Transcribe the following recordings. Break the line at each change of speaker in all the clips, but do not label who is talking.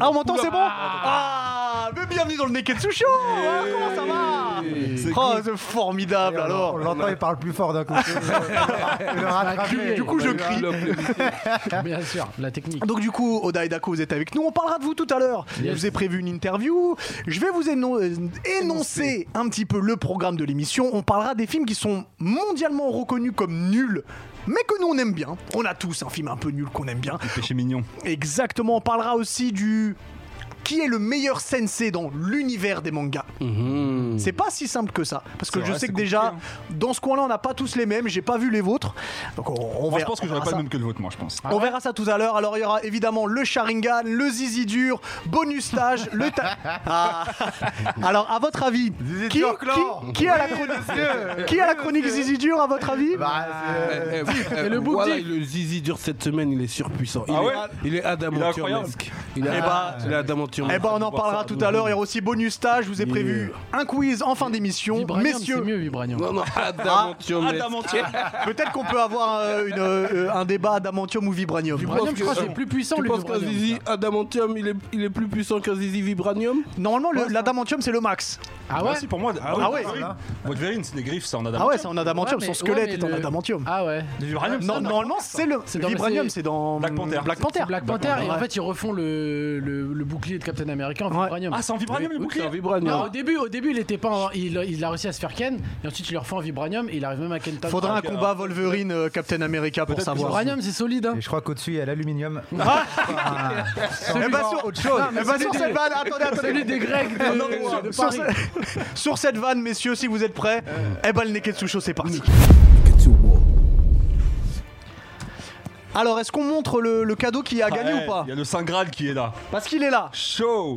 Ah, on m'entend, c'est bon Ah, mais bienvenue dans le Neketsu Show Ah,
Eh
Comment ça va Oh, c'est formidable
Alors, on
alors
l'entend, il parle plus fort d'un coup. Il le rattrape.
Du coup, je crie.
Bien sûr, la technique.
Donc du coup, Oda et Dako, vous êtes avec nous. On parlera de vous tout à l'heure.
Yes.
Je vous ai prévu une interview. Je vais vous éno- euh, énoncer un petit peu le programme de l'émission. On parlera des films qui sont mondialement reconnus comme nuls. Mais que nous on aime bien. On a tous un film un peu nul qu'on aime bien.
Péché mignon.
Exactement. On parlera aussi du qui est le meilleur sensei dans l'univers des mangas.
Mhm.
C'est pas si simple que ça. Parce que
C'est
je
vrai,
sais
c'est
que déjà,
compliqué, hein.
dans ce coin-là, on n'a pas tous les mêmes. J'ai pas vu les vôtres. Donc on, on
Moi,
verra-
je pense que
on
j'aurais
verra Ah, ça.
pas
Ah
le même que le vôtre, moi, je pense.
On verra ça tout à l'heure. Alors il y aura évidemment le Sharingan, le Zizi dur, bonus stage, le ta... Ah. Alors à votre avis,
Zizi
qui,
dur, Clan.
qui- qui a la chronique, qui a la chronique Zizi dur à votre avis
Bah,
Eh,
c'est-
Et
Euh, le
le
bouc dit-
le zizi dure cette semaine, il est surpuissant. Il,
Ah ouais
est, il est adamantiumesque. Il est,
Eh bah,
il est adamantium.
Eh ben on en parlera tout à l'heure. Il y aura aussi bonus stage. Je vous ai
Yeah.
prévu un quiz en fin d'émission,
Vibranium, c'est
messieurs.
mieux Vibranium.
Non, non,
Ah,
adamantiumesque.
Peut-être qu'on peut avoir euh, une, euh, un débat adamantium ou vibranium.
Vibranium, je crois que
Tu
c'est plus puissant
Tu
le
penses qu'un
Vibranium.
zizi adamantium, il est, il est plus puissant qu'un zizi vibranium
Normalement, le- l'adamantium c'est le max.
Ah ouais
Ah, si, pour moi.
Ah ouais.
Wolverine. Wolverine, c'est les griffes, ça en a
Ah ouais, c'est en adamantium.
Ouais,
Son
mais-
squelette
ouais,
est en
mais le-
adamantium.
Ah ouais.
Les vibraniums,
Non,
ça,
normalement, c'est le
C'est dans-
vibranium,
c'est-
c'est dans
Black Panther.
Black Panther.
C'est Black Panther et en fait ils refont le, le, le bouclier de Captain America en
Ouais.
Vibranium.
Ah, c'est en vibranium le
Oui, c'est
bouclier
un vibranium.
Non, au début, au début, il était pas, en- il, il a réussi à se faire Ken, et ensuite il leur fait en vibranium, et il arrive même à Kenton.
Faudra un
Ok,
combat Wolverine euh, Captain America pour savoir.
Vibranium, c'est solide. Hein.
Et je crois qu'au-dessus, il y a l'aluminium.
Eh ben, sur autre chose. Eh ben, sur cette vanne, attendez, attendez.
Celui des Grecs de,
Ah, Sur-
de
sur,
Paris.
ce- sur cette vanne, messieurs, si vous êtes prêts, eh ben le Neketsu Show, c'est parti. Alors, est-ce qu'on montre le, le cadeau qui a gagné
Ah,
ou pas
Il y a le Saint Graal qui est là.
Parce qu'il est là,
Show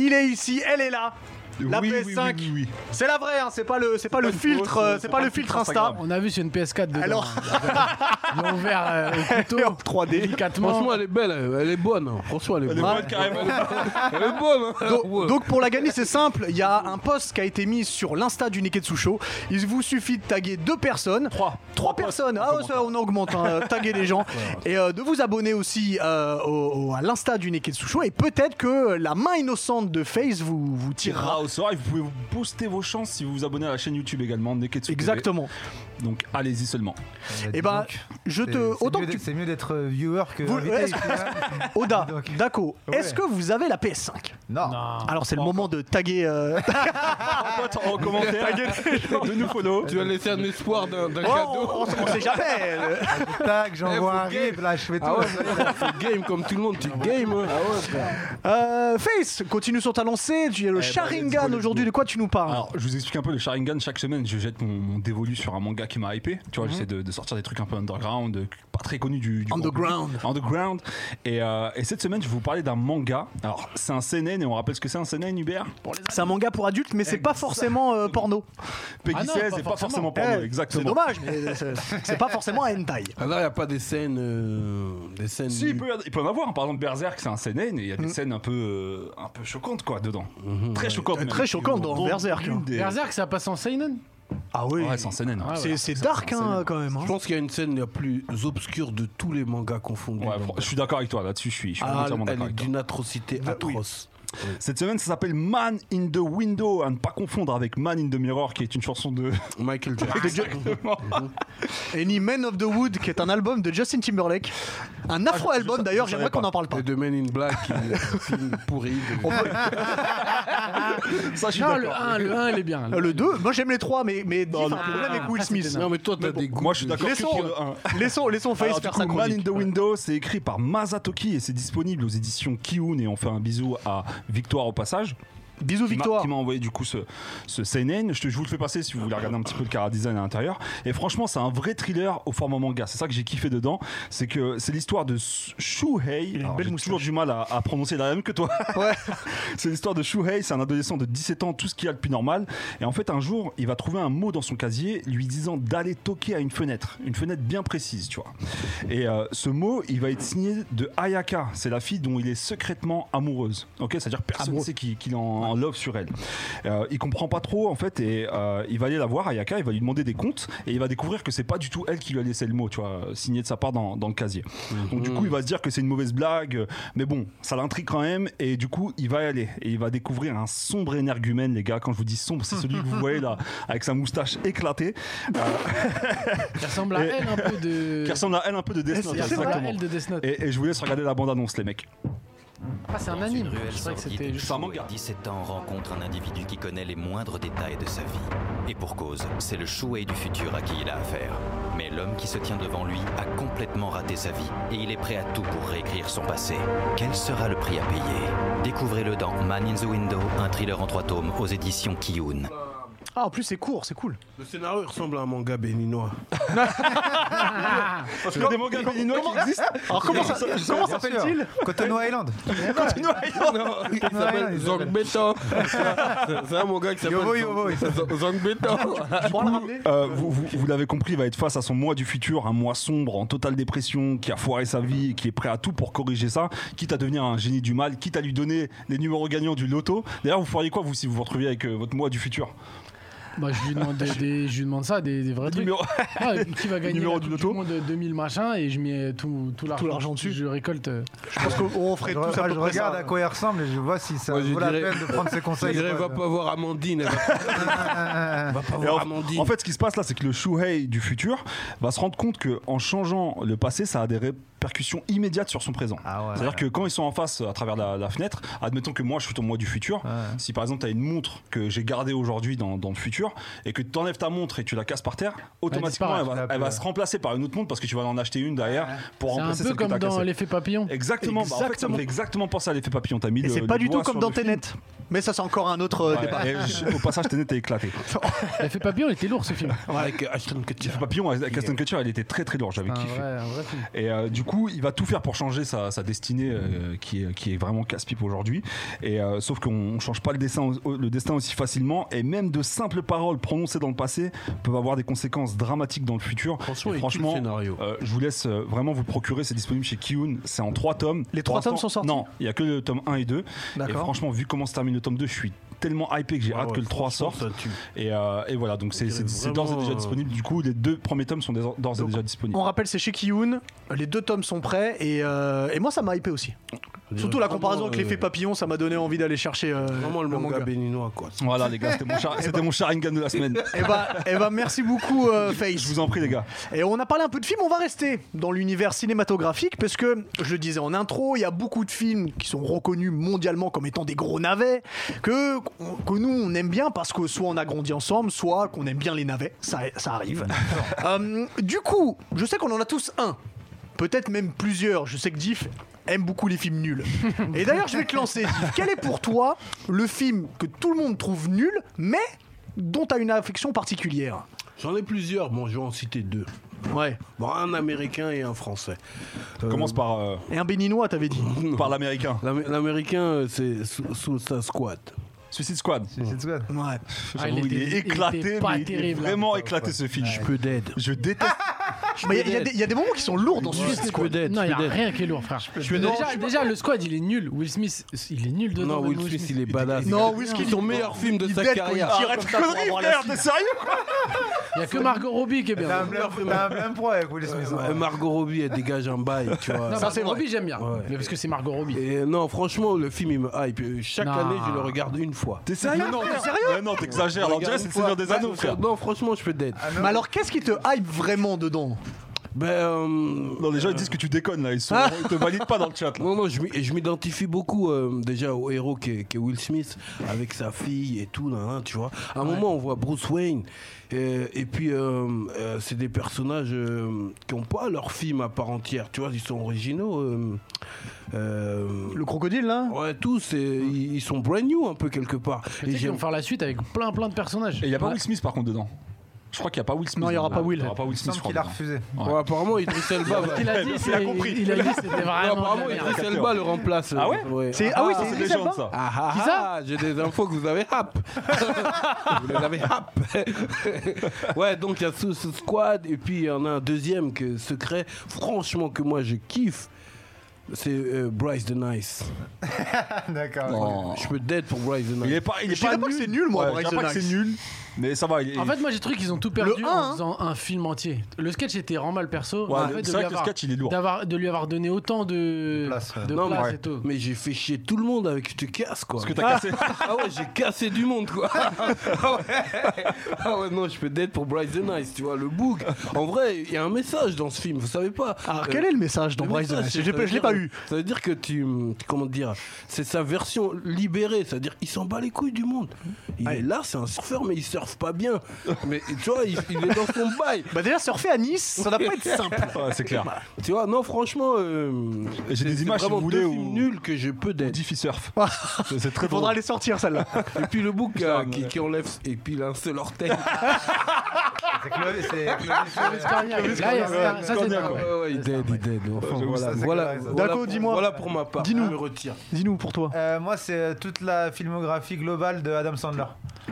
il est ici, elle est là. La
oui, oui,
PS5,
oui, oui, oui.
c'est la vraie, hein, c'est pas le, c'est pas le
une
filtre,
fausse,
euh,
c'est
c'est
pas
pas le
un filtre
filtre Insta.
Instagram.
On a vu, c'est une PS4 dedans.
Alors-
Ils l'ont ouvert euh, au couteau.
en 3D.
Délicatement.
Franchement, elle est belle, elle elle est bonne. hein. Franchement, elle est
Elle est
bonne.
bonne, carrément.
Elle
Ah
est bonne.
Oh.
hein. Ouais.
Donc pour la gagner c'est simple, il y a un post qui a été mis sur l'insta du Neketsu Show. Il vous suffit de taguer deux personnes.
Trois.
Trois personnes. Ah ouais, ça, on augmente, hein, taguer les gens. Et euh, de vous abonner aussi euh, au- au- à l'insta du Neketsu Show. Et peut-être que la main innocente de Face vous, vous tirera.
tirera au sort et vous pouvez vous booster vos chances si vous vous abonnez à la chaîne YouTube également Neketsu TV.
Exactement.
Donc allez-y seulement.
Oh, eh
Et ben, je
bah,
te.
C'est- c'est
Autant
mieux
que
d'être-
tu.
C'est mieux d'être euh, viewer que.
Vous-
invité,
est-ce-
ici, hein.
Oda,
Dis donc.
Daco,
Ouais.
est-ce que vous avez la PS5
Non.
Ah,
Alors c'est le moment de taguer. euh,
en commentaire de nous follow.
Tu as laissé un espoir d'un d'un
oh,
cadeau.
on, on- on sait jamais.
oh,
euh,
Tac,
Eh,
j'envoie
faut
un
game.
rip, là, je fais tout.
Ah ouais, tu game comme tout le monde,
Ah
tu game. hein.
Euh, Face, continue sur ta lancée. Tu as le
oh. Eh ben, let's go,
Sharingan
let's
aujourd'hui.
go.
De quoi tu nous parles
Alors, je vous explique un peu le Sharingan. Chaque semaine, je jette mon, mon dévolu sur un manga qui m'a hypé. Tu vois, j'essaie de, de sortir des trucs un peu underground, euh, pas très connus du, du grand
Underground.
public. Underground. Et, euh, et cette semaine, je vais vous parler d'un manga. Alors, c'est un seinen et on rappelle ce que c'est un seinen, Hubert
C'est un manga pour adultes, mais c'est pas forcément euh, porno.
Peggy
Ah non,
16
pas
et pas
forcément.
forcément porno,
Eh, C'est
exactement.
dommage, mais c'est- c'est pas forcément un hentai.
Ah Là, il n'y a pas des scènes. euh, des scènes
Si, il peut, y en- il peut en avoir. Par exemple, Berserk, c'est un seinen et il y a des scènes un peu, euh, un peu choquantes, quoi, dedans. Très choquantes. même.
Très choquant dans
Dont
Berserk.
l'une
hein.
des-
Berserk, ça passe en Seinen
Ah oui.
Ouais, c'est un seinen.
Ah ouais.
C'est c'est dark hein, quand même. hein.
Je pense qu'il y a une scène la plus obscure de tous les mangas confondus.
Ouais, fr- je suis d'accord avec toi là-dessus, je suis, je suis
Ah,
entièrement
elle
d'accord
est
avec toi.
d'une atrocité atroce.
Cette semaine, ça s'appelle Man in the Window, à ne pas confondre avec Man in the Mirror, qui est une chanson de.
Michael
Ah,
Jackson.
Any Man of the Wood, qui est un album de Justin Timberlake. Un
Ah,
afro-album d'ailleurs, j'aimerais qu'on en parle pas.
Et de Men in Black, il- film pourri. de-
Ça, je suis
Non, le
d'accord.
1, le 1 il est bien.
Euh, Le 2, moi j'aime les trois, mais, mais enfin, le problème est que Will Smith.
Non, mais toi, t'as des goûts.
Moi, je suis
de-
d'accord euh, que
Laissons-
pour le 1.
Laissons, laissons Face
Alors, du
faire
coup,
sa
Man in
chronique.
the Window, c'est écrit par Masatoki et c'est disponible aux éditions Kiun. Et on fait un bisou à Victoire au passage.
Bisous
qui m'a-
Victoire.
Qui m'a envoyé du coup ce, ce seinen. Je, te, je vous le fais passer si vous voulez regarder un petit peu le chara-design à l'intérieur. Et franchement, c'est un vrai thriller au format manga. C'est ça que j'ai kiffé dedans. C'est que c'est l'histoire de Su- Shuhei.
une
Alors,
belle
J'ai
moustache.
toujours du mal à, à prononcer la même que toi.
Ouais.
c'est l'histoire de Shuhei. C'est un adolescent de 17 ans, tout ce qu'il a de plus normal. Et en fait, un jour, il va trouver un mot dans son casier lui disant d'aller toquer à une fenêtre. Une fenêtre bien précise, tu vois. Et euh, ce mot, il va être signé de Ayaka. C'est la fille dont il est secrètement amoureuse. Ok, c'est-à-dire personne ne sait qu'il qu'il est en, en love sur elle. Euh, il comprend pas trop en fait et euh, il va aller la voir Ayaka, il va lui demander des comptes et il va découvrir que c'est pas du tout elle qui lui a laissé le mot, tu vois, euh, signé de sa part dans, dans le casier.
Mhm.
Donc du coup il va se dire que c'est une mauvaise blague, euh, mais bon ça l'intrigue quand même et du coup il va y aller et il va découvrir un sombre énergumène les gars. Quand je vous dis sombre c'est celui que vous voyez là avec sa moustache éclatée
Qui ressemble à
Et-
elle un peu de.
qui ressemble à elle un peu de Death Note,
Qui ressemble à
exactement.
elle de Death Note.
Et, et je vous laisse regarder la bande annonce les mecs.
Ah, c'est un
Dans une
anime.
ruelle
Je croyais que
sordide,
c'était juste.
un manga.
Shuei, 17 ans rencontre un individu qui connaît les moindres détails de sa vie. Et pour cause, c'est le Shuei du futur à qui il a affaire. Mais l'homme qui se tient devant lui a complètement raté sa vie et il est prêt à tout pour réécrire son passé. Quel sera le prix à payer Découvrez-le dans Man in the Window, un thriller en trois tomes aux éditions Kiyun.
Ah, en plus, c'est court, c'est cool.
Le scénario il ressemble à un manga béninois.
Parce que des mangas béninois qui existent.
Alors, comment ça, comment
Bien sûr.
s'appelle-t-il
Cotonou Island.
Non, il
Ouais,
s'appelle
il
Zangbeto. C'est un manga qui s'appelle
Yovo, yovo, il
Zang- Zangbeto.
Je pourrais le ramener
Euh, vous vous- vous l'avez compris, il va être face à son mois du futur, un mois sombre, en totale dépression, qui a foiré sa vie, et qui est prêt à tout pour corriger ça, quitte à devenir un génie du mal, quitte à lui donner les numéros gagnants du loto. D'ailleurs, vous feriez quoi, vous, si vous vous retrouviez avec euh, votre mois du futur
Bah, je lui demande, des, des- je lui demande ça, des, des vrais trucs.
Numéro-
Ah, qui va gagner
Numéro
la
du
Coupe
loto.
monde de 2000 machin et je mets tout, tout l'argent
l'argent dessus.
Je récolte. euh,
Je pense qu'on ferait
Je,
tous à peu
je
près
regarde
ça.
à quoi il ressemble et je vois si ça
Moi, je
vaut la
dirais-
peine de prendre ses
Je
conseils.
dirais, va
quoi.
pas voir Amandine. elle va-
Euh,
Va pas
Et en,
voir Amandine.
en fait, ce qui se passe là, c'est que le Shuhei du futur va se rendre compte que en changeant le passé, ça a des répercussions immédiates sur son présent.
Ah ouais.
C'est-à-dire que quand ils sont en face euh, à travers la, la fenêtre, admettons que moi je suis ton moi du futur,
Ouais.
si par exemple tu as une montre que j'ai gardée aujourd'hui dans, dans le futur et que tu enlèves ta montre et que tu la casses par terre, automatiquement
disparaît,
elle, va,
tu l'appelles,
elle va
ouais.
se remplacer par une autre montre parce que tu vas en acheter une derrière pour
C'est un
remplacer
peu
celle que tu
comme
as
dans
cassée.
l'effet papillon.
Exactement, Bah, en fait, ça me fait exactement penser à l'effet papillon. T'as mis
Et
le-
c'est
le
pas du
doigt
tout comme
sur
dans
le film.
Tenet. Mais ça, c'est encore un autre euh,
Ouais,
débat.
et je- au passage, Tenet est éclaté.
L'effet papillon il était lourd ce film.
Avec Ashton Kutcher. Ah
L'effet papillon, à Caston Kutcher, elle était très très lourde, j'avais
Un
kiffé.
vrai, un vrai film.
Et euh, du coup, il va tout faire pour changer sa, sa destinée euh, qui, est, qui est vraiment casse-pipe aujourd'hui. Et euh, sauf qu'on ne change pas le destin, au- le destin aussi facilement. Et même de simples paroles prononcées dans le passé peuvent avoir des conséquences dramatiques dans le futur.
Franchement,
Et
il
franchement,
tue le scénario.
euh, je vous laisse euh, vraiment vous le procurer. C'est disponible chez Kiun. C'est en trois tomes.
Les
Pour
trois tomes
l'instant-
sont sortis
Non, il y a que le tome 1 et 2. Et
D'accord.
franchement, vu comment se termine le tome 2, je suis tellement hypé que j'ai
Ah
hâte
ouais,
que le 3
franchement,
sorte.
ça tue.
Et, euh, et voilà, donc c'est
Ok,
c'est- c'est d'ores et
vraiment,
déjà
euh,
disponible. Du coup, les deux premiers tomes sont d'ores d'ores et déjà disponibles.
On rappelle, c'est chez Kiyun. Les deux tomes sont prêts. Et, euh, et moi, ça m'a hypé aussi. Surtout la comparaison avec
euh,
l'effet papillon, ça m'a donné envie d'aller chercher euh,
euh, Vraiment le manga béninois, quoi.
Voilà Oh les gars, c'était mon, char- c'était mon Sharingan de la semaine.
Eh bah, eh bah, merci beaucoup, euh, Face.
Je vous en prie les gars.
Et on a parlé un peu de films, on va rester dans l'univers cinématographique parce que, je le disais en intro, il y a beaucoup de films qui sont reconnus mondialement comme étant des gros navets que, que nous on aime bien parce que soit on a grandi ensemble, soit qu'on aime bien les navets, ça, ça arrive. Euh, du coup, je sais qu'on en a tous un, peut-être même plusieurs, je sais que Diff aime beaucoup les films nuls. Et d'ailleurs, je vais te lancer, Diff, quel est pour toi le film que tout le monde trouve nul, mais dont tu as une affection particulière
J'en ai plusieurs. Bon, je vais en citer deux.
Ouais.
Bon, un américain et un français.
On Commence par, euh,
Et un béninois, t'avais dit.
par l'américain.
L'am- L'américain, euh, c'est Su- Suicide Squad.
Suicide Squad.
C'est tout.
Ouais.
Ah, il
J'avoue, il,
était- il
est
était
éclaté,
pas
mais il est
terrible, là.
vraiment éclaté ce film. hein. Je, Ah,
Peu d'aide.
je déteste.
Mais il Bah, y, a des- y a des moments qui sont lourds dans
Ouais.
Suicide
Suicide
Squad.
Squad.
Non, il y a
Tu peux
rien qui est lourd, frère.
Non,
déjà, déjà, le squad, il est nul. Will Smith, il est nul dedans.
Non,
même
Will Smith, il est badass.
Non, Will Smith,
C'est son meilleur film de
il
sa
dead quand il
carrière.
tire.
Arrête
comme ça pour
connerie,
avoir la
frère,
suite.
t'es sérieux
Il y a que Margot Robbie qui est
T'as un
bien.
blâme- t'as un blâme pro avec Will Smith. hein.
Euh, Margot Robbie, elle dégage un bail, tu vois.
Non,
Ça, c'est
Margot Robbie, j'aime bien.
Ouais.
Mais parce que c'est Margot Robbie.
Et non, franchement, le film, il me hype. Euh, Chaque
Non.
année, je le regarde une fois.
T'es sérieux Non, t'es sérieux Mais non, t'exagères.
Je
Alors
regarde
déjà, c'est
une
le
fois.
Seigneur des
Ouais,
Anneaux, frère.
Non, franchement, je peux dead.
Mais alors, qu'est-ce qui te hype vraiment dedans
Ben, euh,
Non, les gens ils disent que tu déconnes là. Ils, sont... ils te valident pas dans le chat là.
Moi, moi, je m'i- je m'identifie beaucoup euh, déjà au héros qui est, qui est Will Smith avec sa fille et tout, nan, nan, tu vois. À un moment, on voit Bruce Wayne euh, et, puis euh, euh, c'est des personnages euh, qui n'ont pas leur film à part entière, tu vois. Ils sont originaux. euh, euh,
Le crocodile, là
ouais, tous, et ils ils sont brand new un peu quelque part.
Et
Et
ils
j'aime-
vont faire la suite avec plein plein de personnages.
Et il y a pas
Ouais.
Will Smith par contre dedans. Je crois qu'il y a pas Will Smith.
Non, il y aura
dedans.
pas Will.
Il y aura pas Will
Il
Smith.
semble
je
qu'il a
crois,
refusé.
dedans.
Ouais,
Ouais.
apparemment, Idriss Elba.
Ce
ouais.
qu'il a dit,
Il a
c'est
compris.
il a dit c'était
Ouais,
vraiment de
apparemment,
la merde.
Idriss Elba le remplace. euh,
Ah ouais
C'est- ah oui,
Ah,
c'est
c'est
Idris
légende
Elba
ça.
Ah ah
Qui ça
ah, j'ai des infos que vous avez hap. vous les avez hap. ouais, donc il y a ce, ce squad et puis il y en a un deuxième que secret. Franchement que moi je kiffe. C'est euh, Bryce the Nice.
D'accord.
Oh.
Je peux dead pour Bryce the Nice.
Il est pas, il est
Je dirais pas que c'est nul, moi,
Ouais,
Bryce
je dirais
the
pas que
Nice.
c'est nul, mais ça va. il est-
En fait, moi j'ai trouvé qu'ils ont tout perdu
Le un, hein.
en faisant un film entier. Le sketch était en mal perso.
Ouais,
mais le fait
c'est
de
vrai
lui
que le
avoir-
sketch, il est lourd.
d'avoir- De lui avoir donné autant de
De place, ouais.
de
Non, mais-
place et tout.
Mais j'ai fait chier tout le monde avec te casse quoi.
parce que t'as cassé.
Ah ouais, j'ai cassé du monde, quoi. ah, ouais. Ah ouais, non, je peux d'être pour Bryce the Nice, tu vois, le bouc. En vrai, il y a un message dans ce film, vous savez pas.
Alors,
Euh,
Ah, quel est le message dans
le
Bryce the
message,
Nice
c'est-
Je l'ai
ça
pas-
veut
je l'ai pas
dire-
eu.
Ça veut dire que tu. Comment dire C'est sa version libérée, c'est-à-dire il s'en bat les couilles du monde. Il est là, c'est un surfeur, mais il surfe pas bien. Mais tu vois, il, il est dans son bail.
Bah déjà surfer à Nice, ça doit pas être simple.
Ouais, c'est clair.
Tu vois, non, franchement. euh,
Et j'ai
c'est-
des
c'est
images, si
vraiment
vous voulez,
deux
où-
films nuls que je peux d'être.
Diffie surf. C'est- C'est très
Il faudra
drôle.
les sortir celle-là.
Et puis le bouc euh, qui, qui enlève hein, et puis il a un seul orteil.
C'est Chloé, c'est Chloé-
Là, il y a- ça, c'est
Cornillac,
pas-
ouais.
ouais, il dead, il dead. Enfin,
J'avoue,
voilà,
ça, c'est
voilà,
clair, ça.
voilà
Daco,
pour-
dis-moi.
Voilà pour ma part.
Dis-nous.
Je me retire.
Dis-nous pour toi.
Euh, moi, c'est euh, toute la filmographie globale de Adam Sandler.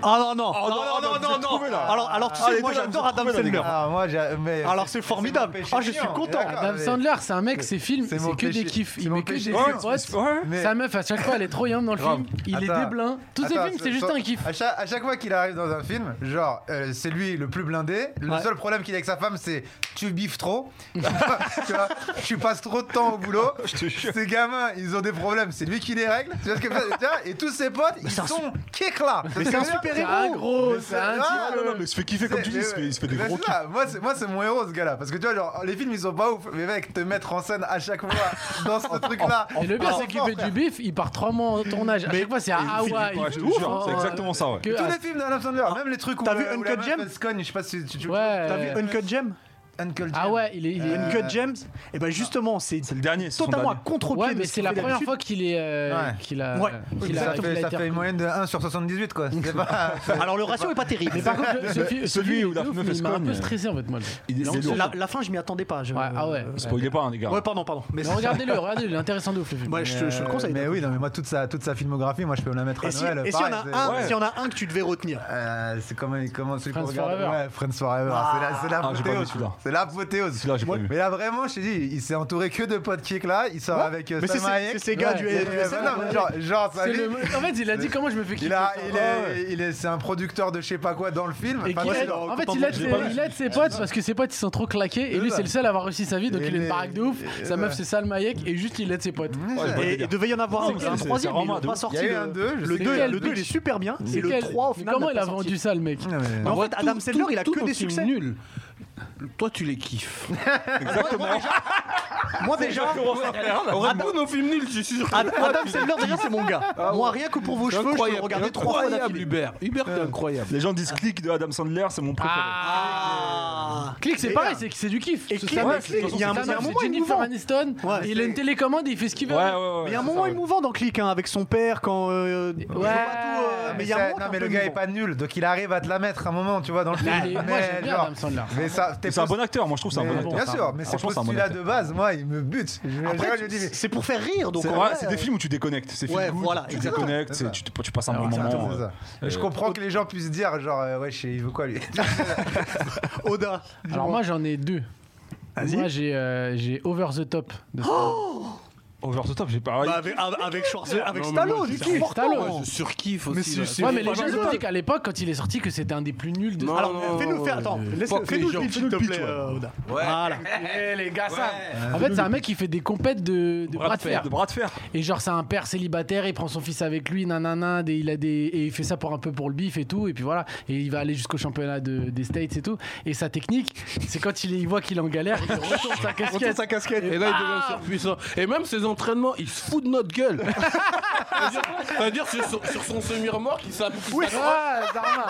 Ah non non.
non, non, non, non, là.
Alors alors tu sais moi j'adore Adam Sandler.
Ah, moi, j'ai- mais-
Alors, c'est formidable.
mon péché
Ah, je suis
chiant.
content.
D'accord,
Adam
mais-
Sandler, c'est un mec, ses films,
C'est
c'est
mon
que
péché-
des kiffs.
c'est
Il
mon
met que
péché
des
chiant.
kiffs. potes.
Ouais.
Mais-
Sa meuf, à chaque fois, elle est trop yande dans le film. Il est
Attends.
déblin. Tous ses
Attends,
films, c'est
so-
juste
so-
un kiff.
À chaque, à chaque fois qu'il arrive dans un film, genre, euh, c'est lui le plus blindé. Le
Ouais.
seul problème qu'il a avec sa femme, c'est tu biffes trop. tu vois, tu passes trop de temps au boulot. Ces gamins, ils ont des problèmes. C'est lui qui les règle. Tu vois ce que je veux dire Tu vois, Et tous ses potes, ils
c'est un
sont kick là.
Mais c'est un super
C'est un
héros.
gros,
Mais
c'est un
c'est-
type-
Ah,
Non, non, mais il se fait kiffer comme tu dis, il se fait- il se fait des
Mais
gros
c'est ça, Moi, c'est- moi, c'est mon héros, ce gars-là. Parce que tu vois, genre, les films, ils sont pas ouf. Mais mec, te mettre en scène à chaque fois dans ce truc-là.
Et le pire, c'est qu'il fait du bif, il part trois mois en tournage. À chaque fois, c'est à hein.
kiffs.
Hawaï.
Ouais, je te jure, C'est exactement ça, ouais.
Tous les films d'Adam Sandler, même les trucs où
T'as vu
euh, où
Uncut
la meuf,
Gems
elle se cogne, je sais pas si tu, tu
T'as vu
Ouais.
Uncut Gem
Uncle Jim.
Ah ouais, il est. il est-
Euh,
Uncut Gems Et ben justement c'est
C'est le dernier. c'est son
totalement à
dernier.
contre-pied.
Ouais,
de
mais
ce
c'est
qu'on
la
fait
première
d'habitude.
fois qu'il est. euh,
Ouais.
qu'il a.
Ouais.
Oui,
qu'il a-
ça fait,
qu'il a
ça fait
été
une moyenne de 1 sur 78 quoi. C'est pas-
Alors le ratio est pas terrible.
Mais par contre, le- ce fi- ce
celui
film
où
est
la
ouf,
meuf,
mais
elle
il m'a
se
un peu
cogne.
stressé en fait, moi. le-
Il est- c'est
l'anxiété.
lourd.
la, la fin je m'y attendais pas. je-
Ouais, ah ouais.
Spoilez pas, hein, les gars.
Ouais pardon pardon. Mais
Mais regardez-le, regardez-le, il est intéressant de ouf le film.
Ouais, je te je te le conseille.
Mais oui, non, mais moi toute sa, toute sa filmographie, moi je peux me la mettre à
Et si-
Noël.
et s'il y en
pareil,
a
c'est-
un,
ouais.
s'il y en a un que tu devais retenir.
Euh, c'est comment, comment celui qu'on
Friends
regarde
Forever.
Ouais, Friends Forever. c'est la-
Ah, j'ai pas
c'est
vu
l'apothéose.
celui-là.
c'est l'apothéose.
Celui-là, j'ai pas vu.
Mais là vraiment, je t'ai dit, il s'est entouré que de potes kick là. Il sort avec euh,
Mais c'est
Salma
c'est-
Hayek.
c'est ces gars du
Et,
du
euh,
SNL.
non, mais genre, genre sa
C'est
vie,
le- En fait, il a dit comment je me fais kiffer.
Il a,
ça.
il est, il est, c'est un producteur de je sais pas quoi dans le film.
Et
Enfin,
qui
c'est
aide-
genre-
en fait,
content
il aide,
de-
ses,
j'ai pas vu.
il aide ses potes parce que ses potes ils sont trop claqués et lui c'est le seul à avoir réussi sa vie donc
Et
il a une
les-
baraque de ouf.
et
Sa
ouais.
meuf c'est Salma Hayek et juste il aide ses potes.
Ouais,
Et
ouais,
il
délire.
devait y en avoir
Non,
un,
mais
c'est un
c'est-
troisième,
c'est
mais ils l'ont
vraiment de
pas
ouf.
sorti.
Il y a eu
le-
un deux, je
le
sais
2,
quel
le 2 il
but.
est super bien,
C'est
et le
quel-
3 au
mais
final.
Comment
n'a
il a
pas sorti.
vendu ça le mec
Non, mais-
Mais en
Ouais,
fait, Adam
tout-
Sandler,
tout-
il a
tous
que
nos
des
films
succès.
nuls. Toi, tu les kiffes.
Exactement.
Moi déjà,
Adam... Tous nos films nuls, je suis sûr.
Ad- Adam Sandler, déjà, c'est mon gars. Moi, rien que pour vos
C'est
cheveux, je peux le
incroyable,
regarder trois fois
incroyable,
d'affilée. Euh.
Hubert. Hubert, t'es incroyable.
Les gens disent click de Adam Sandler, c'est mon préféré.
Ah
Click, c'est pareil, c'est c'est du kiff.
Et
Ce
Click,
Sam-
ouais, Click, il y a un-
Sam-
il y a un
c'est
moment
Jennifer
émouvant.
Aniston,
Ouais,
il a
c'est-
une télécommande et il fait ce qu'il veut.
Ouais, ouais, ouais.
Mais il y a un
c'est
moment
ça, ouais.
émouvant dans Click, hein, avec son père, quand. euh, ils ont pas tout, euh, mais il y a un
ça-
moment. qui est
non, mais
un peu
le gars est
émouvant.
pas nul, donc il arrive à te la mettre un moment, tu vois, dans le film.
Mais moi j'aime bien
genre-
Adam Sandler.
mais ça, t'es
Mais C'est un
post-
bon acteur, moi je trouve que c'est un bon acteur.
mais- Bien sûr, mais c'est
Franchement, un bon
postulat
acteur.
de base, moi, il me bute. Je- je-
Après,
je lui dis, mais-
c'est pour faire rire, donc.
C'est
en
ouais,
vrai,
c'est des
euh,
films où tu déconnectes, c'est
ouais,
film good,
voilà,
tu
exactement.
déconnectes,
C'est ça.
c'est- tu, tu passes un
Alors,
bon
c'est
moment.
C'est
euh,
ça. Je comprends que les gens puissent dire, genre, euh, ouais, je sais, il veut quoi lui
Oda.
Alors moi j'en ai deux.
Vas-y.
Moi j'ai euh, j'ai Over the Top de
Over the top, j'ai pas.
Bah, avec, avec Schwarzenegger, avec
Non, mais moi,
Stallone,
c'est
c'est important.
Stallone.
Moi, je surkiffe aussi.
Mais c'est-
là.
c'est-
Ouais, mais les
Over
gens
the
ils ont
Top.
dit qu'à l'époque, quand il est sorti, que c'était un des plus nuls de.
Non,
Alors,
non,
fais-nous
non,
faire, attends,
non,
laisse-
fuck les
fais-nous
gens,
le pitch, s'il
fais-nous
te
le pitch,
plaît,
ouais.
euh, Oda.
Ouais.
Voilà.
les gars, ça En fait, c'est un mec qui fait des compètes de, de bras de fer.
De bras de fer.
Et genre, c'est un père célibataire, il prend son fils avec lui, nanana, des- il a des, et il fait ça pour un peu pour le bif et tout, et puis voilà. Et il va aller jusqu'au championnat de- des States et tout. Et sa technique, c'est quand il, il voit qu'il est en galère, il retourne sa
Retourne
casquette.
sa casquette.
Et là, il devient
Ah.
surpuissant. Et même ses entraînements, il se fout de notre gueule. C'est-à-dire- C'est-à-dire, c'est sur, sur son semi-remorque, il s'appelle.
Oui.
Ah, Zarma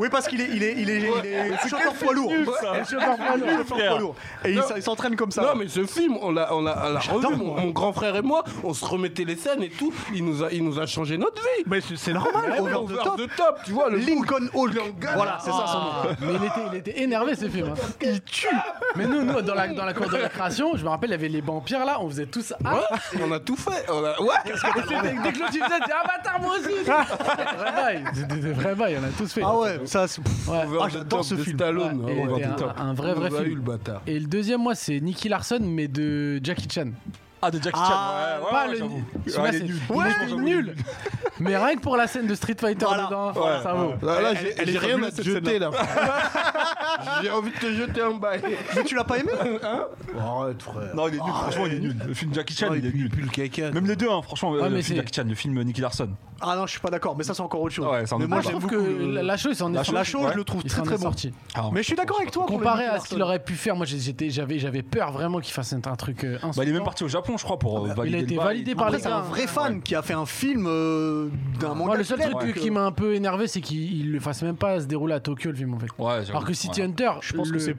Oui, parce qu'il est, il est, il est, il est chauffeur poids lourd.
Le chauffeur poids lourd.
Chauffeur poids lourd. Et il s- il s'entraîne comme ça.
Non, mais ce film, on l'a, on l'a, on l'a revu. Mon, mon grand frère et moi, on se remettait les scènes et tout. Il nous a, il nous a changé notre vie.
Mais c'est c'est normal,
Ouais,
over the top.
de top, tu vois. Le
Lincoln Hall. Voilà, c'est ça son nom.
Ah, Mais il était, il était énervé ce film. hein. Il tue. Mais nous, nous dans, la, dans la cour de récréation, je me rappelle, il y avait les vampires là, on faisait tous. Ah,
Ouais, hein on a tout fait. On a... Ouais.
Et c'était- dès que l'autre il faisait, il disait, ah bâtard, moi aussi Vrai bail, des, des- des vrais bails, on a tous fait.
Ah ouais, ouais, ça, c'est- pff,
Ouais.
Over
Ah,
the
j'adore
top
ce
de
film.
Stallone,
Ouais, et
over the
un-
top.
un vrai,
Il
vrai
nous a
film.
eu, le bâtard.
Et le deuxième, moi, c'est Nicky Larson, mais de Jackie Chan.
Ah, de Jack Chan.
Ah,
ouais, ouais,
pas
ouais,
le
j'avoue.
Celui-là,
Ouais, il est
c'est
nul.
il est nul. Mais rien que pour la scène de Street Fighter
Voilà.
dedans,
Ouais.
ça vaut.
Là, là,
Elle-
j'ai-
elle est
j'ai rien
fabuleuse,
à te
cette
jeter là. j'ai envie de te jeter un bail.
mais tu l'as pas aimé
Arrête, frère.
Non, il est nul, franchement, il est nul. Le film Jackie Chan,
Non,
il est nul.
pue le caca.
Même les deux, hein, franchement, euh,
Ouais,
le
mais
film
c'est-
Jackie Chan, le film Nicky Larson.
Ah non, je suis pas d'accord, mais ça c'est encore autre chose.
Ouais, ça en
mais
est
moi,
pas.
Je
j'aime
trouve
beaucoup
que
le-
la chose, en est
la
sorti.
chose,
Ouais.
je le trouve
Il
très
s'en
très
est
bon.
sorti.
Mais je suis d'accord avec toi. pour le
Comparé
Nicky
à ce qu'il
Larson.
aurait pu faire, moi j'ai- j'étais- j'avais j'avais peur vraiment qu'il fasse un, un truc
Bah, il
euh,
est même
insultant.
parti au Japon, je crois, pour euh, valider.
a été
le bail et
validé
tout.
par
Après,
les
c'est un
gars,
vrai
hein,
fan qui a fait un film euh, d'un manga.
Moi, le seul
clair,
truc
donc,
qui
euh,
m'a un peu énervé, c'est qu'il il le fasse même pas se dérouler à Tokyo le film en fait.
Ouais, j'avoue.
Alors que City
Ouais.
Hunter,
Je pense
le-
que c'est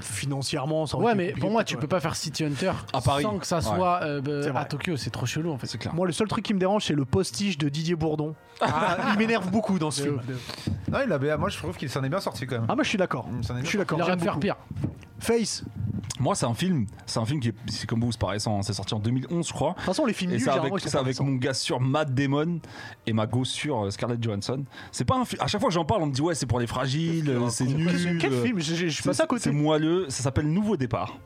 financièrement. Ça aurait
Ouais,
été
mais
compliqué,
pour moi,
peut-être,
tu
ouais.
peux pas faire City Hunter
À Paris.
sans que ça
Ouais.
soit euh, bah,
C'est vrai.
à Tokyo. C'est trop chelou en fait.
C'est clair.
Moi, le seul truc qui me dérange, c'est le postiche de Didier Bourdon. Ah, il m'énerve beaucoup dans ce film.
Non, il avait, moi je trouve qu'il s'en est bien sorti quand même.
Ah, moi, je suis d'accord.
Mm, ça en est
Je suis d'accord.
Il aurait
j'aime
pu faire
beaucoup.
pire.
Face. De
Moi, c'est un film, c'est un film qui est, c'est comme vous, c'est pas récent, hein, c'est sorti en 2011, je crois.
toute façon, les films
Et
nuls,
ça
généralement, ils
avec,
sont
ça
pas
avec
récents.
mon gars sur Matt Damon et ma go sur euh, Scarlett Johansson. C'est pas un film. À chaque fois que j'en parle, on me dit ouais, c'est pour les fragiles, euh, c'est nul.
Quel quel film Je- Je je suis
C'est
passé à côté.
C'est moelleux. Ça s'appelle Nouveau départ.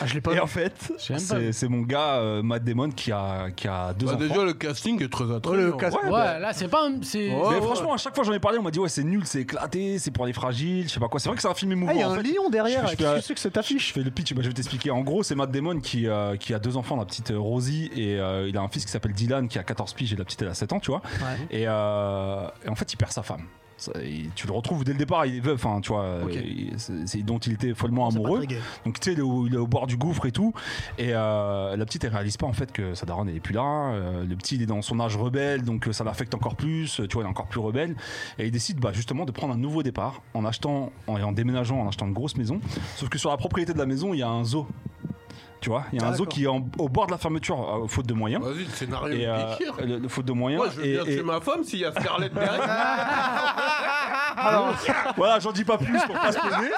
Ah, je l'ai pas
Et
vu.
en fait,
Je sais même pas.
c'est c'est mon gars euh, Matt Damon qui a qui a deux
Bah,
enfants.
déjà, le casting est très attrayant.
le cas-
Ouais, là c'est pas. un- C'est
Ouais,
Mais
ouais.
franchement, à chaque fois que j'en ai parlé, on m'a dit ouais, c'est nul, c'est éclaté, c'est pour les fragiles, je sais pas quoi. C'est vrai que c'est un film émouvant.
Ah, il y a
en
un
fait.
lion derrière.
je- je-
Qu'est-ce que c'est que cette
Je
affiche
fais le pitch, bah, je vais t'expliquer. En gros, c'est Matt Damon qui, euh, qui a deux enfants, la petite euh, Rosie, et euh, il a un fils qui s'appelle Dylan, qui a 14 piges, et la petite, elle a 7 ans, tu vois. Et, euh, et en fait, il perd sa femme. Ça, il- tu le retrouves dès le départ, il est veuf, hein, tu vois.
Ok.
il- c'est c'est dont il était follement
C'est pas
amoureux.
très gay.
Donc tu sais, il est, au, il est au bord du gouffre et tout. Et euh, la petite, elle réalise pas en fait que sa daronne, elle est plus là. Euh, le petit, il est dans son âge rebelle, donc euh, ça l'affecte encore plus. Euh, Tu vois, il est encore plus rebelle. Et il décide bah, justement de prendre un nouveau départ en achetant, en, et en déménageant, en achetant une grosse maison. Sauf que sur la propriété de la maison, il y a un zoo. Tu vois, il y a
Ah,
un zoo
d'accord.
qui est en- au bord de la fermeture, euh, faute de moyens.
Vas-y, le scénario
Et, euh,
est pire.
le, le faute de moyens.
Moi, je veux
Et-
bien
et-
tuer ma femme s'il y a Scarlett derrière.
voilà, j'en dis pas plus pour pas spoiler.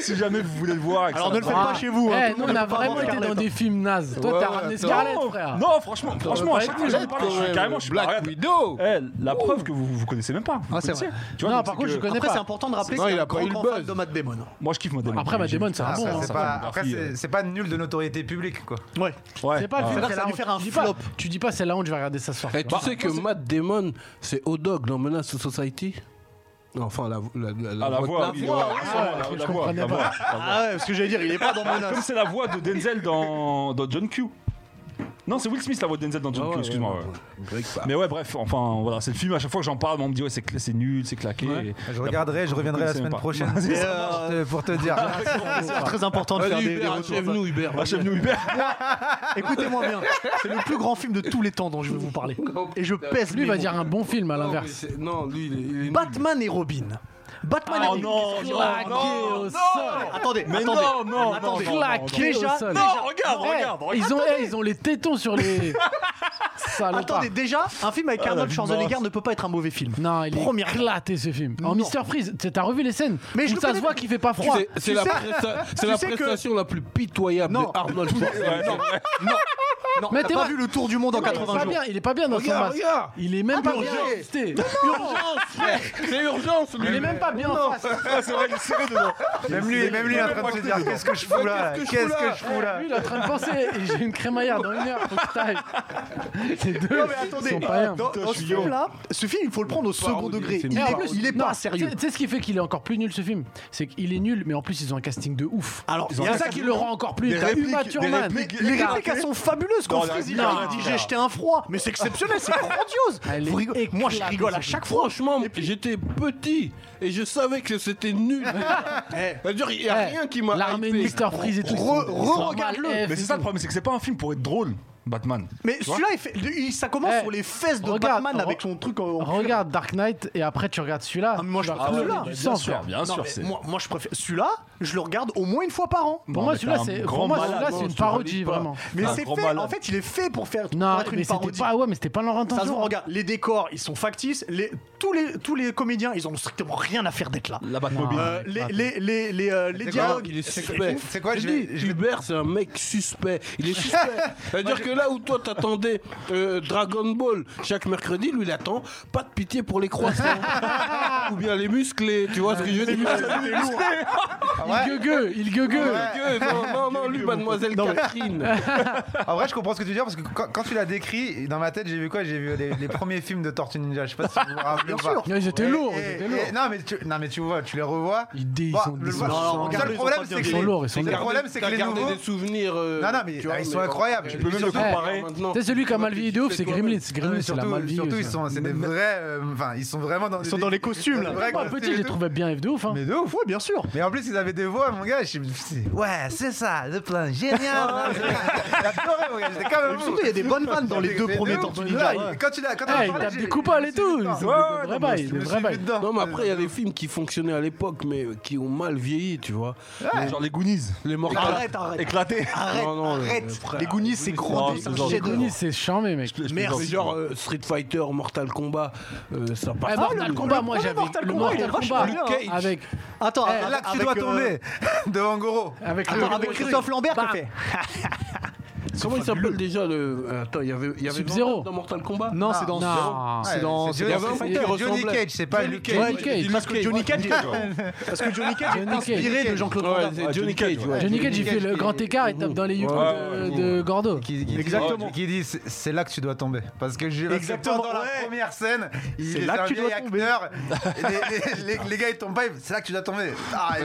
si jamais vous voulez le voir. et que
Alors
ça-
ne le faites pas chez vous. hein,
Eh,
tout le
nous,
monde
on a
peut pas
vraiment
voir
été dans
Scarlett.
des films nazes. Toi,
Ouais,
t'as ramené
attends.
Scarlett, frère.
Non, franchement, franchement, à chaque fois que j'en parle, je suis carrément, je suis pas
Black
regarde.
Widow.
Eh, la preuve que vous vous connaissez même pas. Vous
Ah, c'est
connaissez. Tu
Non,
donc
par
c'est
contre,
que-
je connais
Après,
pas.
c'est important de rappeler
Sinon,
que
il
c'est
a
un
pas
grand
eu le
grand fan
buzz.
de Matt Damon.
Moi, je kiffe Matt Damon.
Après, Matt Damon, c'est un
Ah,
bon.
ça,
hein,
c'est
ça
pas-
fait-
après, c'est- c'est pas nul de notoriété publique quoi.
Ouais.
Ouais.
C'est pas le
Ah.
C'est-à-dire
film. c'est
que ça a
la
dû
honte.
faire un
Tu dis pas-
flop.
Tu dis pas, c'est la honte, je vais regarder ça ce soir.
Eh,
bah,
tu sais que Matt Damon, c'est O'Dog dans Menace to Society Enfin, la, la, la,
Ah, la voix,
la
oui,
voix, hein,
ouais,
oui.
sûrement, la-
je
la voix,
comprenais
la voix. Ah,
Ah ouais, parce que j'allais dire, il est pas dans
Comme
Menace.
c'est la voix de Denzel dans, dans John Q. Non, c'est Will Smith la voix de Denzel dans John
Ah
Q,
ouais,
excuse-moi.
ouais,
ouais.
ouais. Greg Parr.
Mais ouais, bref, enfin, voilà, c'est le film. À chaque fois que j'en parle, on me dit, ouais, c'est cla- c'est nul, c'est claqué. Et-
Je regarderai, je reviendrai
Vous
la
connaissez
semaine
pas.
prochaine
Ouais, c'est
pour
ça.
te- pour te dire.
C'est très important de faire
Allez,
des, des
Hubert,
retours.
achève-nous, Hubert.
Achève-nous, Hubert.
Écoutez-moi bien, c'est le plus grand film de tous les temps dont je vais vous parler. Et je pèse
Lui,
mes
il va
mots.
dire un bon film à
Non, mais
l'inverse.
c'est- Non, lui, il est- il est.
Batman et Robin. Batman et
Oh
Robin.
non, non,
Claqué
non.
au sol.
Attendez,
Mais
attendez.
non, non,
attendez.
non, non, non, non.
Déjà-
Claqué au sol.
non,
Oh, regarde,
Eh,
regarde, regarde.
Ils ont, eh, ils ont les tétons sur les. Salopards.
Attendez, déjà, un film avec
la
Arnold
vie
Schwarzenegger
mince.
ne peut pas être un mauvais film.
Non, il est
Première-
éclaté ce film.
Non.
En Mister Freeze, tu sais, t'as revu les scènes
Mais
où
je le
ça se
connais.
voit qu'il fait pas froid.
C'est- C'est
Tu
la,
sais-
presta- c'est
tu
la
sais que-
prestation la plus pitoyable
Non.
de Arnold Schwarzenegger.
Ouais.
Non,
Mais
t'as
t'es
pas
vrai.
vu le tour du monde en
Il est
80
pas
jours. Ah,
bien, il est pas bien dans son
Regarde,
masque.
regarde
Il est même pas bien.
Urgence.
ajusté.
Urgence, frère C'est urgence, lui
Il est même pas bien en face.
Ah, c'est vrai, il est serré dedans.
Même lui, même lui est en train de se dire qu'est-ce que je fous là
Qu'est-ce que je
Qu'est-ce
fous
que
là
je fous là
Lui, il est en train de penser. Et J'ai une crémaillère dans une heure. Faut que t'ailles. Les deux
Non mais attendez,
sont pas bien.
dans,
Putain,
dans
je
ce
suis
film
violent.
là, ce film il faut le prendre au second
parodie,
degré.
c'est une
Il est,
parodie.
il est
Non,
pas sérieux.
Tu sais- tu sais ce qui fait qu'il est encore plus nul ce film C'est qu'il est nul, mais en plus ils ont un casting de ouf.
Alors, il y
C'est
a ça
ça qui le rend encore plus nul. T'as Uma Thurman.
Les répliques elles sont fabuleuses
Non,
quand
les
Freeze il
répliques,
arrive,
non.
il dit j'ai jeté un froid, mais c'est exceptionnel, c'est grandiose.
Elle est
Vous rigolez. Moi je
éclatée,
rigole à
cette
chaque fois.
Franchement, j'étais petit et je savais que c'était nul. C'est-à-dire, il n'y a
Eh,
rien qui m'a.
L'armée de
hypé.
Mister Freeze et tout.
Re-
ils sont-
re-regarde-le.
ils sont mal F
Mais c'est
et
ça
tout.
le problème, c'est que c'est pas un film pour être drôle, Batman.
Mais
Tu vois
celui-là, il fait- il- ça commence
Eh,
sur les fesses de
regarde,
Batman
re-
avec son truc en. en cuir.
Regarde Dark Knight et après tu regardes celui-là.
Ah, mais moi, je
Tu vas
préfère
pleurer
celui-là.
du
Bien
sang,
sûr,
frère.
bien
Non,
sûr.
mais
c'est-
moi, moi, je préfère. Celui-là, je le regarde au moins une fois par an.
Pour
Non,
moi,
mais
celui-là,
t'es un
c'est
grand
pour moi, celui-là,
malade,
c'est une
tu
parodie
valides pas.
vraiment.
Mais
Un
c'est
grand
fait.
malade.
En fait, il est fait pour faire
Non,
pour être
mais
une
c'était
parodie.
pas ouais, mais c'était pas leur intention.
Ça se voit, regarde, les décors, ils sont factices. Les, tous, les, tous les comédiens, ils ont strictement rien à faire d'être là.
La Batmobile.
Euh, les, les, les, les, euh, les
C'est quoi,
dialogues,
Il est
c'est-
suspect.
C'est quoi,
Je
je
dis,
vais- je vais-
Hubert, c'est un mec suspect. Il est suspect. C'est-à-dire que là où toi t'attendais euh, Dragon Ball chaque mercredi, lui il attend pas de pitié pour les croissants. ou bien les musclés, tu vois ce que je veux dire
En
Il
vrai,
gueugue, il gueugue.
Ouais.
Que- Non, non, non, lui, mademoiselle Catherine.
en vrai, je comprends ce que tu veux dire parce que quand, quand tu l'as décrit, dans ma tête, j'ai vu quoi J'ai vu les, les premiers films de Tortue Ninja. Je sais pas si vous vous rappelez.
Bien
ou pas.
sûr.
Ils étaient
Et-
lourds,
et-
ils étaient
et-
lourds.
non, mais tu, non, mais tu vois, tu les revois.
Ils dé- ils
Bah,
sont-
le-
ils sont-
le
regarde, ils sont
seul problème,
pas bien
c'est que
Ils sont
les-
lourds, ils sont
le
lourds.
problème, c'est que
T'as
les
gardé
nouveaux.
des souvenirs. euh,
Non, non, mais, ah, ils sont
mais-
incroyables.
Tu
Je peux
peux
même
même
le
le
comparer.
comparer.
C'est celui qui a mal vieilli de ouf, c'est Gremlins.
Non,
Gremlins,
mais
eh, c'est la mal
surtout,
vieilli.
surtout, ils
aussi.
sont, c'est des vrais. euh, Enfin, ils sont vraiment dans.
Ils sont dans les costumes, là.
vrais
Moi, petit, je les
costumes.
trouvais bien F de ouf. hein.
Mais de ouf.
Ouais, bien sûr.
Mais en plus, ils avaient des voix, mon gars. je- c'est- Ouais, c'est ça, le plan génial. J'adorais, mon gars. J'étais quand même.
Surtout, il y a des bonnes vannes dans les deux premiers Tortues Ninja.
Quand tu l'as, quand
Ah, il tape des coupables et tout. C'est des vrais bails, des vrais bails.
Non, mais après, il y a des films qui fonctionnaient à l'époque, mais qui ont mal vieilli, tu vois.
Genre les Goonies.
Les mortels.
Arrête, arrête.
Éclaté.
Arrête,
Non, non,
arrête.
euh, frère,
les Goonies, c'est gros,
non,
des-
c'est
un
genre
chef-d'œuvre.
Goonies, c'est charmé, mec.
Mais
Merci.
genre euh, Street Fighter, Mortal Kombat, euh, ça passe.
Eh, Mortal Kombat, moi j'avais
Mortal
le
Kombat, il est
Mortal
vachement
Kombat
bien,
hein.
avec
Attends,
Eh,
Là que tu
avec,
dois
euh,
tomber devant Goro.
avec
Attends,
le-
avec Christophe Lambert, t'as
Bah,
fait.
Comment il s'appelle déjà le. euh, Attends, il y avait, il y avait
Sub-Zero.
Vandam dans Mortal Kombat
Non, c'est
Non,
dans. C'est dans.
c'est
c'est dans-
Johnny-
Johnny-
c'est-
Johnny
ressemblait.
Cage, c'est pas Luke Cage.
Johnny Cage.
Parce que Johnny Cage, parce que Johnny Cage est
Johnny Cage.
inspiré de Jean-Claude Van
Ouais,
Damme.
c'est Johnny Cage, ouais.
Johnny Cage, il
Johnny
fait
Cage
le
qui-
grand écart, il tape dans les yukos de, de Gordo.
Qui, qui-
Exactement.
Qui dit c'est c'est là que tu dois tomber parce que je
Exactement,
dans la
ouais.
première scène, il
C'est
est,
là que
un
tu
vieil
dois tomber.
acteur. et les, les- les- les gars ils tombent pas, ils- c'est là que tu dois tomber. Ah,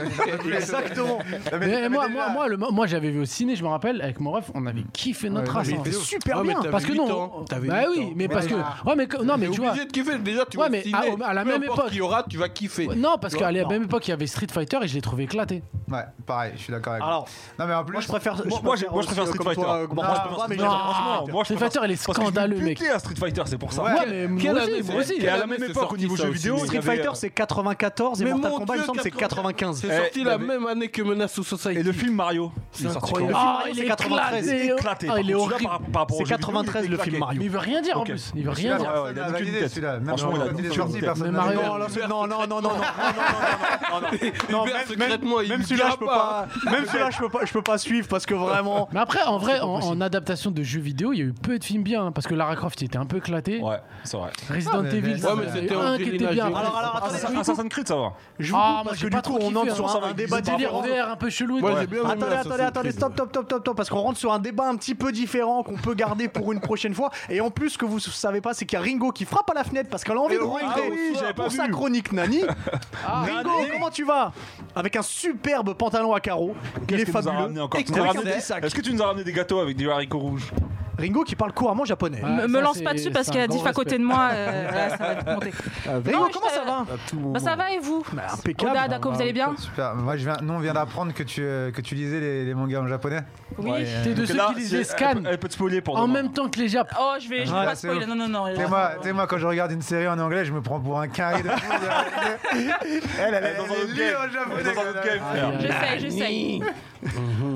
Exactement.
Non, mais-
Mais
mais
moi,
déjà-
moi, moi, le- moi j'avais vu au ciné, je me rappelle, avec mon ref, on avait kiffé notre race.
Mais
hein.
il fait super
Ouais, mais
bien.
t'avais
Parce que
8
non.
ans, t'avais
bah
8
oui,
ans.
mais parce que.
voilà.
Ouais, mais que- non, mais
T'es
tu vois.
obligé de kiffer déjà, tu
Ouais,
vas
mais
filmer,
à- à la
peu
même
importe
époque.
qui aura, tu vas kiffer.
Non, parce
Tu
qu'à
vois,
la même époque, il y avait Street Fighter et je l'ai trouvé éclaté.
Ouais, pareil, je suis d'accord avec
Alors,
vous. Non mais en plus,
moi je préfère.
Moi, moi, j'ai- moi, je préfère
aussi,
Street
comme
Fighter.
toi, euh,
Moi,
Mortal Kombat,
je préfère
mais
Street
j'adore
Fighter.
franchement.
Non, moi, je
Street
préfère-
Fighter, il est
parce que je
scandaleux,
me
mec.
butais à Street Fighter, c'est pour ça.
Ouais.
Ouais, mais
Quelle
moi aussi,
année,
moi
c'est-
aussi.
Et à la
année
même
c'est
époque, au
sorti,
niveau
ça
jeux
aussi
vidéo,
Street
il y avait,
Fighter,
euh,
c'est 94 et
Mais
Mortal
mon
Kombat, il
Dieu,
me semble, c'est 95.
C'est
Eh,
sorti
il y
la
avait-
même année que Menace au Society.
Et le film Mario, il est sorti
incroyable.
quand
Ah,
Mario,
il
c'est
est
93,
éclaté.
Éclaté.
Ah, il est
Par contre, celui-là,
horrible.
par- par rapport
C'est
aux jeux vidéo, il
93 le
était
film
claqué.
Mario.
Mais il veut rien dire en
Ok.
plus. Il veut
Celui-là,
rien dire.
ouais, ouais, il a
personne
donné
validé
une tête.
celui-là. Même
Franchement, il a
quand
donné
il est
une
sorti,
tête.
personne
Mais
n'a
Mario-
validé.
Non, là, c'est- non, non, non, non, non, non, non, non, non, non.
Non, même, secrètement, il
Même
me
celui-là,
dira
je peux
pas.
pas. Même celui-là, je peux pas. Je peux pas suivre parce que vraiment.
Mais après, en vrai, en, en adaptation de jeux vidéo, il y a eu peu de films bien. hein, parce que Lara Croft il était un peu éclaté.
Ouais, c'est vrai.
Resident
mais-
Evil,
mais-
Ouais,
ça,
mais
il y en a
c'était
eu un qui
Angelina
était bien.
Jolie.
Alors, alors, attendez.
Assassin's Assassin's Creed, ça va.
Je vous
Ah,
coupe
moi,
parce
j'ai
que du
pas
coup,
trop
on
kiffé,
entre sur
hein.
un, un débat
Le délire
différent.
vert un peu chelou.
Moi,
Ouais.
j'ai bien
Ah,
aimé
Attendez,
la
attendez,
Assassin's
attendez,
Creed.
stop, stop, stop, stop, stop, parce qu'on rentre sur un débat un petit peu différent qu'on peut garder pour une prochaine fois. Et en plus, ce que vous savez pas, c'est qu'il y a Ringo qui frappe à la fenêtre parce qu'elle a envie
Et
de
Ringo,
rentrer
Eh oui, j'avais pas
pour
vu. Ah,
sa chronique Nani. Ringo,
Nani.
comment tu vas Avec un superbe pantalon à carreaux, il est
Qu'est-ce que tu nous as
fabuleux.
ramené encore Tu nous as
Avec un
ramené-
petit sac.
Est-ce que tu nous as ramené des gâteaux avec des haricots rouges
Ringo qui parle couramment japonais.
Ah,
me,
ça,
me lance
c'est-
pas dessus parce
c'est
qu'elle
un
a dit
grand
à côté de moi, euh, là, ça va être monté.
Ringo,
je
comment
t'ai-
ça va
Bah, ça va et vous
Bah,
Oda,
Impeccable.
d'accord, vous allez bien
Super. Moi, je viens, nous, on vient d'apprendre que tu, euh, que tu lisais les, les mangas en japonais.
Oui.
T'es de
Parce que
ceux
là,
qui
si
les
elle-
escannent
Elle, elle peut te spoiler pour
en
demain.
même temps que les Japs.
Oh, je vais, je vais
Ah,
Ouais,
pas
c'est
spoiler.
bon.
Non, non, non.
Tu moi, t'sais, moi, quand je regarde une série en anglais, je me prends pour un carré de fou. elle, elle,
Elle
elle,
est dans un
est
autre
lue en
game. Elle est
japonais.
dans un
quoi.
autre game, frère.
Je sais, je sais.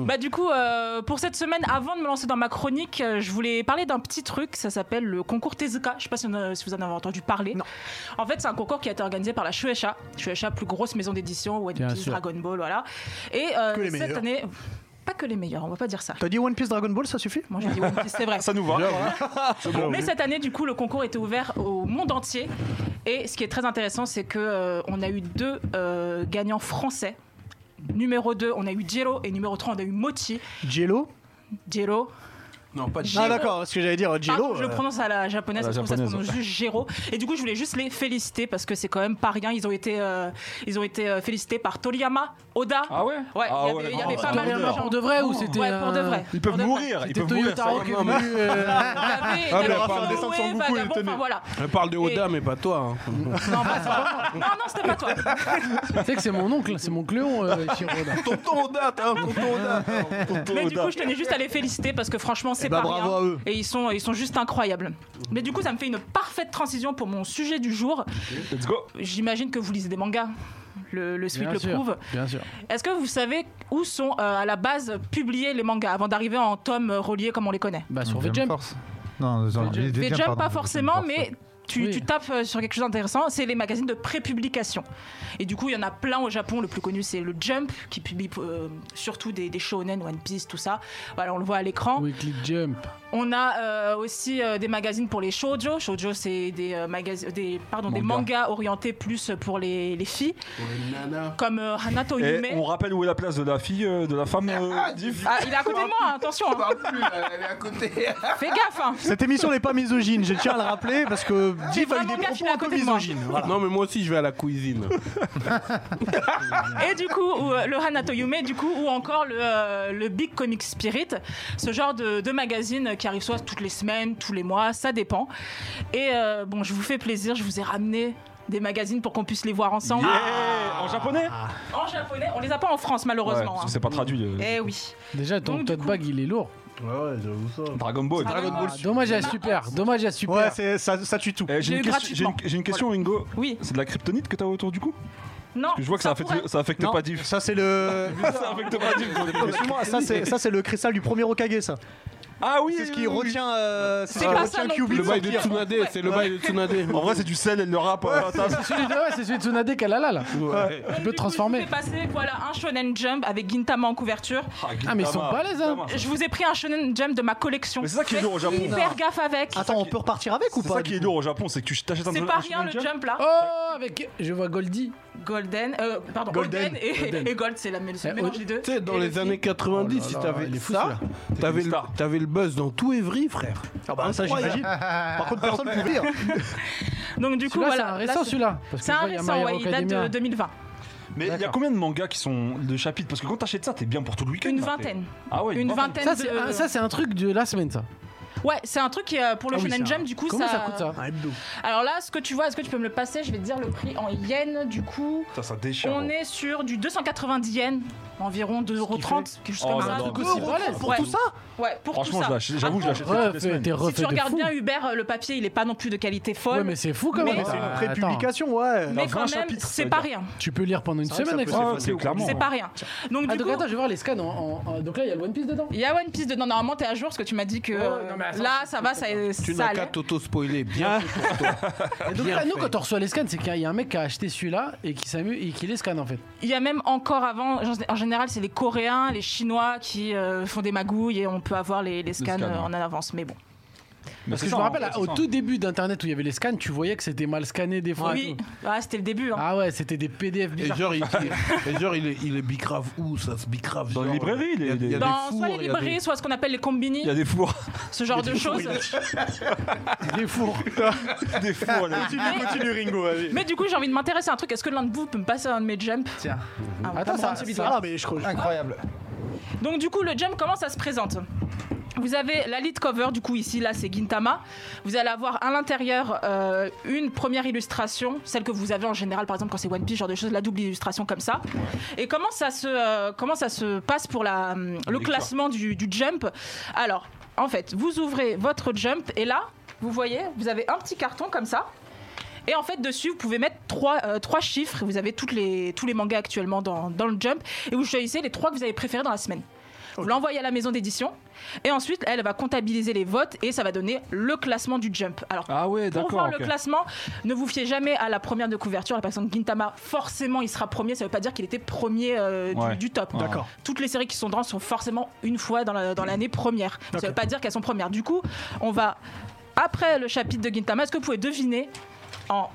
bah du coup, euh, pour cette semaine, avant de me lancer dans ma chronique, euh, je voulais parler d'un petit truc. Ça s'appelle le concours Tezuka. Je sais pas si, on a- si vous en avez entendu parler.
Non.
En fait, c'est un concours qui a été organisé par la Shueisha. Shueisha, plus grosse maison d'édition, One
Bien
Piece,
sûr.
Dragon Ball, voilà. Et euh,
Que les
cette
meilleurs.
année, pas que les meilleurs. On va pas dire ça.
T'as dit One Piece Dragon Ball, ça suffit
Moi, j'ai dit One Piece, c'est vrai.
Ça nous va.
Mais cette année, du coup, le concours était ouvert au monde entier. Et ce qui est très intéressant, c'est que euh, on a eu deux euh, gagnants français. Numéro 2, on a eu Jero et numéro 3, on a eu Mochi.
Jello
Jero.
Non, pas de
Ah
Jero.
d'accord, ce que j'allais dire,
Pardon,
Jello. euh,
je le prononce à la japonaise,
à la
parce que ça se
japonaise,
prononce juste Jero. Et du coup, je voulais juste les féliciter parce que c'est quand même pas rien. Ils ont été, euh, ils ont été euh, félicités par Toriyama, Oda.
Ah ouais
Ouais, il
Ah
y avait, il y avait
non,
pas
attends.
mal de
Toriyama
gens.
pour de vrai ou c'était euh,
Ouais, pour de
un-
vrai.
Ils peuvent
Pour de vrai.
mourir. Ils
C'était
peuvent mourir. ça
Toyotaro
va.
qui est venu. euh,
Il y avait- il y
Ah, mais
avait
on va faire
Inoue,
descendre son Goku et le
Vagabond,
tenir.
enfin, voilà.
Elle parle de Oda,
Et-
mais pas toi. hein.
Non, pas toi. non, non, c'était pas toi.
Tu sais que c'est mon oncle, c'est mon cléon, euh, Shiroda.
Tonton Oda, t'as un tonton Oda.
Mais du coup, je tenais juste à les féliciter parce que franchement, c'est
bah,
pas
bravo
rien.
à eux.
Et ils sont, ils sont juste incroyables. Mais du coup, ça me fait une parfaite transition pour mon sujet du jour.
Let's go.
J'imagine que vous lisez des mangas. Le, le suite
Bien
le
sûr,
prouve.
Bien sûr.
Est-ce que vous savez où sont euh, à la base publiés les mangas avant d'arriver en tomes euh, reliés comme on les connaît
Bah sur VGM.
Force. Non, dans
Jump.
les
VGM,
pardon.
pas forcément,
Force.
mais tu,
Oui.
tu tapes euh, sur quelque chose d'intéressant, c'est les magazines de prépublication. Et du coup, il y en a plein au Japon. Le plus connu, c'est le Jump, qui publie euh, surtout des, des shonen, One Piece, tout ça. Voilà, on le voit à l'écran.
Weekly Jump.
On a euh, aussi euh, des magazines pour les shoujo. Shoujo, c'est des, euh, magas- des, pardon, des
Manga.
mangas orientés plus pour les, les filles,
Ouais, nana.
comme euh, Hanato
Et
Yume.
Eh, on rappelle où est la place de la fille, euh, de la femme euh, Diff
Ah, il est à côté de moi, hein, attention, hein.
parle plus, elle est à côté.
fais gaffe. hein.
Cette émission n'est pas misogyne, je tiens à le rappeler parce que Div a eu
vraiment
des
bien
propos
qu'il est à
un peu
côté de moi.
misogynes. voilà.
Non, mais moi aussi, je vais à la cuisine.
Et du coup, ou, euh, le Hanato Yume, du coup, ou encore le, euh, le Big Comic Spirit, ce genre de, de magazine qui arrive soit toutes les semaines, tous les mois, ça dépend. Et euh, bon, je vous fais plaisir, je vous ai ramené des magazines pour qu'on puisse les voir ensemble.
En japonais
En japonais, on les a pas en France
Ah. Ouais,
malheureusement.
parce
hein.
que c'est pas traduit. euh,
Eh oui.
Déjà, ton
Donc, du
tote
coup-
bag, il est lourd.
Ouais, ouais, j'avoue ça.
Dragon Ball.
Dragon Ball.
Ah, dommage à super. Dommage à super.
Ouais, c'est- ça, ça tue tout.
Eh, j'ai,
J'ai
une
eu
question, j'ai, une, j'ai une question, Ingo.
Oui.
C'est de la kryptonite que t'as autour du cou
Non.
Je vois que ça, affecte,
pourrait.
ça affecte
Non,
pas Diff.
Ça c'est le.
ça affecte pas Diff. sur les
Mais
questions.
excuse-moi, ça c'est ça c'est le cristal du premier Okage ça.
Ah oui
C'est ce
oui,
qui
oui.
retient euh, c'est ce
C'est
qui
pas ça
retient
non
Kyuubi
plus.
Le
de
bail de
sortir.
Tsunade, c'est le bail de Tsunade.
En vrai, c'est du sel et le rap. euh, Ah, à table.
C'est celui, de- ouais, c'est celui de Tsunade qu'elle a là, là.
Ouais.
Tu
Du
peux
coup,
te
Je
transformer.
vous ai passé voilà, un Shonen Jump avec Gintama en couverture.
Ah, mais ils sont pas les, hein.
Gintama, ça.
Je vous ai pris un Shonen Jump de ma collection.
Mais c'est ça qui est dur au Japon.
Faire gaffe avec.
Attends, on peut repartir avec ou
C'est
pas
ça qui est dur au Japon, c'est que tu t'achètes un
C'est
un
pas rien
Shonen
le
Jump.
jump là.
Oh, avec. Je vois Goldie.
Golden, euh, pardon,
Golden.
Golden, et,
Golden.
et Gold, c'est la mélange
Eh,
mélange
oh,
des deux.
Tu sais, dans
Et le
les
film.
années 90, si t'avais
il est fou,
ça,
celui-là.
t'avais
une
le,
star.
t'avais le buzz dans tout Evry, frère.
Ah bah ça j'imagine. Par contre personne ne peut dire.
Donc du coup,
Celui-là, c'est
voilà.
un
là,
récent celui-là. Parce que
C'est
je
un
vois, il y a My
récent, ouais,
Hero
il date de
Academia.
2020.
Mais il y a
D'accord.
combien de mangas qui sont de chapitres Parce que quand t'achètes ça, t'es bien pour tout le week-end.
Une
là.
vingtaine.
Ah ouais,
Une vingtaine
Ça, c'est un-
de.
ça, c'est un truc de la semaine, ça.
Ouais, c'est un truc qui, euh, pour le
Ah oui,
Shonen
c'est un-
Jump, du coup,
Comment ça coûte ça
Un Ah, hebdo.
Alors là, ce que tu vois, est-ce que tu peux me le passer Je vais te dire le prix en yens, du coup.
Ça, ça déchire.
On
gros.
est sur du 290 yens, environ 2,30€, quelque chose
Oh
comme
là
ça.
là.
Un truc
C'est
aussi.
balèze.
Pour
Ouais.
tout ça
Ouais, pour tout
Franchement,
ça.
je l'achète- j'avoue, je
Par
l'achète
contre,
toutes les
Refais,
semaines.
t'es refait
Si tu
de
regardes
fou.
bien Hubert, euh, le papier, il est pas non plus de qualité
Ouais,
folle.
mais c'est fou quand
Mais-
même.
C'est
Attends.
une prépublication ouais.
Mais
vingt
quand même,
chapitres, ça
c'est
veut
pas
dire.
rien.
Tu peux lire pendant une
C'est vrai que
semaine avec
ça
Ah,
ça.
peut
ouais, c'est clairement.
C'est pas rien. Donc
Ah,
du
donc
coup,
attends, je vais voir les scans. en- en- en- Donc là, il y a le One Piece dedans.
Il y a One Piece dedans. Normalement, t'es à jour parce que tu m'as dit que
Ouais, non, mais attends,
là, ça va, ça,
Tu
ça
n'as qu'à
allait.
t'auto-spoiler. Bien.
Et donc là, nous, quand on reçoit les scans, c'est qu'il y a un mec qui a acheté celui-là et qui s'amuse et qui les scanne en fait.
Il y a même encore avant, en général, c'est les Coréens, les Chinois qui euh, font des magouilles et on peut avoir les, les scans
scans,
euh,
ouais.
en avance. Mais bon.
Parce
Parce
hein.
que je me rappelle, au tout début d'Internet où il y avait les scans, tu voyais que c'était mal scanné des fois. et
oui,
tout.
Ah, c'était le début. hein.
Ah ouais, c'était des PDF
Et
bizarres.
genre, il, il- et genre, il est, il est bicrave où ça se bicrave
Dans les
genre,
librairies,
il y
les-
a- il y a
les-
des
Dans soit les
fours, il y a des-
librairies, soit ce qu'on appelle les combini,
Il y a des fours.
ce genre de choses.
Des fours.
des fours. là.
Mais-
Continue Ringo, vas-y.
Mais du coup, j'ai envie de m'intéresser à un truc. Est-ce que l'un de vous peut me passer un de mes jumps
Tiens,
Ah, on
Attends, ça-
prendra celui de
ça-
là.
Ah mais je crois.
incroyable.
Donc du coup, le jump, comment ça se présente vous avez la lead cover, du coup ici, là c'est Gintama. Vous allez avoir à l'intérieur euh, une première illustration, celle que vous avez en général, par exemple quand c'est One Piece, genre de choses, la double illustration comme ça. Et comment ça se, euh, comment ça se passe pour la, hum, le classement du, du jump Alors, en fait, vous ouvrez votre jump et là, vous voyez, vous avez un petit carton comme ça. Et en fait, dessus, vous pouvez mettre trois, euh, trois chiffres. Vous avez toutes les, tous les mangas actuellement dans, dans le jump. Et vous choisissez les trois que vous avez préférés dans la semaine. Vous l'envoyez à la maison d'édition. Et ensuite, elle va comptabiliser les votes et ça va donner le classement du jump. Alors,
Ah ouais,
pour
d'accord.
voir
ok.
le classement, ne vous fiez jamais à la première de couverture. La personne Gintama, forcément, il sera premier. Ça ne veut pas dire qu'il était premier euh, du-
Ouais.
du, top.
D'accord.
Toutes les séries qui sont dedans sont forcément une fois dans la- dans l'année première. Ça ne veut pas dire qu'elles sont premières. Du coup, on va, après le chapitre de Gintama, est-ce que vous pouvez deviner en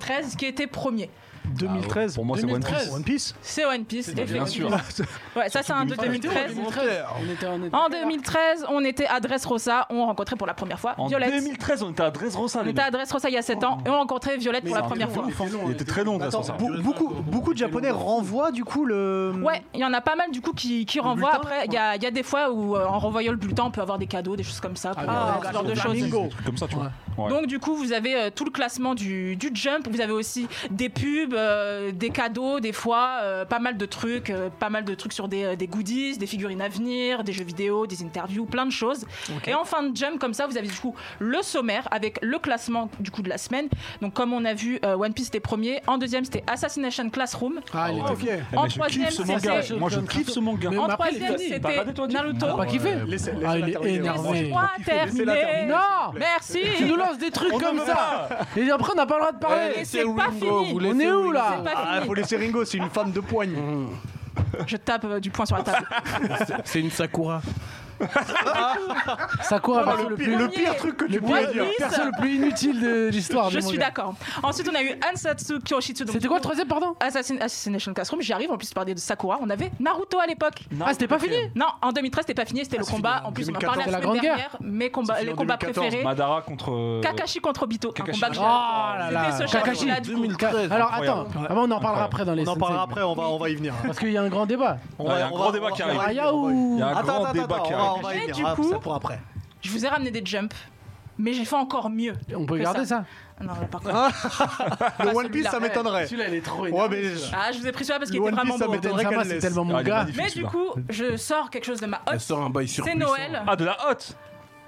2013 qui était premier
2013.
Pour moi, c'est One Piece.
One Piece.
C'est One Piece,
Bien
effectivement.
sûr.
Ouais, ça, c'est un de 2013.
On était en
En 2013, on était à Dressrosa, on rencontrait pour la première fois
En
Violette.
2013, on était à Dressrosa.
On
les
était à
mecs.
Dressrosa il y a
Oh
7 ans et on rencontrait Violette pour la première fois.
Il était très long, Dressrosa.
Be- beaucoup beaucoup de japonais renvoient du coup le
Mm.
Ouais, il y en a pas mal du coup qui, qui renvoient. Après, il y, a il y a des fois où euh, en renvoyant le bulletin, on peut avoir des cadeaux, des choses comme ça. pour,
Ah,
euh, ce genre de choses.
Des trucs Comme ça, tu vois. Ouais.
Donc du coup, vous avez euh, tout le classement du, du jump. Vous avez aussi des pubs, euh, des cadeaux, des fois, euh, pas mal de trucs, euh, pas mal de trucs sur des, euh, des goodies, des figurines à venir, des jeux vidéo, des interviews, plein de choses. Et en fin de jump, comme ça, vous avez du coup le sommaire avec le classement du coup de la semaine. Donc, comme on a vu, euh, One Piece était premier. En deuxième, c'était Assassination Classroom.
Ah, il
ouais.
était
Ok.
fou.
Eh,
En
mais je
troisième,
kiffe ce
c'est-
manga.
c'est-
Moi, je kiffe ce manga.
Mais
En
après, il est
troisième,
fini.
c'était
Bah, regardez-toi.
Naruto.
T'as pas kiffé
Laissez- laissez-la
Ah, il est
terminer,
énervé.
Laissez-moi
Laissez-la
terminer.
terminer.
Non
Merci.
Tu nous lances des trucs comme ça Et après, on n'a pas le droit de parler
Et c'est pas fini.
On est où là
C'est pas
Ah,
fini.
faut laisser Ringo, c'est une femme de poigne.
Je tape euh, du poing sur la table.
C'est une Sakura.
Ça court à partir
le,
le
pire,
plus.
le pire truc que tu
Le
pourrais
pire-
dire.
Piece.
perso le plus inutile de l'histoire.
Je
du
suis
manga.
d'accord. Ensuite, on a eu Ansatsu Kyoshitsu. donc
C'était
du
quoi le
coup,
troisième, pardon
Assassin- Assassination Classroom, j'y arrive en plus parler de Sakura. On avait Naruto à l'époque.
Ah, c'était pas fini Ah,
Non, en 2013, c'était pas fini, c'était le combat. en plus, on en parlait
2014,
la
la
semaine
Grande Guerre.
dernière. Mes combats,
fini
les
en
combats
2014,
préférés.
Madara contre.
Kakashi contre Obito.
Kakashi.
Un combat que
euh, Oh
j'ai-
là là
C'était ce
Kakashi
champion-là, du coup.
2013.
Alors attends,
Incroyable.
ah bah, on en parlera
Incroyable.
après dans les
On en
sensei.
parlera après, on va, on va y venir.
Parce qu'il y a un grand débat.
On
Ah, il y a un
on
grand débat qui
on va-
arrive.
on va-
Aya ou
Il y a un
Attends,
grand
attends,
débat
attends,
qui
on va- on
arrive.
va y
Et
venir.
du
Ah,
coup-
ça pour après.
Je vous ai ramené des jumps, mais j'ai fait encore mieux.
On peut
que
garder ça
Non, pas quoi.
Ah. Le
Pas
One Piece,
celui-là.
ça m'étonnerait.
Celui-là, il est trop
Ouais, mais
Ah, je vous ai pris celui-là parce qu'il
Le One
était
Piece,
vraiment
ça
beau.
m'étonne.
Densama,
Dragon
c'est
Laisse.
tellement mon
Ah, il est
gars.
magnifique,
Mais du
celui-là.
coup, je sors quelque chose de ma
Elle
hotte.
sort un bail sur
C'est Noël.
Ah, de la hotte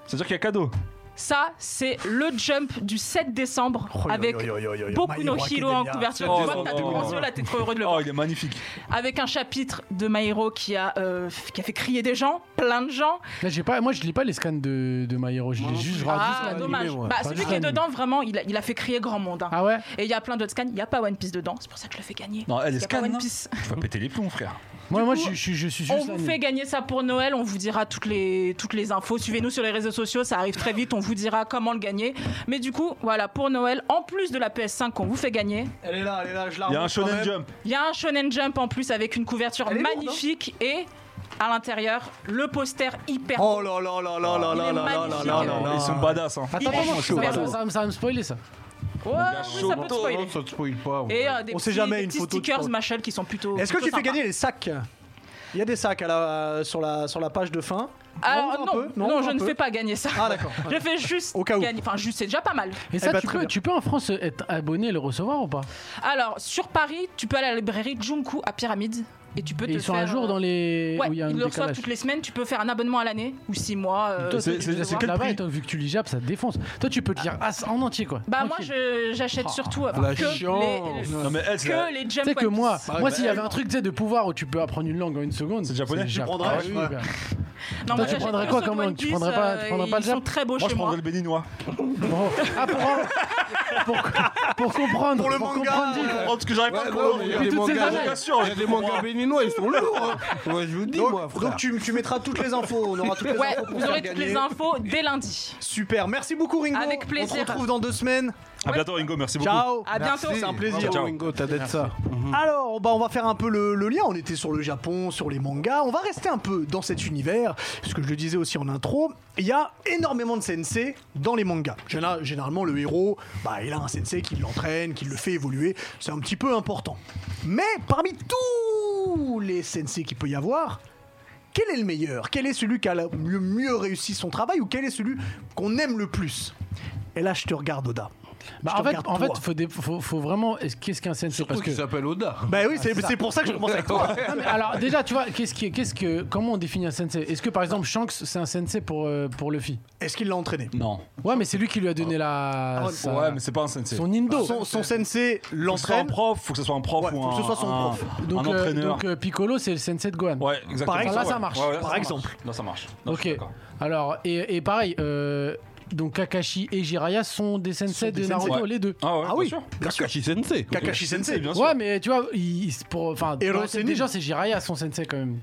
C'est-à-dire qu'il y a cadeau.
Ça, c'est le jump du 7 décembre
Oh, yo,
avec
yo, yo, yo, yo.
beaucoup
My
no
Hero
Hero en
Academia.
couverture.
Oh,
tu vois,
oh,
t'as tes
oh,
grands
oh.
yeux là, t'es trop heureux de le voir.
Oh, il est magnifique.
Avec un chapitre de My Hero qui a, euh, qui a fait crier des gens, plein de gens.
Là, j'ai pas, moi, je lis pas les scans de, de My Hero, je lis juste, je regarde juste
Ah,
l'animé,
dommage.
moi.
Bah,
Pas
celui
juste
qui est
l'animé.
dedans, vraiment, il a, il a fait crier grand monde. hein.
Ah ouais
Et il y a plein d'autres scans, il n'y a pas One Piece dedans, c'est pour ça que je le fais gagner.
Non,
Ah,
elle
Il
est
y a pas
scan.
One
non
Piece.
Tu vas péter les plombs, frère.
Moi, moi
coup,
je, je- je suis
On
juste
vous
l'animé.
fait gagner ça pour Noël, on vous dira toutes les, toutes les infos. Suivez-nous sur les réseaux sociaux, ça arrive très vite, on vous dira comment le gagner. Mais du coup, voilà, pour Noël, en plus de la PS5 qu'on vous fait gagner,
Elle est là, elle est là, je la
Il y
remonte
a un
quand
shonen
même.
jump.
il y a un Shonen Jump en plus avec une couverture
Elle est lourde, hein.
magnifique et à l'intérieur, le poster hyper.
Oh là là là là là là là là là là là là.
Ils sont badass, hein.
Attends, attends,
Il est
attends,
chaud,
ça, ça,
chaud.
ça, va me- ça va me spoiler ça.
Ouais, oui, ça peut te spoiler.
Oh, ça te spoil pas. ouais.
Et euh, des
On sait
petits,
jamais
des
une
petits
photo de
stickers,
toi.
machin, qui sont plutôt.
Est-ce que
plutôt
tu fais
sympas.
gagner les sacs Il y a des sacs à la- sur, la, sur la page de fin. On
Alors, non,
va un peu
non,
on va
je
un
ne
peu
fais pas gagner ça.
Ah, d'accord.
Je fais juste
Au cas où.
gagner. Enfin, juste, c'est déjà pas mal.
Et ça,
bah,
tu,
très
peux,
bien.
tu peux en France être abonné et le recevoir ou pas
Alors, sur Paris, tu peux aller à la librairie Junku à Pyramide et tu peux
Et
te
ils sont
faire,
un jour
euh,
dans les.
Ouais,
où il y a un
ils le reçoivent
décalage.
toutes les semaines. Tu peux faire un abonnement à l'année ou six mois. euh,
Toi,
C'est-
tu-
c'est-
tu
c'est
vas
quel
là-bas,
prix
et toi, vu que tu lis Jap, ça te défonce. Toi, tu peux te lire As en entier, quoi.
Bah moi
Tranquille.
je- j'achète surtout euh,
la
que
chance.
les,
Ah, Non, mais elle, c'est
que les
Tu sais
Jump
que
One
moi,
Piece.
moi s'il y avait un truc tu sais, de pouvoir où tu peux apprendre une langue en une seconde,
C'est japonais, tu
Jap.
prendrais,
Ah oui,
ouais.
gars.
Non,
Toi,
moi,
tu
j'achète
prendrais
que
quoi
ceux de
comme
One
langue Tu
Piece,
prendrais pas-
euh,
tu prendrais
ils
pas le
sont
Jap
très beaux
Moi,
chez
je
moi.
prendrais le béninois.
Bon. Ah, pour, pour, pour comprendre.
Pour le manga,
comprendre, dis-
euh,
Oh, parce que j'arrive pas à
Ouais,
comprendre.
non, mais il y a
Depuis
des
toutes ces
mangas-
années, bien sûr.
Il y a des mangas béninois, ils sont lourds. hein. Ouais, je vous dis,
Donc,
moi, frère.
donc tu, tu mettras toutes les infos, on aura toutes les
Ouais,
infos. pour
vous
faire
aurez toutes
gagner.
les infos dès lundi.
Super, merci beaucoup Ringo.
Avec
On
plaisir.
se retrouve dans deux semaines.
À bientôt, Ringo. Merci beaucoup.
Ciao.
À bientôt.
C'est un plaisir.
Bravo,
Ciao.
Wingo, t'as d'être ça.
Alors, bah, on va faire un peu le, le lien. On était sur le Japon, sur les mangas. On va rester un peu dans cet univers. Parce que je le disais aussi en intro, il y a énormément de sensei dans les mangas. Général- Généralement, le héros, bah, il a un sensei qui l'entraîne, qui le fait évoluer. C'est un petit peu important. Mais parmi tous les sensei qu'il peut y avoir, quel est le meilleur Quel est celui qui a le mieux, mieux réussi son travail ou quel est celui qu'on aime le plus Et là, je te regarde, Oda.
Bah,
Je te
en fait,
regarde,
en fait,
toi.
faut, dé- faut, faut vraiment. est-ce- Qu'est-ce qu'un sensei
Parce qu'il s'appelle Oda.
Bah oui,
Ah,
c'est c'est pour ça que je commence avec toi.
Non, Ah, mais alors déjà, tu vois, qu'est-ce qui, qu'est-ce que, comment on définit un sensei Est-ce que par exemple Shanks c'est un sensei pour euh, pour Luffy
Est-ce qu'il l'a entraîné
Non.
Ouais, mais c'est lui qui lui a donné la sa-
Ah, Ouais, mais c'est pas un sensei.
son indo.
Son, son sensei
Faut que ce soit un
l'entraîne.
prof, faut que ce soit un prof
Ouais,
ou
faut
un,
que ce soit son
un-
prof.
donc
un
euh,
entraîneur.
donc, euh, Piccolo c'est le sensei de Gohan.
Ouais, exactement.
Par exemple,
Là, ça marche.
Par exemple.
Là, ça marche. Là, je
ok.
suis d'accord.
Alors et, et pareil, euh, donc Kakashi et Jiraiya sont des sensei
des
de Naruto
sensei. Ouais.
les deux.
Ah ouais,
Ah oui,
bien sûr.
bien sûr.
Kashi Sensei.
Kakashi sensei, bien sûr.
Ouais, mais tu vois, il, il- pour enfin
Et
dans la
Rosenin.
tête des gens c'est Jiraiya son sensei quand même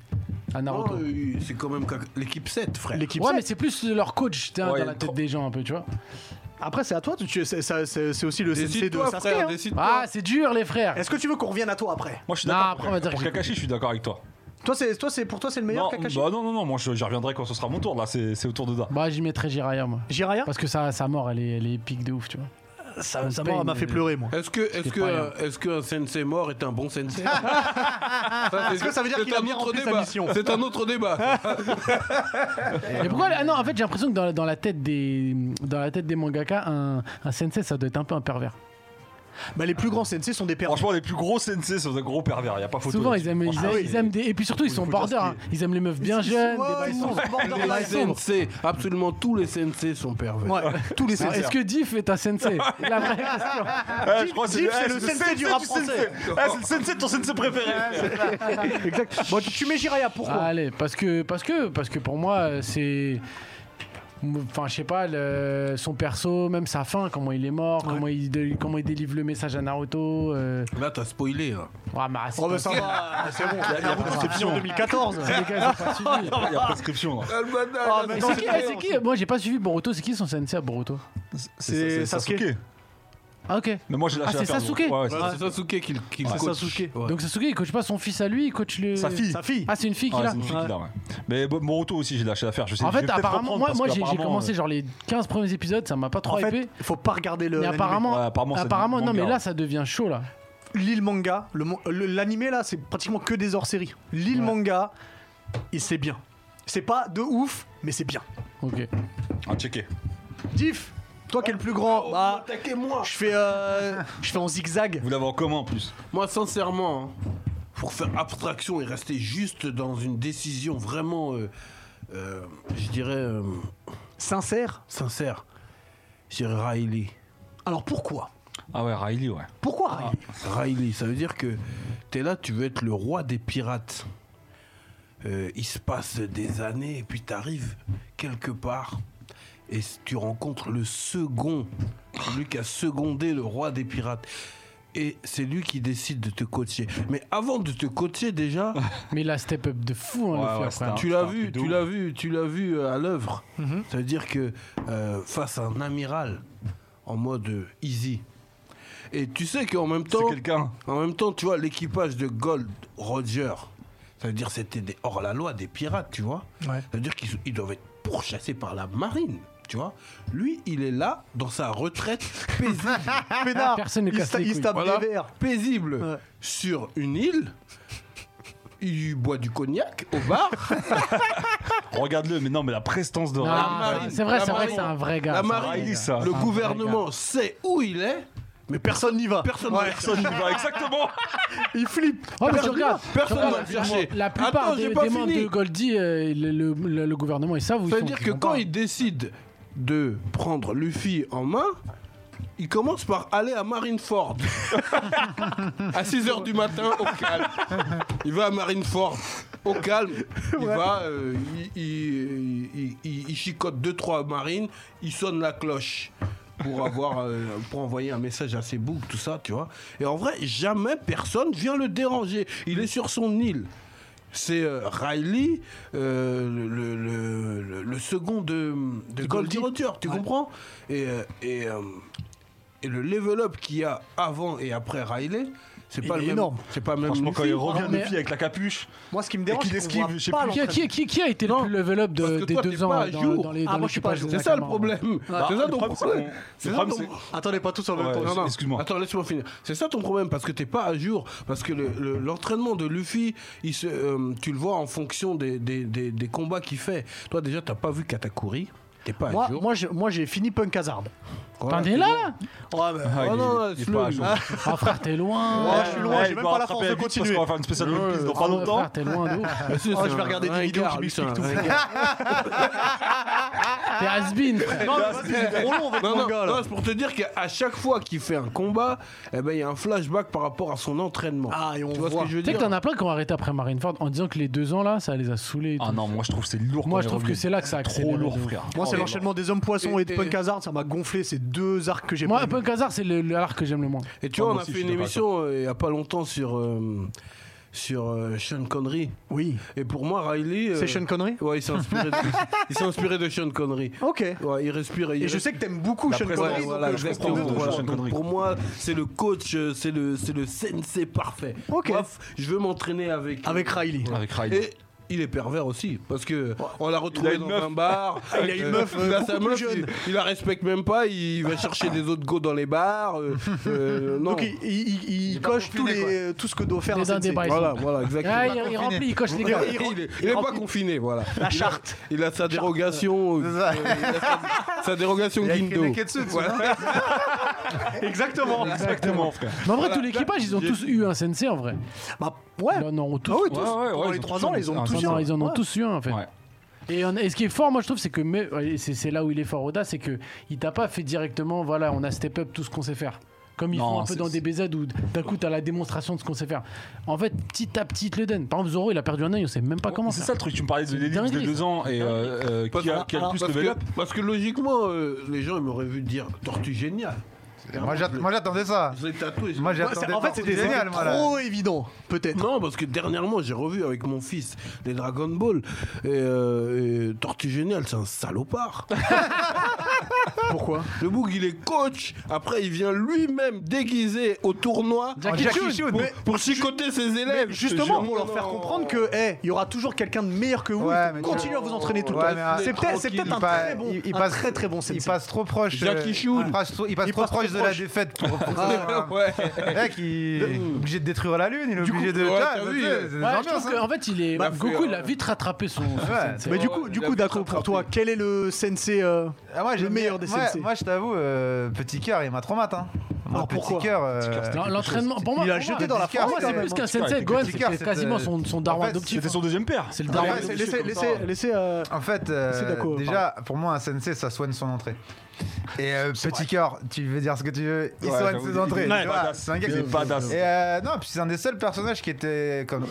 à
Non,
Naruto.
euh, C'est quand même Kak- l'équipe 7, frère.
L'équipe
Ouais,
sept.
mais c'est plus leur coach tu vois,
Ouais,
dans la
trop-
tête des gens un peu, tu vois.
Après, c'est à toi. tu- C'est ça- c'est- c'est aussi le sensei de
Décide-toi,
Sasuke.
frère,
hein.
décide-toi.
Ah, c'est dur les frères.
Est-ce que tu veux qu'on revienne à toi après
Moi, je suis
Non,
d'accord.
après, on va dire
Pour
que-
Kakashi, je suis d'accord avec toi.
Toi, c'est toi, c'est pour toi, c'est le meilleur
Non,
Kakashi.
bah non, non, non, moi, je- j'y reviendrai quand ce sera mon tour. Là, c'est c'est au tour de Da.
Bah, j'y mettrais Jiraiya moi.
Jiraya,
Parce que sa, sa mort, elle est, elle est épique de ouf, tu vois.
ça ça
Pain,
m'a m'a fait
mais-
pleurer moi.
Est-ce que, est-ce que,
pas
euh, est-ce qu'un sensei mort est un bon sensei Est-ce
que ça veut dire qu'il a bien rempli sa mission
C'est un autre débat.
Mais pourquoi Ah non, en fait, j'ai l'impression que dans, la- dans la tête des dans la tête des mangaka, un, un sensei, ça doit être un peu un pervers.
Bah, les plus grands CNC sont des pervers.
Franchement, les plus gros CNC sont des gros pervers, y a pas photo.
Souvent, ils
là-dessus.
aiment, ils,
Franchement,
aiment-
oui.
ils aiment des. Et puis surtout, ils sont
faut dire
border.
ce
hein. Ils aiment les meufs bien jeunes.
Ouais,
des
ils
baissons.
sont borderline.
Les CNC, absolument tous les CNC sont pervers.
Ouais, tous les
Alors,
CNC.
Est-ce que Diff est un sensei La vraie question.
Eh, je crois que
Jeep,
eh,
c'est le sensei du rap français.
sensei. Eh, c'est le sensei de ton sensei préféré.
Exact. Bon, tu mets Jiraya, pourquoi
Allez, parce que, parce que, parce que pour moi, euh, c'est. Enfin, je sais pas, le- son perso, même sa fin, comment il est mort, comment, il dé- comment il délivre le message à Naruto. euh,
Là, t'as spoilé. hein. Là.
ouah, mais c'est
Oh,
pas-
bah ça va, c'est bon. Il y a beaucoup de déceptions en 2014.
les gars, ils ont pas suivi.
Il y a prescription. là.
Ah,
Mais
maintenant,
c'est qui, eh, c'est qui Moi, j'ai pas suivi Boruto. C'est qui son sensei à Boruto
C'est Sasuke.
Ah, ok.
Mais moi j'ai lâché
Ah,
l'affaire,
c'est
donc-
Sasuke
Ouais, ouais, c'est
C'est Sasuke qui, qui
C'est
coach.
Sasuke.
Ouais.
Donc Sasuke, il coach pas son fils à lui, il coach le.
Sa fille.
Sa fille.
Ah, c'est une fille
Ouais,
qu'il a.
c'est une fille qui l'a, ouais. Mais bon, Boruto aussi, j'ai lâché l'affaire. Je sais,
En
je vais
fait,
peut-être
apparemment,
reprendre
moi,
parce
moi j'ai- j'ai
qu'apparemment,
commencé
euh,
genre les 15 premiers épisodes, ça m'a pas trop
En fait, euh,
hypé.
faut pas regarder le.
Mais
l'animé.
apparemment,
Ouais, apparemment, ça
apparemment
devient
non, mais
manga.
là, ça devient chaud là.
L'île manga, le mon- le- l'animé là, c'est pratiquement que des hors-séries. L'île manga, il c'est bien. C'est pas de ouf, mais c'est bien.
Ok.
À checker.
Diff, toi qui es le plus grand, bah,
moi
je fais, euh, je fais en zigzag.
Vous l'avez en commun en plus.
Moi, sincèrement, hein, pour faire abstraction et rester juste dans une décision vraiment, euh, euh, je dirais, euh,
Sincère.
sincère, je dirais Riley.
Alors pourquoi
Ah ouais, Riley, ouais.
Pourquoi
Ah,
Riley
Riley, ça veut dire que t'es là, tu veux être le roi des pirates. Euh, il se passe des années et puis t'arrives quelque part et s- tu rencontres le second, celui qui a secondé le roi des pirates. Et c'est lui qui décide de te coacher. Mais avant de te coacher déjà,
Ah,
Mais la step up de fou, hein,
Ouais, ouais,
le
c'est
frère.
un-
après.
tu l'as
un
vu,
truc de
tu
ouf.
l'as vu, tu l'as vu euh, à l'œuvre. Ça veut dire que euh, face à un amiral en mode euh, easy. Et tu sais qu'en même
C'est
temps,
quelqu'un.
en même temps, tu vois, l'équipage de Gold Roger, ça veut dire c'était des hors-la-loi, des pirates, tu vois. Ça veut dire qu'ils sont- ils doivent être pourchassés par la marine, tu vois. Lui, il est là, dans sa retraite paisible,
Pénard,
Personne ne
il,
casse
sta-
les
il
couilles.
se tape
voilà,
des verres.
paisible
Ouais.
sur une île. Il boit du cognac au bar.
Regarde-le, mais non, mais la prestance de
Non,
Riley.
marine,
c'est vrai,
la
c'est vrai
marine.
que c'est un vrai gars.
La
c'est un vrai
marine,
gars.
ça.
C'est
Le
un vrai
gouvernement sait où il est, mais
Personne n'y va.
personne ne
Ouais.
le cherche.
Personne n'y va, exactement.
Il flippe.
Ouais, mais tu
Personne
regardes,
ne- personne
tu regardes,
ne va le chercher.
La plupart
Attends,
des,
j'ai pas
des membres
fini.
de Goldie, euh, le, le- le- le gouvernement, ils savent où
Ça
ils
veut
sont,
dire
ils
que
vont
quand
pas.
il décide de prendre Luffy en main, il commence par aller à Marineford. à 6h du matin, au calme. Il va à Marineford, au calme. Il va, euh, il, il- il- il- il chicote 2-3 marines, il sonne la cloche. Pour, avoir, euh, pour envoyer un message à ses boucs, tout ça, tu vois. Et en vrai, jamais personne vient le déranger. Il est sur son île. C'est euh, Riley, euh, le, le- le- le second de, de Goldie Roger, tu comprends Et, euh, et, euh, et le level up qu'il y a avant et après Riley, c'est
Il
pas
est
le même.
énorme.
C'est pas le même.
Franchement, quand
Luffy.
il revient
mais-
de fille avec la capuche.
Moi, ce qui me
Et
dérange,
qu'il
c'est qu'on
esquive,
voit
je sais
pas
plus
Qui a, qui, qui- qui a été
Non,
le plus level up de-
parce que
des
toi, t'es
deux ans
pas
euh,
à
dans,
jour.
dans les
Ah,
dans
moi, je suis pas à jour.
l'équipage des
C'est ça le
Akaman.
problème.
Bah,
C'est ça
le
ton
problème, c'est
problème.
qu'on-
C'est
le
ça
problème,
ton-
Attendez, pas tous en même
Ouais,
temps.
Non,
c'est-
non.
excuse-moi.
Attends, laisse-moi finir. C'est ça ton problème, parce que t'es pas à jour. Parce que le- le- l'entraînement de Luffy, il se, euh, tu le vois en fonction des, des, des- des combats qu'il fait. Toi, déjà, t'as pas vu Katakuri. T'es pas à
Moi,
jour.
moi, j'ai- moi, j'ai fini Punk Hazard.
Voilà,
T'en
t'es
es là, là
Ouais, bah,
Ah, il est-
non,
il est
c'est
pas
le-
à jour.
Ah, frère, t'es loin.
Ouais, je suis loin,
Ouais,
j'ai
il
même
doit
pas la
rattraper
force de
vite parce
continuer.
qu'on va faire une spéciale
Ouais,
One Piece dans pas
ah ouais,
longtemps.
frère, t'es loin de ouf.
Ah, si,
Oh,
c'est
je vais
un
regarder des vidéos
ringard,
qui
lui, c'est un
m'expliquent tout.
ringard.
T'es has-been, frère.
Non, mais vas-y, bah, c'est trop long avec
Non,
mon
non,
gars
non,
là.
c'est pour te dire qu'à chaque fois qu'il fait un combat, eh ben, il y a un flashback par rapport à son entraînement.
Ah, et on
tu vois
voit.
ce que je veux
Tu sais que
dire
t'en as plein qui ont arrêté après Marineford en disant que les deux ans là, ça les a saoulés. et
Ah
tout.
non, moi je trouve que c'est lourd.
Moi,
quand
je
il
trouve
revient.
que c'est là que ça a
Trop
accéléré
lourd,
de ouf.
frère. Oh,
Moi, c'est l'enchaînement des hommes poissons Oh, et de
Et-
Punk Hazard, ça m'a gonflé ces deux arcs que j'ai
Moi,
pas
un peu Hazard, c'est le, le arc que j'aime le moins.
Et tu
Ah,
vois, on
moi
a
aussi,
fait
je
une
suis d'accord
émission euh, il y a pas longtemps sur, euh, sur euh, Sean Connery.
Oui.
Et pour moi, Riley. euh,
C'est Sean Connery
Ouais, il s'est inspiré, de- il s'est inspiré de Sean Connery.
Ok. Et
Ouais, il respire. il
je sais que t'aimes beaucoup
La
Sean
présence,
Connery,
Ouais, voilà,
donc euh, je comprends
exactement.
mieux ton
Voilà,
choix.
Sean
donc
Connery.
pour moi, c'est le coach, euh, c'est le, c'est le sensei parfait.
Ok.
Moi, f- je veux m'entraîner avec.
Avec Riley.
Avec Riley.
Et il est pervers aussi, parce que on l'a
Il a
retrouvé
une
dans
meuf.
un bar.
Il a une
euh,
meuf, euh,
il a
beaucoup
sa
plus
meuf,
jeune.
il, il la respecte même pas. Il va chercher des autres go dans les bars. euh, euh, non.
Donc il, il- il- il
est pas
coche tous
confiné,
les, euh, tout ce que doit faire
Les
un
Indiens
sensei.
des Bryce.
Voilà, voilà, exactement.
Ah, il, il remplit, il coche les gars.
il, il est- il est pas confiné, voilà.
La charte.
Il a sa dérogation. euh,
C'est ça.
il a sa, sa dérogation
Il a écrit
Guindo.
Neketsu, tu vois.
Exactement.
Exactement, frère.
Mais en vrai, tout l'équipage, ils ont tous eu un sensei en vrai.
Bah, ouais.
Non, non, tous.
Ah oui, tous.
Ouais, ouais, ouais,
Pendant
ils
les
ont
3
tous
ans,
eu.
ils ont tous eu.
Ah, non,
Non, non, ils en ont
Ouais.
tous eu un en fait.
Ouais.
Et, on- et ce qui est fort, moi je trouve, c'est que mais- et c'est c'est là où il est fort Oda, c'est que il t'a pas fait directement, voilà, on a step up tout ce qu'on sait faire. Comme ils
Non,
font un peu
c'est-
dans
c'est-
DBZ où d'un coup t'as la démonstration de ce qu'on sait faire. En fait, petit à petit, ils te le donne. Par exemple, Zoro, il a perdu un œil, on sait même pas comment.
Oh, C'est
faire.
ça le truc, tu me parlais de
C'est
l'ellipse de
dingue,
deux
ça.
ans et euh, euh, qui a, qui a le plus
parce,
level up.
que, parce que logiquement, euh, les gens ils m'auraient vu dire Tortue Géniale.
Moi, j'att- moi, j'attendais ça.
Je l'ai tatoué.
Moi,
Ouais,
j'attendais
c'est- en fait, c'était
Tortue Géniale,
c'était
moi, là.
trop évident, peut-être.
Non, parce que dernièrement, j'ai revu avec mon fils les Dragon Ball. Et, euh, et Tortue Géniale, c'est un salopard.
Pourquoi
Le Boug, il est coach. Après, il vient lui-même déguisé au tournoi
Jackie
Jackie
Chun.
Chun,
Mais-
mais-
pour chicoter ses élèves. je te
Justement,
jure.
pour leur faire comprendre que, eh, il y aura toujours quelqu'un de meilleur que vous.
Ouais,
il
mais
faut continuer à vous entraîner tout le
Ouais,
temps.
mais, euh,
c'est peut-être c'est peut-être un
il pa-
très bon,
il- il
un
passe-
très très bon
Il
sensei.
passe trop proche. euh,
Jackie Chun.
Il passe trop, il passe trop proche de la défaite pour. pour
Ah,
Ouais.
Le mec, il est obligé de détruire la lune, il est obligé de.
ouais,
Ouais,
t'as
bah,
vu,
tu sais,
euh,
c'est des
Ouais, je
ambiances,
trouve que,
hein.
en fait, il est
Bah,
Goku,
fait,
il a
euh,
vite rattrapé son. son
Ouais.
sensei.
Mais du
Ouais,
coup,
il
du
a
coup,
vite
Daco, pour
rattrapé.
toi, quel est le sensei euh,
Ah, moi,
le
j'aime
meilleur
bien-
des
ouais,
sensei.
Moi, je t'avoue, euh, petit cœur, il m'a traumatisé. hein. Moi,
Alors, pourquoi
Petit cœur. euh,
Non, L'entraînement, pour moi,
Il a
pour moi,
jeté dans la
Petit cœur,
forme.
pour moi,
quand
c'est
même.
plus qu'un
Petit cœur,
sensei.
c'était
Gohan,
petit cœur,
c'était quasiment
c'était-
son, son
en
daron
fait,
adoptif.
C'était son deuxième père.
C'est le
Ah ouais,
daron
c'est-
adoptif.
Laissez,
comme
laissez,
ça.
laissez, euh,
En fait, euh,
C'est d'accord,
déjà, pour moi, un sensei, ça soigne son entrée. Et euh, petit cœur, tu veux dire ce que tu veux, il
Ouais,
soigne
j'avoue,
ses
il-
entrées.
il-
tu
il est
vois,
badass.
C'est un gars
Il
qui
est badass.
Et euh, non, puis c'est un des seuls personnages qui était comme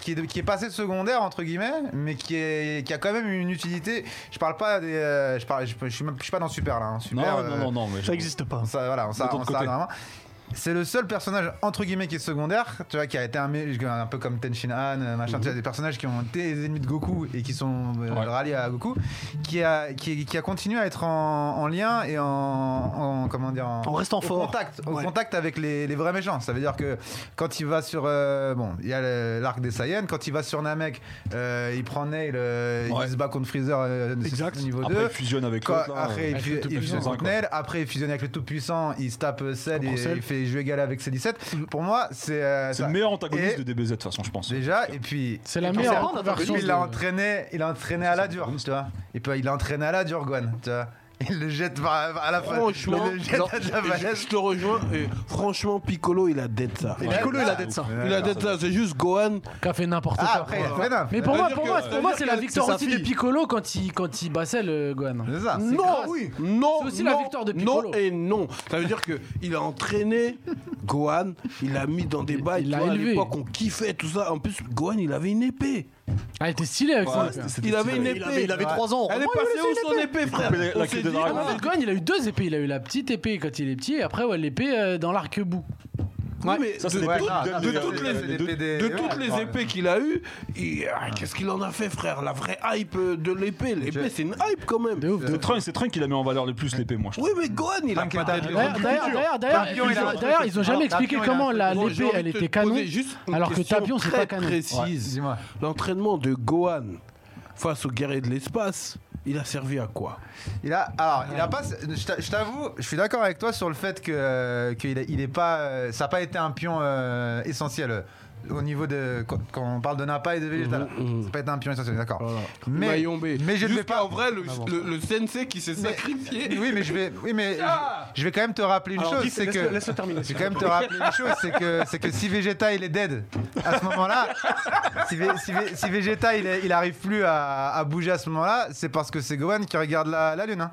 qui est, qui est passé de secondaire entre guillemets, mais qui est qui a quand même une utilité. Je parle pas des, euh, je parle, je, je suis même- je suis pas dans Super là, hein.
Non,
Super. euh,
non, non, non, mais
ça n'existe pas.
on s'a- voilà, on s'a-
Mettons de
on s'arrête
côté.
vraiment. C'est le seul personnage entre guillemets qui est secondaire, tu vois, qui a été un, mé- un peu comme Tenshin Han, euh, machin, tu as des personnages qui ont été des ennemis de Goku et qui sont euh,
Ouais.
ralliés à Goku, qui a, qui, qui a continué à être en, en lien et en, en- comment dire,
En restant
au
fort.
contact, au
Ouais.
contact avec les, les vrais méchants. Ça veut dire que quand il va sur, euh, bon, il y a le- l'arc des Saiyans, quand il va sur Namek, euh, il prend Nail, euh,
Ouais.
il se bat contre Freezer euh,
Exact.
niveau 2.
Après, il fusionne avec
Quoi,
l'autre. là. euh,
après, il,
Avec
fu-
le tout
il fusionne
puissant,
avec
quoi.
Nel, après il fusionne avec le tout puissant, il se tape Cell et
prend Cell.
il fait jeu égal avec C17.
Mm.
Pour moi, c'est euh,
C'est
ça.
le meilleur antagoniste
Et-
de DBZ, de toute façon, je pense.
déjà. Et puis,
C'est la
et
meilleure
puis,
rencontre,
et puis,
version
il l'a
de-
entraîné, il l'a entraîné à la dure, tu vois. Et puis il l'a entraîné à la dure, Gwen, tu vois. Il le jette par- à la fin.
Franchement,
il le jette
Oh, non,
à la
je,
falaise.
je te rejoins. Et franchement, Piccolo, il a dette ça.
Et Piccolo, il a d'être ça.
Il a dette ça. C'est juste Gohan.
Qu'a fait n'importe
Ah,
quoi.
après, il a fait
Mais
d'un-
pour moi,
C'est-à-dire
pour
que-
moi, pour moi, c'est la
c'est
victoire
sa
aussi de
fille.
Piccolo quand il quand il bassait le Gohan.
C'est ça. c'est
Non,
grâce.
oui. non,
Ah C'est aussi
non,
la victoire de Piccolo.
non et non. Ça veut dire que il a entraîné Gohan, il l'a mis dans des
Il-
bails.
il
tu
l'a
vois, à
élevé.
l'époque, on kiffait tout ça. En plus, Gohan, il avait une épée.
Ah, il était stylé avec son
Ouais,
épée.
c'était-
Il avait une
Il avait,
épée.
il avait
Ouais.
3 ans.
Elle est
Vraiment, il
passée
avait
où
laissé
son épée, frère
la-
On
la
s'est
queue de
dit,
dragon.
ah,
Ah, Gohan, il a eu deux épées. Il a eu la petite épée quand il est petit, et après, ouais, l'épée euh, dans l'arc-bout.
oui, mais
Ça, c'est
de
des
Ouais,
toutes-
non,
de
non,
toutes
c'est-
les-
c'est des
de-
PD,
de
ouais.
toutes les épées qu'il a eues, il- ah, qu'est-ce qu'il en a fait, frère La vraie hype euh, de l'épée. L'épée, c'est une hype quand même.
De ouf. de
C'est
ouf.
Trunks, c'est Trunks qui la met en valeur le plus, l'épée, moi, je
Oui, mais Gohan, il a
Frank
pas
Attack.
d'épée.
D'ailleurs, d'ailleurs, d'ailleurs,
Tapion,
d'ailleurs,
il a-
ils ont- d'ailleurs, ils ont jamais
Alors,
expliqué
Tapion, il a-
comment la-
Bon, j'ai
Ah, l'épée,
envie
elle
de te poser
était canon,
juste une
alors que
question
Tapion, c'est
très
pas canon.
précise.
Dis-moi.
L'entraînement de Gohan face aux guerriers de l'espace, il a servi à quoi
Il a, alors, il a pas. je t'a- Je t'avoue, je suis d'accord avec toi sur le fait que euh, qu'il a- il est pas, euh, ça n'a pas été un pion euh, essentiel euh, au niveau de quand, quand on parle de Nappa et de Vegeta. là.
Mm-hmm,
Ça n'a pas été un pion essentiel, d'accord. Mais, mais je ne vais pas. Ah
en vrai le, le, le sensei qui s'est sacrifié.
Oui, mais je vais, oui, mais
Ah
je, je vais quand même te rappeler une
Alors,
chose,
dis-
c'est
laisse-le-
que
laisse-le terminer,
Je vais quand même te rappeler une chose, c'est que c'est que si Vegeta il est dead à ce moment-là, si, Ve- si Ve- si Vegeta il, est- il arrive plus à, à bouger à ce moment-là, c'est parce que c'est Gohan qui regarde la, la lune. hein.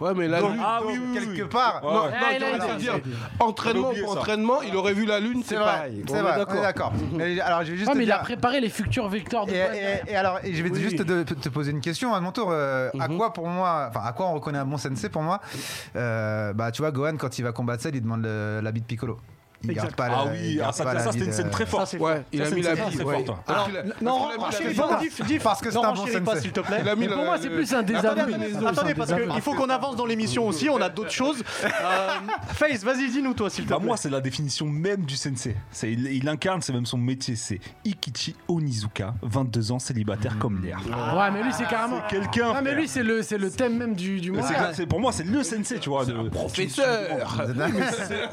Ouais, mais là,
Donc,
lui-
Ah
donc,
oui, oui,
quelque
oui.
part.
Ouais.
non,
Ah,
non,
il a
j'aurais
été-
dû dire
On a
entraînement
oublié
pour
ça.
entraînement, il aurait vu la lune, c'est
C'est vrai,
pareil. On
c'est
est
vrai, on est
d'accord.
d'accord. Mais alors, je vais juste
Ah,
te
mais il a
dire-
préparé les futures victoires de
et,
Gohan.
et- et alors, et je vais
Oui.
juste te, te poser une question à mon tour. euh,
Mhm.
À quoi pour moi, enfin, à quoi on reconnaît un bon sensei pour moi Euh, Bah, tu vois, Gohan quand il va combattre Cell, il demande le- l'habit de Piccolo. Il
Exact.
garde pas
Ah
la- euh, il
oui, ah,
garde
ça,
pas
ça, c'était
l'habit
une
de-
scène très
Ça,
forte.
c'est
Ouais, il
Ça,
a
c'est
mis
une
la
scène
bille.
très
ouais.
forte, hein.
Parce qu'il a-
Non,
parce qu'il a mis la
renchéris
bille.
pas,
bille.
diff, diff.
Parce que c'est
Non,
un bon
renchéris pas,
sensei.
s'il te plaît.
Il a mis
Mais pour
la-
moi, c'est
le-
plus un désaveu.
Attendez, parce qu'il faut qu'on avance dans l'émission aussi, on a d'autres choses. Euh, Face, vas-y, dis-nous toi, s'il te
Bah
plaît.
moi, c'est la définition même du sensei. C'est, il, il incarne, c'est même son métier. C'est Ikichi Onizuka, 22 ans, célibataire comme l'air.
Ouais, mais lui, c'est carrément.
Quelqu'un.
Ah, mais lui, c'est le, c'est le thème même du, du
frère.
mois.
C'est- c'est- pour moi, c'est le sensei, tu vois. de-
Professeur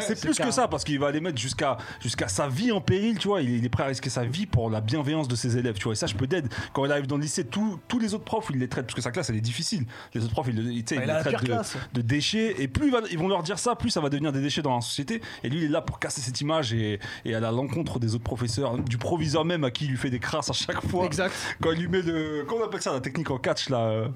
C'est plus que ça, parce qu'il va aller mettre jusqu'à jusqu'à sa vie en péril, tu vois. Il, il est prêt à risquer sa vie pour la bienveillance de ses élèves, tu vois. Et ça, je peux d'aide. Quand il arrive dans le lycée, tous tous les autres profs, il les traite parce que sa classe, elle est difficile. Les autres profs, ils, le- ils, tu sais, ils
il a la
les
pire
traitent de,
classe.
de déchets. Et plus il va- ils vont leur dire ça, plus ça va devenir des déchets dans la société. Et lui, il est là pour casser cette image et, et aller à l'encontre des autres professeurs, du proviseur même à qui il lui fait des crasses à chaque fois.
Exact.
Quand il lui met le. Comment on appelle ça la technique en catch là euh,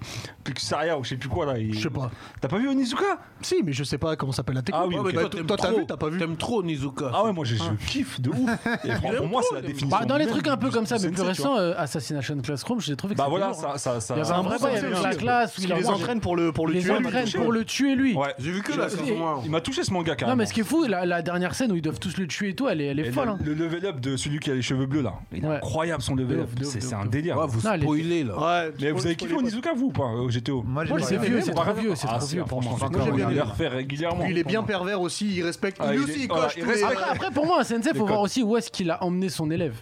Pixaria ou je sais plus quoi là il-
Je sais pas.
T'as pas vu Onizuka
Si, mais je sais pas comment s'appelle la technique.
Ah oui,
Ouais,
ok.
mais
Toi,
t'aimes
toi, t'as
trop.
vu, t'as pas vu.
T'aimes trop Nizuka.
Ah ouais, moi je, je kiffe de ouf. Et franchement, pour moi, c'est la définition.
Bah, dans les
même
trucs un peu
du-
comme ça,
du
mais plus
sensei, tu
récent, euh, Assassination Classroom, j'ai trouvé que
vois. Bah
c'était
voilà,
lourd, hein.
ça. ça, ça
Il y avait
ça- hein.
un
bon
vrai
sens,
bail avec
c'est
la
sûr.
classe. où
Parce qu'il
il
les
envoie-
entraîne pour le, pour le
les
tuer.
entraîne pour le tuer lui.
Ouais.
J'ai vu que la saison
Et-
1.
Il m'a touché ce manga quand
Non, mais ce qui est fou, la, la dernière scène où ils doivent tous le tuer et tout, elle est, elle est folle.
le,
hein.
le level up de celui qui a les cheveux bleus là. Il est
Ouais.
incroyable son level
De
up.
ouf, de ouf,
C'est
de
c'est
ouf,
un
de ouf.
délire.
Ouais, vous
Non, elle est-
spoilez là.
Ouais,
Mais vous avez kiffé Onizuka vous ou pas au GTO
Moi, j'ai
Ouais, c'est
pas-
vieux, c'est
Moi,
trop
j'aime
vieux,
bien.
c'est
Ah,
trop vieux.
Franchement,
Franchement,
c'est
Moi, j'aime bien
incroyable. Il
les-
le refaire régulièrement.
Puis il est bien pervers aussi, il respecte.
Ah,
lui
il
aussi,
est-
il
voilà,
coche
il
tous les-
respecte.
Après, après, pour moi, un CNC, faut voir aussi où est-ce qu'il a emmené son élève.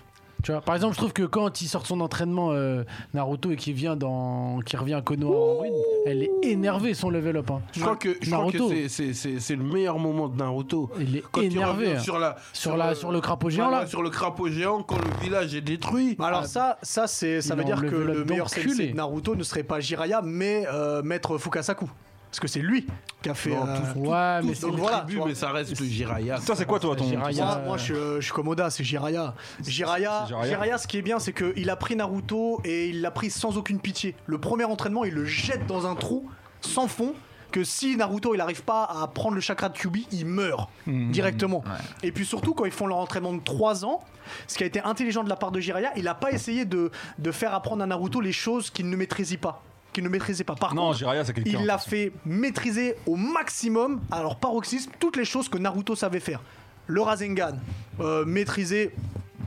Tu vois, par exemple, je trouve que quand il sort son entraînement euh, Naruto et qu'il vient dans, qui revient à Konoha en ruine, elle est énervée son level up. hein.
Je crois que, je crois que
Naruto.
c'est- c'est- c'est c'est le meilleur moment de Naruto.
Il est
Quand il
énervé,
revient
hein.
sur, la,
Sur la- sur le crapaud géant, là.
Sur le crapaud géant, quand le village est détruit.
Bah Alors ça, ça, c'est, ça
Il
veut
en
dire que
level up
le meilleur
d'enculé.
sensei de Naruto ne serait pas Jiraiya, mais euh, maître Fukasaku. Parce que c'est lui qui a fait...
Non,
euh,
tous- tous- tous
Ouais, mais
dans
c'est-
le
voilà,
tribut,
tu vois.
mais ça reste le Jiraiya.
Toi, c'est quoi toi ton.
Jiraiya.
Moi, moi, je, suis, euh, je suis comme Oda, c'est Jiraya. Jiraya,
c'est Jiraiya.
Jiraiya, ce qui est bien, c'est qu'il a pris Naruto et il l'a pris sans aucune pitié. Le premier entraînement, il le jette dans un trou sans fond. Que si Naruto il n'arrive pas à prendre le chakra de Kyubi, il meurt directement. Et puis surtout, quand ils font leur entraînement de 3 ans, ce qui a été intelligent de la part de Jiraiya, il n'a pas essayé de, de faire apprendre à Naruto les choses qu'il ne maîtrisait pas. Qu'il ne maîtrisait pas. Par
Non,
contre,
Jiraiya, c'est quelqu'un.
il l'a fait maîtriser au maximum, à leur paroxysme, toutes les choses que Naruto savait faire. Le Rasengan, euh, maîtriser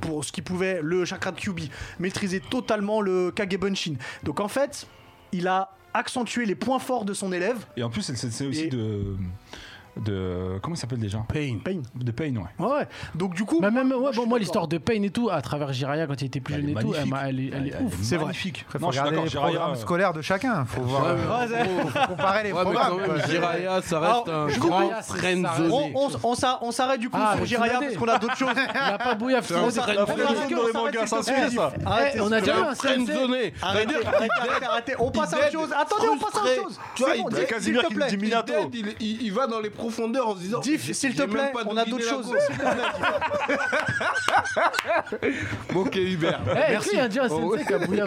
pour ce qu'il pouvait le chakra de Kyubi, maîtriser totalement le Kagebunshin. Donc en fait, il a accentué les points forts de son élève.
Et en plus, c'est- c'est c'est aussi
Et-
de. de- Comment il s'appelle déjà
Pain.
Pain.
De Pain, ouais.
Ouais, ouais. Donc du coup,
Bah, même, ouais,
je
bon,
suis
moi,
d'accord.
l'histoire de Pain et tout, à travers Jiraya quand il était plus
Elle
jeune
est
et tout, elle,
magnifique.
m'a- elle est, elle est ouf.
C'est vrai.
magnifique.
Après, faut
Non, je suis
regarder
d'accord,
les
Jiraiya.
programmes
euh,
scolaires de chacun. Faut voir.
Ouais,
Ouais, c'est-
faut comparer les
Ouais, mais
programmes.
quand même,
quoi.
Jiraiya, ça
Alors,
reste un
je
grand
comprends.
on,
friendzone.
on- on s'a- on s'arrête du coup
Ah,
sur
mais
Jiraiya
Tsunade.
parce qu'on a d'autres choses.
Il a pas bouillé à faire
un
ça.
vrai
Eh,
friendzone
on
dans les mangas, ça se fait, ça.
Arrêtez,
Eh, a
C'est
déjà eu
un
un CNC.
friendzoné.
Arrêtez,
C'est-à-dire,
arrêtez, arrêtez, arrêtez. On passe à autre chose. Attendez, on passe à autre chose.
Tu vois,
C'est bon,
il
dis-
dead,
Casimir
s'il te
qui nous
plaît,
dit
il
Minato.
dead, Il, il- il va dans les profondeurs en se disant.
Diff,
j'ai-
s'il te
j'ai même
plaît,
pas
on a
deviné
d'autres
la
choses.
cause. ok, Hubert.
Eh, est-ce qu'il y a déjà un CNC qui a bouillé à-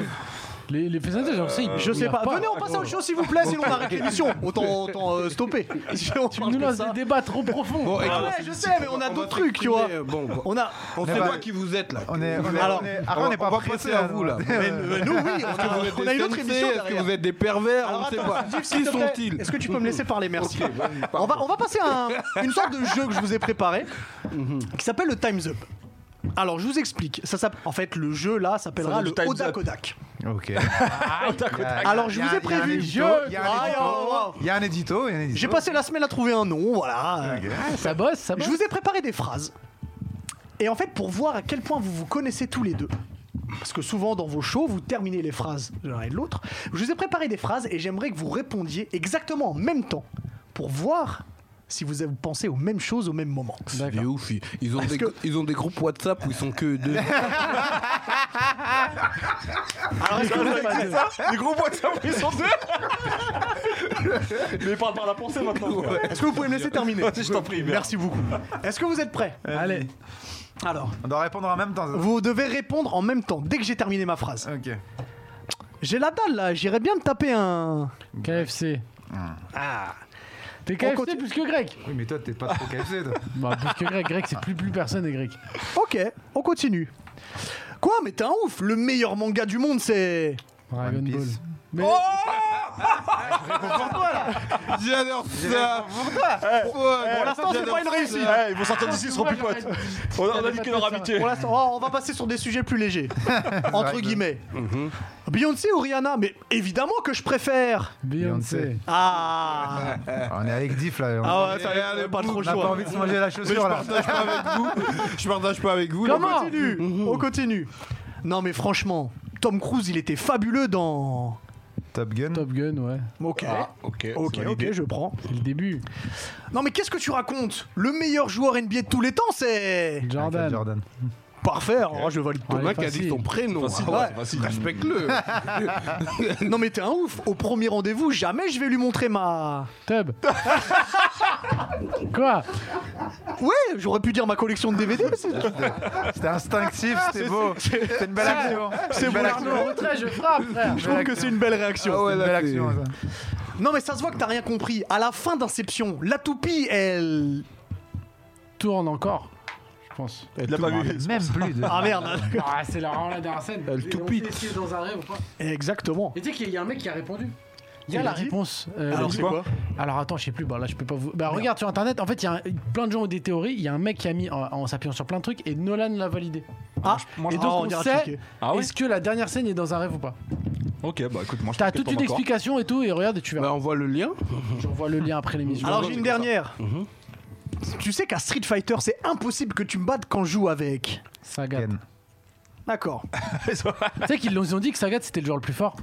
Les, les CNC, genre, ça, ils
Je sais
bouillent
pas. Venez, on passe à autre chose, s'il vous plaît, sinon on arrête l'émission. Autant, autant euh, stopper. Si on
Tu
parle
nous
de
lances
ça.
des débats trop profonds.
Bon,
Ah
écoute,
ouais, je sais, mais on a
va
d'autres trucs, tu vois.
s'exprimer, euh, Bon, bon.
On a.
on
on
sait
va-
pas qui vous êtes là.
On est, on est,
Alors,
on est,
on
après, on
va-
n'est pas
on va
pressé,
passer à
hein.
vous, là.
Mais, mais nous, oui, on
Est-ce
a,
que vous êtes
on a
des
une autre
sensei,
émission
Est-ce que
derrière.
vous êtes des pervers
Alors,
On ne sait
attends,
pas.
Jeff, s'il
Qui
te plaît,
sont-ils
Est-ce que tu peux me laisser parler Merci.
Ok, vas-y,
on,
pardon.
va, on va passer à un- une sorte de jeu que je vous ai préparé qui s'appelle le Time's Up. Alors, je vous explique. Ça, s'appelle- en fait, le jeu là
Ça
s'appellera
veut
le
dire Time's
Oda
Up.
Kodak.
Ok.
Alors, je
Il y a-
vous ai
il y a un
prévu.
édito,
Je-
Il y a
Ah,
un
wow.
édito. Il y a un édito. il y a un édito.
J'ai passé la semaine à trouver un nom, voilà. euh,
Ça bosse, ça bosse.
Je vous ai préparé des phrases. Et en fait, pour voir à quel point vous vous connaissez tous les deux, parce que souvent dans vos shows, vous terminez les phrases de l'un et de l'autre, je vous ai préparé des phrases et j'aimerais que vous répondiez exactement en même temps pour voir si vous avez pensé aux mêmes choses au même moment.
Il est ouf, ils- ils ont, des,
que-
ils ont des groupes WhatsApp où ils sont que deux.
Alors, est-ce que vous avez-
Les gros boîtes ça fait son Mais il parle par la pensée maintenant. frère.
est-ce que vous pouvez me laisser terminer
Vas-y, je t'en prie, merde.
Merci beaucoup. Est-ce que vous êtes prêts
Allez.
Alors,
On doit répondre en même temps.
vous devez répondre en même temps, dès que j'ai terminé ma phrase.
Ok.
J'ai la dalle là, j'irais bien me taper un.
KFC.
Ah.
T'es
On
KFC
continue.
plus que grec
Oui, mais toi, t'es pas trop KFC, toi.
Bah, plus que grec. Grec, c'est plus, plus personne est grec.
Ok, on continue. Quoi, mais t'es un ouf Le meilleur manga du monde, c'est...
Dragon
One
Ball.
Piece.
Mais
J'adore ça
Pour l'instant, c'est pas une réussite.
Eh, ils vont sortir d'ici, ils seront plus
J'aurais-
potes. On a, on a
J'aurais
niqué
pas
leur
fait
amitié.
Pour l'instant, oh, on va passer sur des sujets plus légers. Entre guillemets. Beyoncé ou Rihanna Mais évidemment que je préfère
Beyoncé.
Ah
On est avec Diff, là. On
Ah ouais, ça
Allez,
pas trop le
on a pas
choix.
envie de se manger la
Mais je
chaussure, là.
partage pas avec vous. Je partage pas avec vous.
Mhm. On
Comment
continue, on continue. Non mais franchement, Tom Cruise, il était fabuleux dans...
Top Gun.
Top Gun, ouais.
Ok.
Ah, ok.
Ok,
c'est validé.
ok, je prends.
C'est le début.
Non mais qu'est-ce que tu racontes Le meilleur joueur NBA de tous les temps, c'est
Jordan.
Michael Jordan.
parfait. alors je valide.
Ouais,
Le mec a
facile.
dit son prénom.
Facile,
Ah ouais,
ouais, facile.
Respecte-le.
Non mais t'es un ouf. Au premier rendez-vous, jamais je vais lui montrer ma.
Tub. Quoi
Ouais, j'aurais pu dire ma collection de DVD. mais c'est-
C'était instinctif,
Ah,
c'était beau. C'était une belle action. C'est une belle action.
retrait, je frappe, frère.
Je trouve que c'est une belle réaction.
Ah ouais,
C'est une
là,
belle
c'est-
action, ça. Non mais ça se voit que t'as rien compris. À la fin d'Inception, la toupie, elle.
Tourne encore, je pense.
Il l'a pas vu.
Même plus de.
Ah merde.
Ah, c'est la, vraiment la dernière scène.
Elle
Et
tout
on
pite.
sait si c'est dans un rêve ou pas.
Exactement.
Et tu sais qu'il y a un mec qui a répondu. Il y a
Il
la
a dit
réponse. euh,
Alors
du-
c'est quoi
Alors attends, je sais plus. Bah là, je peux pas vous. Bah regarde sur internet. En fait, il y a un- plein de gens ont des théories. Il y a un mec qui a mis en, en s'appuyant sur plein de trucs et Nolan l'a validé.
Ah,
et donc
ah,
on,
ira
sait
checker.
Ah ouais
est-ce que la dernière scène est dans un rêve ou pas.
Ok, bah écoute, moi je
T'as
pense que
toute
je
une
tombe encore.
explication et tout et regarde et tu verras.
Bah, on voit le lien.
J'envoie le lien après l'émission.
Alors j'ai une dernière. Tu sais qu'à Street Fighter, c'est impossible que tu me battes quand je joue avec.
Sagat.
D'accord.
Tu sais qu'ils l'ont- ont dit que Sagat c'était le joueur le plus fort.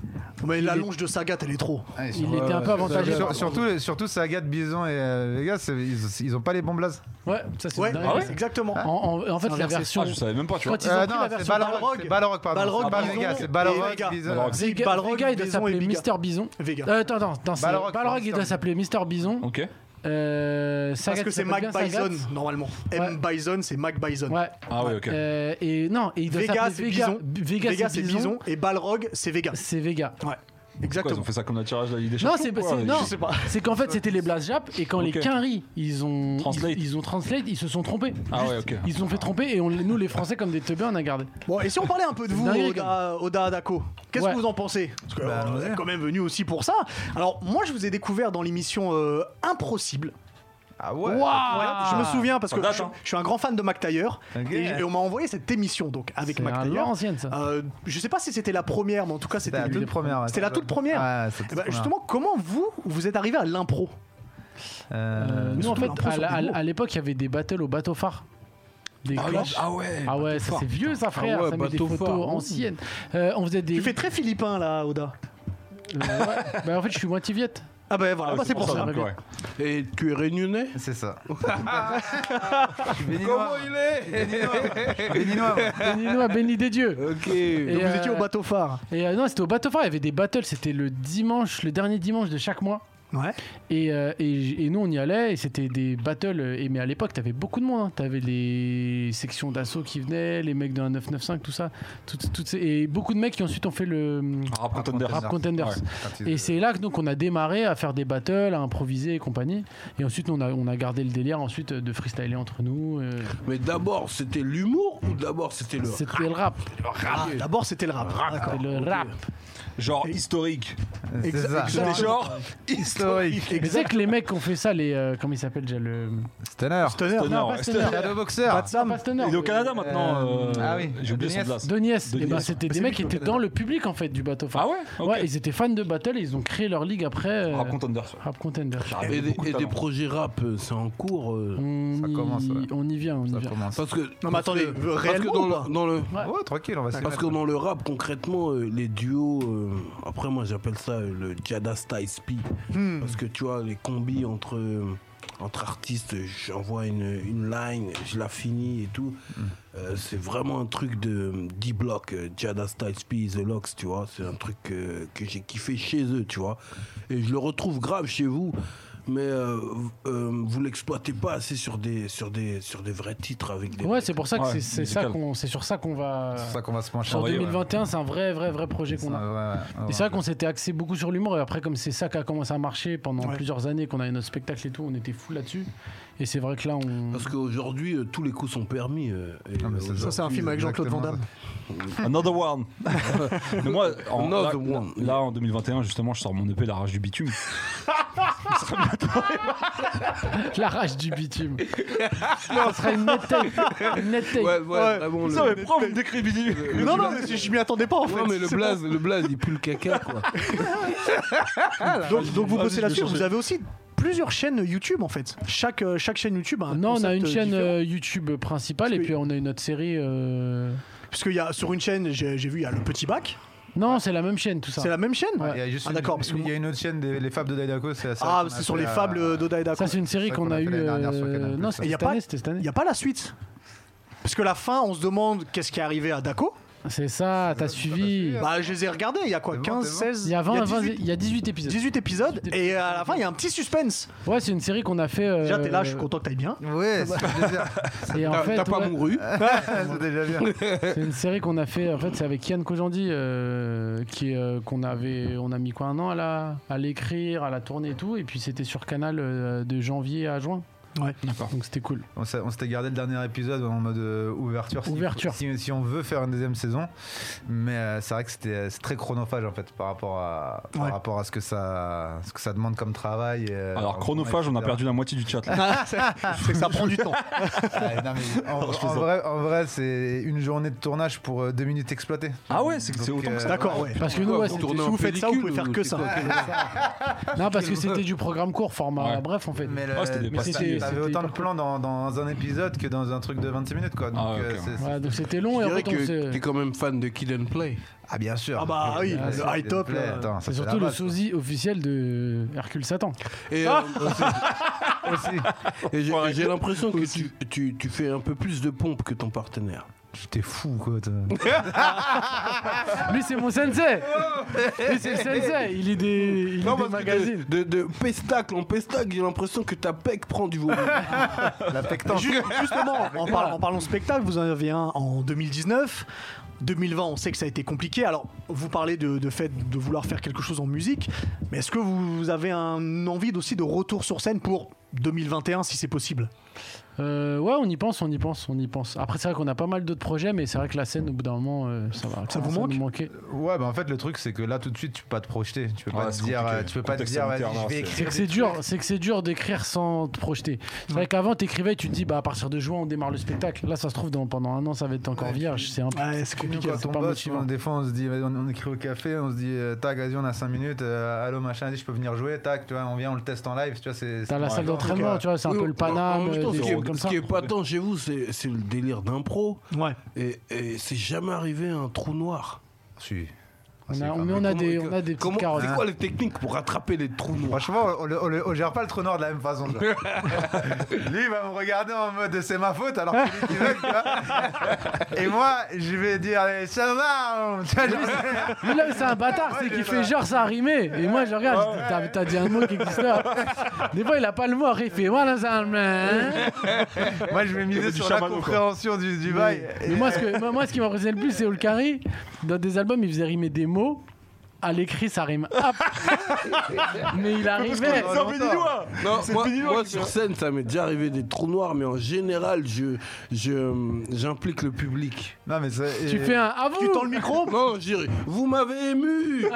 Mais la longe de Sagat, elle est trop.
Il était un peu avantageux.
Sur- surtout, les- surtout Sagat, Bison et euh, Vegas, c'est- ils, ils ont pas les bons blazes.
Ouais, ça Ah, c'est
Ouais,
une dinguerie.
exactement.
En, en- en fait, la
Inversé.
version.
Ah, je savais même pas, tu vois.
Quand ils ont
Euh,
pris la
c'est
version.
Balrog. c'est Balrog, pardon.
Balrog,
C'est pas
Bison
Vegas, c'est
et
Balrog,
Vega.
Bison.
Balrog.
C'est
Vega-
Balrog,
Vega, il doit
Bison et
s'appeler
Biga.
Mister Bison.
Vega.
Euh, attends, attends, attends, c'est-
Balrog,
Balrog, il
Mister
doit
Bison.
s'appeler Mister Bison.
Ok.
Euh,
Parce
Sagat,
que c'est
s'appelle
Mac
bien Sagat.
Bison, normalement. M Bison, c'est Mac Bison.
Ouais.
Ah ouais, ok.
Euh, et non, et il doit
Vega, c'est
s'appeler Vega.
Bison.
B- Vega,
c'est Bison. Et Balrog, c'est Vega.
C'est Vega.
Ouais.
Pourquoi ils ont
Exactement.
fait ça comme le tirage de la Ligue des
Non,
Champions
c'est
quoi
c'est- non,
Je sais pas.
c'est qu'en fait c'était les Blast Jap et quand
Ok.
les Quinry ils ont
Translate.
Ils, ils ont translate ils se sont trompés.
Ah ouais, ok.
Ils se sont fait tromper et on, nous les Français comme des teubés on a gardé.
Bon, et si on parlait un peu de
C'est
vous,
dingue,
Oda, Oda Adako Qu'est-ce
Ouais. Bah,
que vous en pensez Parce que euh, vous êtes quand même venu aussi pour ça. Alors, moi, je vous ai découvert dans l'émission euh, Impossible.
Ah ouais.
Ouais, je me souviens parce
Ça
que
date,
je,
hein.
je suis un grand fan de Mac Taylor
Ok.
et, et on m'a envoyé cette émission donc avec
C'est
Mac
un
Taylor.
ancienne, ça.
Euh, je sais pas si c'était la première, mais en tout cas
C'était
c'était
la toute première. ouais.
C'était la toute première.
Ouais, c'était
Eh
la
ben,
toute première.
justement, comment vous vous êtes arrivé à l'impro
Euh,
Euh, nous en
surtout
fait
l'impro
à
sur
la- à
des mots.
à l'époque il y avait des battles au bateau phare. Des
Ah,
clashs.
oui, ah ouais.
Ah ouais, ça c'est vieux ça frère,
Ah ouais,
ça met des
bateau
photos
phare.
anciennes. Euh, on faisait des.
Tu fais très philippin là, Oda.
Euh, ouais. Bah en fait je suis moitié viette.
Ah ben voilà,
Ah,
bah, c'est pour ça.
donc, ouais.
Et tu es réunionnais
C'est ça.
euh,
Comment il est
Béninois.
Béninois, béni des dieux.
Ok.
Et,
Donc, vous étiez
euh,
au bateau phare.
Et euh, non, c'était au bateau phare, il y avait des battles, c'était le dimanche, le dernier dimanche de chaque mois.
Ouais.
Et, euh, et j- et nous, on y allait, et c'était des battles. euh, Et, mais à l'époque, t'avais beaucoup de monde. hein. T'avais les sections d'assaut qui venaient, les mecs de 995, tout ça. Toutes- toutes ces- et beaucoup de mecs qui ensuite ont fait le hum,
Ah, Rap Contender.
Rap Contenders.
Ouais.
Euh,
Et c'est là que donc on a démarré à faire des battles, à improviser et compagnie. Et ensuite, on a, on a gardé le délire ensuite de freestyler entre nous. euh,
Mais d'abord, c'était l'humour ou d'abord c'était le.
c'était le rap.
Ah, D'abord c'était le rap. D'accord.
C'était le rap.
Genre historique.
C'est ça.
Genre, genre
Ah
historique.
Et c'est que les mecs qui ont fait ça, les. euh, comment il s'appelle déjà le.
Stunner.
Stoner.
Non, pas Stoner.
Shadow Boxer.
Pas de Sam.
Pas Stoner.
Il est au Canada maintenant.
Euh,
euh,
ah oui.
J'ai oublié son
Denis.
blast.
De Niès.
De
Eh ben,
Niès.
c'était des mecs qui étaient dans le public en fait du bateau.
Ah ouais Ok.
Ouais, ils étaient fans de Battle et ils ont créé leur ligue après. euh,
Rap Contender.
Rap Contender.
Et, des,
beaucoup de
et des
talent.
projets rap, euh, c'est en cours. euh,
On,
Ça
y...
commence, ouais.
on y vient, on y
Ça
vient.
commence.
Parce que.
Mm. mais
parce
attendez,
que-
euh,
parce
réellement
que dans
ou
le, dans le-
Ouais, tranquille, on va se
Parce que dans le rap, concrètement, euh, les duos, euh, après moi j'appelle ça euh, le Jada Style P.
Hmm.
Parce que tu vois, les combis entre, euh, entre artistes, euh, j'envoie une, une line, je la finis et tout.
Hmm.
Euh, c'est vraiment un truc de D-Block, euh, Jada Style P, The Locks, tu vois. C'est un truc euh, que j'ai kiffé chez eux, tu vois. Et je le retrouve grave chez vous. Mais euh, v- euh, vous l'exploitez pas assez sur des, sur, des, sur des vrais titres avec des.
Ouais, c'est pour ça que
Ouais,
c'est- c'est
musical.
ça qu'on, c'est sur ça qu'on va.
C'est ça qu'on va se pencher.
Sur
Ouais, ouais.
2021, c'est un vrai, vrai, vrai projet qu'on a.
Ah
Et c'est vrai qu'on s'était axé beaucoup sur l'humour et après comme c'est ça qui a commencé à marcher pendant
Ouais.
plusieurs années, qu'on avait notre spectacle et tout, on était fou là-dessus. Et c'est vrai que là on.
Parce qu'aujourd'hui, euh, tous les coups sont permis. euh, et aujourd'hui-
Mhm. Ah, Ça c'est un film avec Jean-Claude Van Damme.
Another one. Mais moi, en, là,
Another one.
là, en 2021, justement, je sors mon EP La Rage du Bitume.
La rage du bitume. ça serait une nette take. Une nette take.
Ouais, ouais, vraiment, le-
Ça, mais pourquoi vous me décrivez
Non non, mais je m'y attendais pas en fait.
Non, mais le
C'est
blaze, le blaze, il pue le caca, quoi.
bon. Donc donc vous
Vas-y,
bossez
je
là-dessus.
vais changer.
Vous avez aussi plusieurs chaînes YouTube en fait. Chaque euh, chaque chaîne YouTube. a un
Non, on a
concept,
une
euh,
chaîne
différent.
euh, YouTube principale
Parce
et
que-
puis on a une autre série. euh,
Parce qu'il y a sur une chaîne, j'ai j'ai vu, il y a le petit bac.
Non, c'est la même chaîne, tout ça.
C'est la même chaîne
Il y a juste
Ah,
une-
d'accord, parce que
il y a une autre chaîne, des- les fables de Daidako. c'est la série
Ah,
qu'on a
c'est sur
fait
les
à-
fables d'Odaïda.
Ça, c'est une série
C'est vrai
qu'on
qu'on
a
a fait
eue.
l'année dernière sur
euh,
Canal+,
Non,
ça.
Et
c'était
y a
cette
pas-
année, c'était cette
Il
année.
n'y a pas la suite. Parce que la fin, on se demande qu'est-ce qui est arrivé à Daco.
C'est ça, t'as suivi.
suivi.
Bah, je les ai regardés, il y a quoi
Devant,
15,
devant.
16
Il y a 20, 20,
18,
il y a 18 épisodes.
18 épisodes, et à la fin, il y a un petit suspense.
Ouais, c'est une série qu'on a fait. euh,
Déjà, t'es là, je suis content que t'ailles bien.
Ouais, c'est un plaisir.
Et en
T'as
fait,
t'as pas
ouais,
mouru.
c'est déjà bien.
c'est une série qu'on a fait. En fait, c'est avec Yann Kojandi euh, qui euh, qu'on avait, on a mis quoi un an à la, à l'écrire, à la tourner et tout. Et puis c'était sur Canal euh, de janvier à juin.
Ouais.
D'accord. Donc c'était cool.
On s'est- on s'était gardé le dernier épisode en mode euh, ouverture. si-
Ouverture.
Si, si on veut faire une deuxième saison. Mais euh, c'est vrai que c'était c'est très chronophage en fait par rapport à, par
Ouais.
rapport à ce, que ça, ce que ça demande comme travail. et, euh,
Alors,
en-
chronophage, on a
etc.
perdu la moitié du chat. là.
c'est que ça prend du temps.
Ah, non, mais en,
Non, je
en
plaisante.
vrai, en vrai, c'est une journée de tournage pour euh, deux minutes exploitées.
Ah ouais, c'est que c'est
Donc,
autant que
euh,
ça.
D'accord, ouais.
Parce que nous, ouais,
Vous
c'était-
tournez
si
en
vous faites ça, vous pouvez
pellicule
faire
ou
que
c'est
ça.
quoi,
non, parce que c'était du programme court, format
Ouais.
bref en fait.
Mais,
Ah, c'était des
le-
pastilles.
t'avais
C'était
autant de
hyper cool.
plans dans, dans un épisode que dans un truc de 26 minutes quoi. Donc,
Ah, ok,
euh,
ouais.
c'est- c'est-
Ouais, donc c'était
Je
long et en
dirais
fait, on
que
s'est-
t'es quand même fan de Kill and Play.
Ah bien sûr. euh,
Ah bah oui,
Bien
le
sûr,
high top,
s'il te plaît.
là.
Attends, ça,
c'est
la
surtout le
base.
sosie officiel de Hercule Satan.
Et,
Ah.
euh, et j'ai et j'ai l'impression que tu, tu, tu fais un peu plus de pompe que ton partenaire.
T'es fou quoi. toi.
Lui, c'est mon sensei. Lui, c'est le sensei. Il est des, il est des
parce que
magazines.
de, de, de pestacle en pestacle, j'ai l'impression que ta pec prend du volume.
La pectante.
Ju- Justement, en, par- en parlant de spectacle, vous en avez un en 2019. 2020, on sait que ça a été compliqué. Alors, vous parlez de, de fait de vouloir faire quelque chose en musique, mais est-ce que vous avez un envie aussi de retour sur scène pour 2021, si c'est possible
Euh, ouais, on y pense, on y pense, on y pense. Après, c'est vrai qu'on a pas mal d'autres projets, mais c'est vrai que la scène, au bout d'un moment, euh, ça va.
Ça vous
commencer à
manque
nous manquer.
Ouais, bah en fait, le truc, c'est que là, tout de suite, tu peux pas te projeter. Tu peux
Ouais,
pas te
c'est
dire,
compliqué.
euh, tu peux pas te
Contexte
dire, vas-y,
sanitaire, non,
je vais
c'est-
C'est
écrire.
que
des
c'est
trucs.
dur, c'est que c'est dur d'écrire sans te projeter. C'est vrai qu'avant t'écrivais, tu te dis bah à partir de juin on démarre le spectacle. Là ça se trouve dans, pendant un an ça va être encore vierge. C'est un
Ah,
peu.
Ouais, Ah, c'est
Nous,
compliqué.
quand
c'est
on
pas
bosse,
motivant.
on- des fois, on se dit, vas-y, on, on écrit au café, on se dit, euh, tac, vas-y, on a 5 minutes, euh, allô, machin, vas-y, je peux venir jouer, tac, tu vois, on vient, on le teste en live, tu vois, c'est.
T'as la
c'est-
salle
Ouais.
d'entraînement, tu vois, c'est un
Oui,
peu le
en- en
Paname,
même
euh,
temps,
des
ce qui
trucs
est-
comme
ce
ça.
qui est pas tant chez vous, c'est c'est le délire d'un pro.
Ouais.
Et, et c'est jamais arrivé un trou noir.
Si.
On
C'est
a,
quand
Ah, mais
même-
on a
Ah, Comment-
des, on a des petites
comment-
carottes.
C'est quoi les techniques pour attraper les trous noirs
Franchement, on, le- on le- on gère pas le trou noir de la même façon. tu vois. Lui, il va me regarder en mode c'est ma faute, alors qu'il est aveugle, tu vois. Et moi, je vais dire eh, ça va. on- tu vois, genre-
Lui, là, c'est un bâtard, c'est qu'il fait genre ça a rimé. Et moi, je regarde, je dis, t'as, t'as dit un mot qui existait. Des fois, il a pas le mot, après, il fait voilà, ça. hein. un-
Moi, je vais miser
du
sur la
chamano, quoi.
compréhension du, du bail.
Mais moi, ce que, moi, moi, ce qui m'impressionnait le plus, c'est Olkari. Dans des albums, il faisait rimer des mots. À l'écrit, ça rime up. Mais il arrivait.
qu'on en-
Non, moi, moi, sur scène, ça m'est déjà arrivé des trous noirs, mais en général, je, je, j'implique le public.
Non, mais ça-
Tu
et-
fais un ah à vous.
Dans le micro
Non, je dirais, vous m'avez ému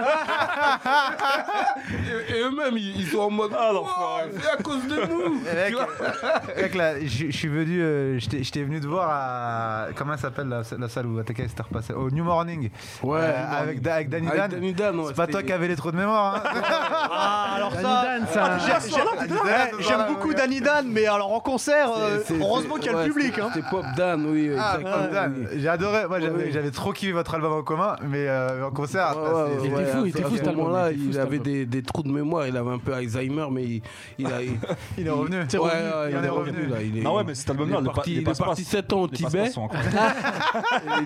Et, et eux-mêmes, ils, ils sont en mode,
Ah,
oh,
l'enfoiré.
c'est à cause de nous
Eh, mec,
Tu vois
euh, mec, là, je je suis venu, euh, je t'ai- je t'ai venu te voir à. Comment elle s'appelle la, la salle où ATK s'était repassé Au New Morning.
Ouais,
Euh,
New
avec,
Morning.
Da- avec Danny
Avec
Dan.
Danny Dan, ouais,
C'est pas toi
c'était-
qui avais les trous de mémoire. Hein.
Ah, alors
Danny
ça.
Dan, ça-
Ah, j'ai- j'ai-
Danny Dan,
ouais,
voilà,
J'aime beaucoup
regarde.
Danny Dan, mais alors en concert, euh,
C'est- c'est-
heureusement
c'est-
qu'il y a
ouais,
le public.
c'était-
hein.
C'était Pop Dan, oui.
Ah,
exactement,
Pop Dan.
oui.
J'ai adoré. Moi, j'avais
oui.
j'avais trop kiffé votre album en commun, mais euh, en concert.
Ouais,
ça,
ouais,
c'est-
était
ouais,
fou,
à
il était
ce- à
fou,
ce
cet album,
moment-là,
il était fou,
il
cet
avait
album.
des, des trous de mémoire, il avait un peu Alzheimer, mais il, il a. il-
Il est revenu.
Ouais, ouais,
Il en est revenu.
là, il est-
Non, Ah ouais, mais cet album-là,
il est
le pa-
parti,
les
il est
passe-passe-
parti 7 ans au
les
Tibet.
passe-passe sont encore-
et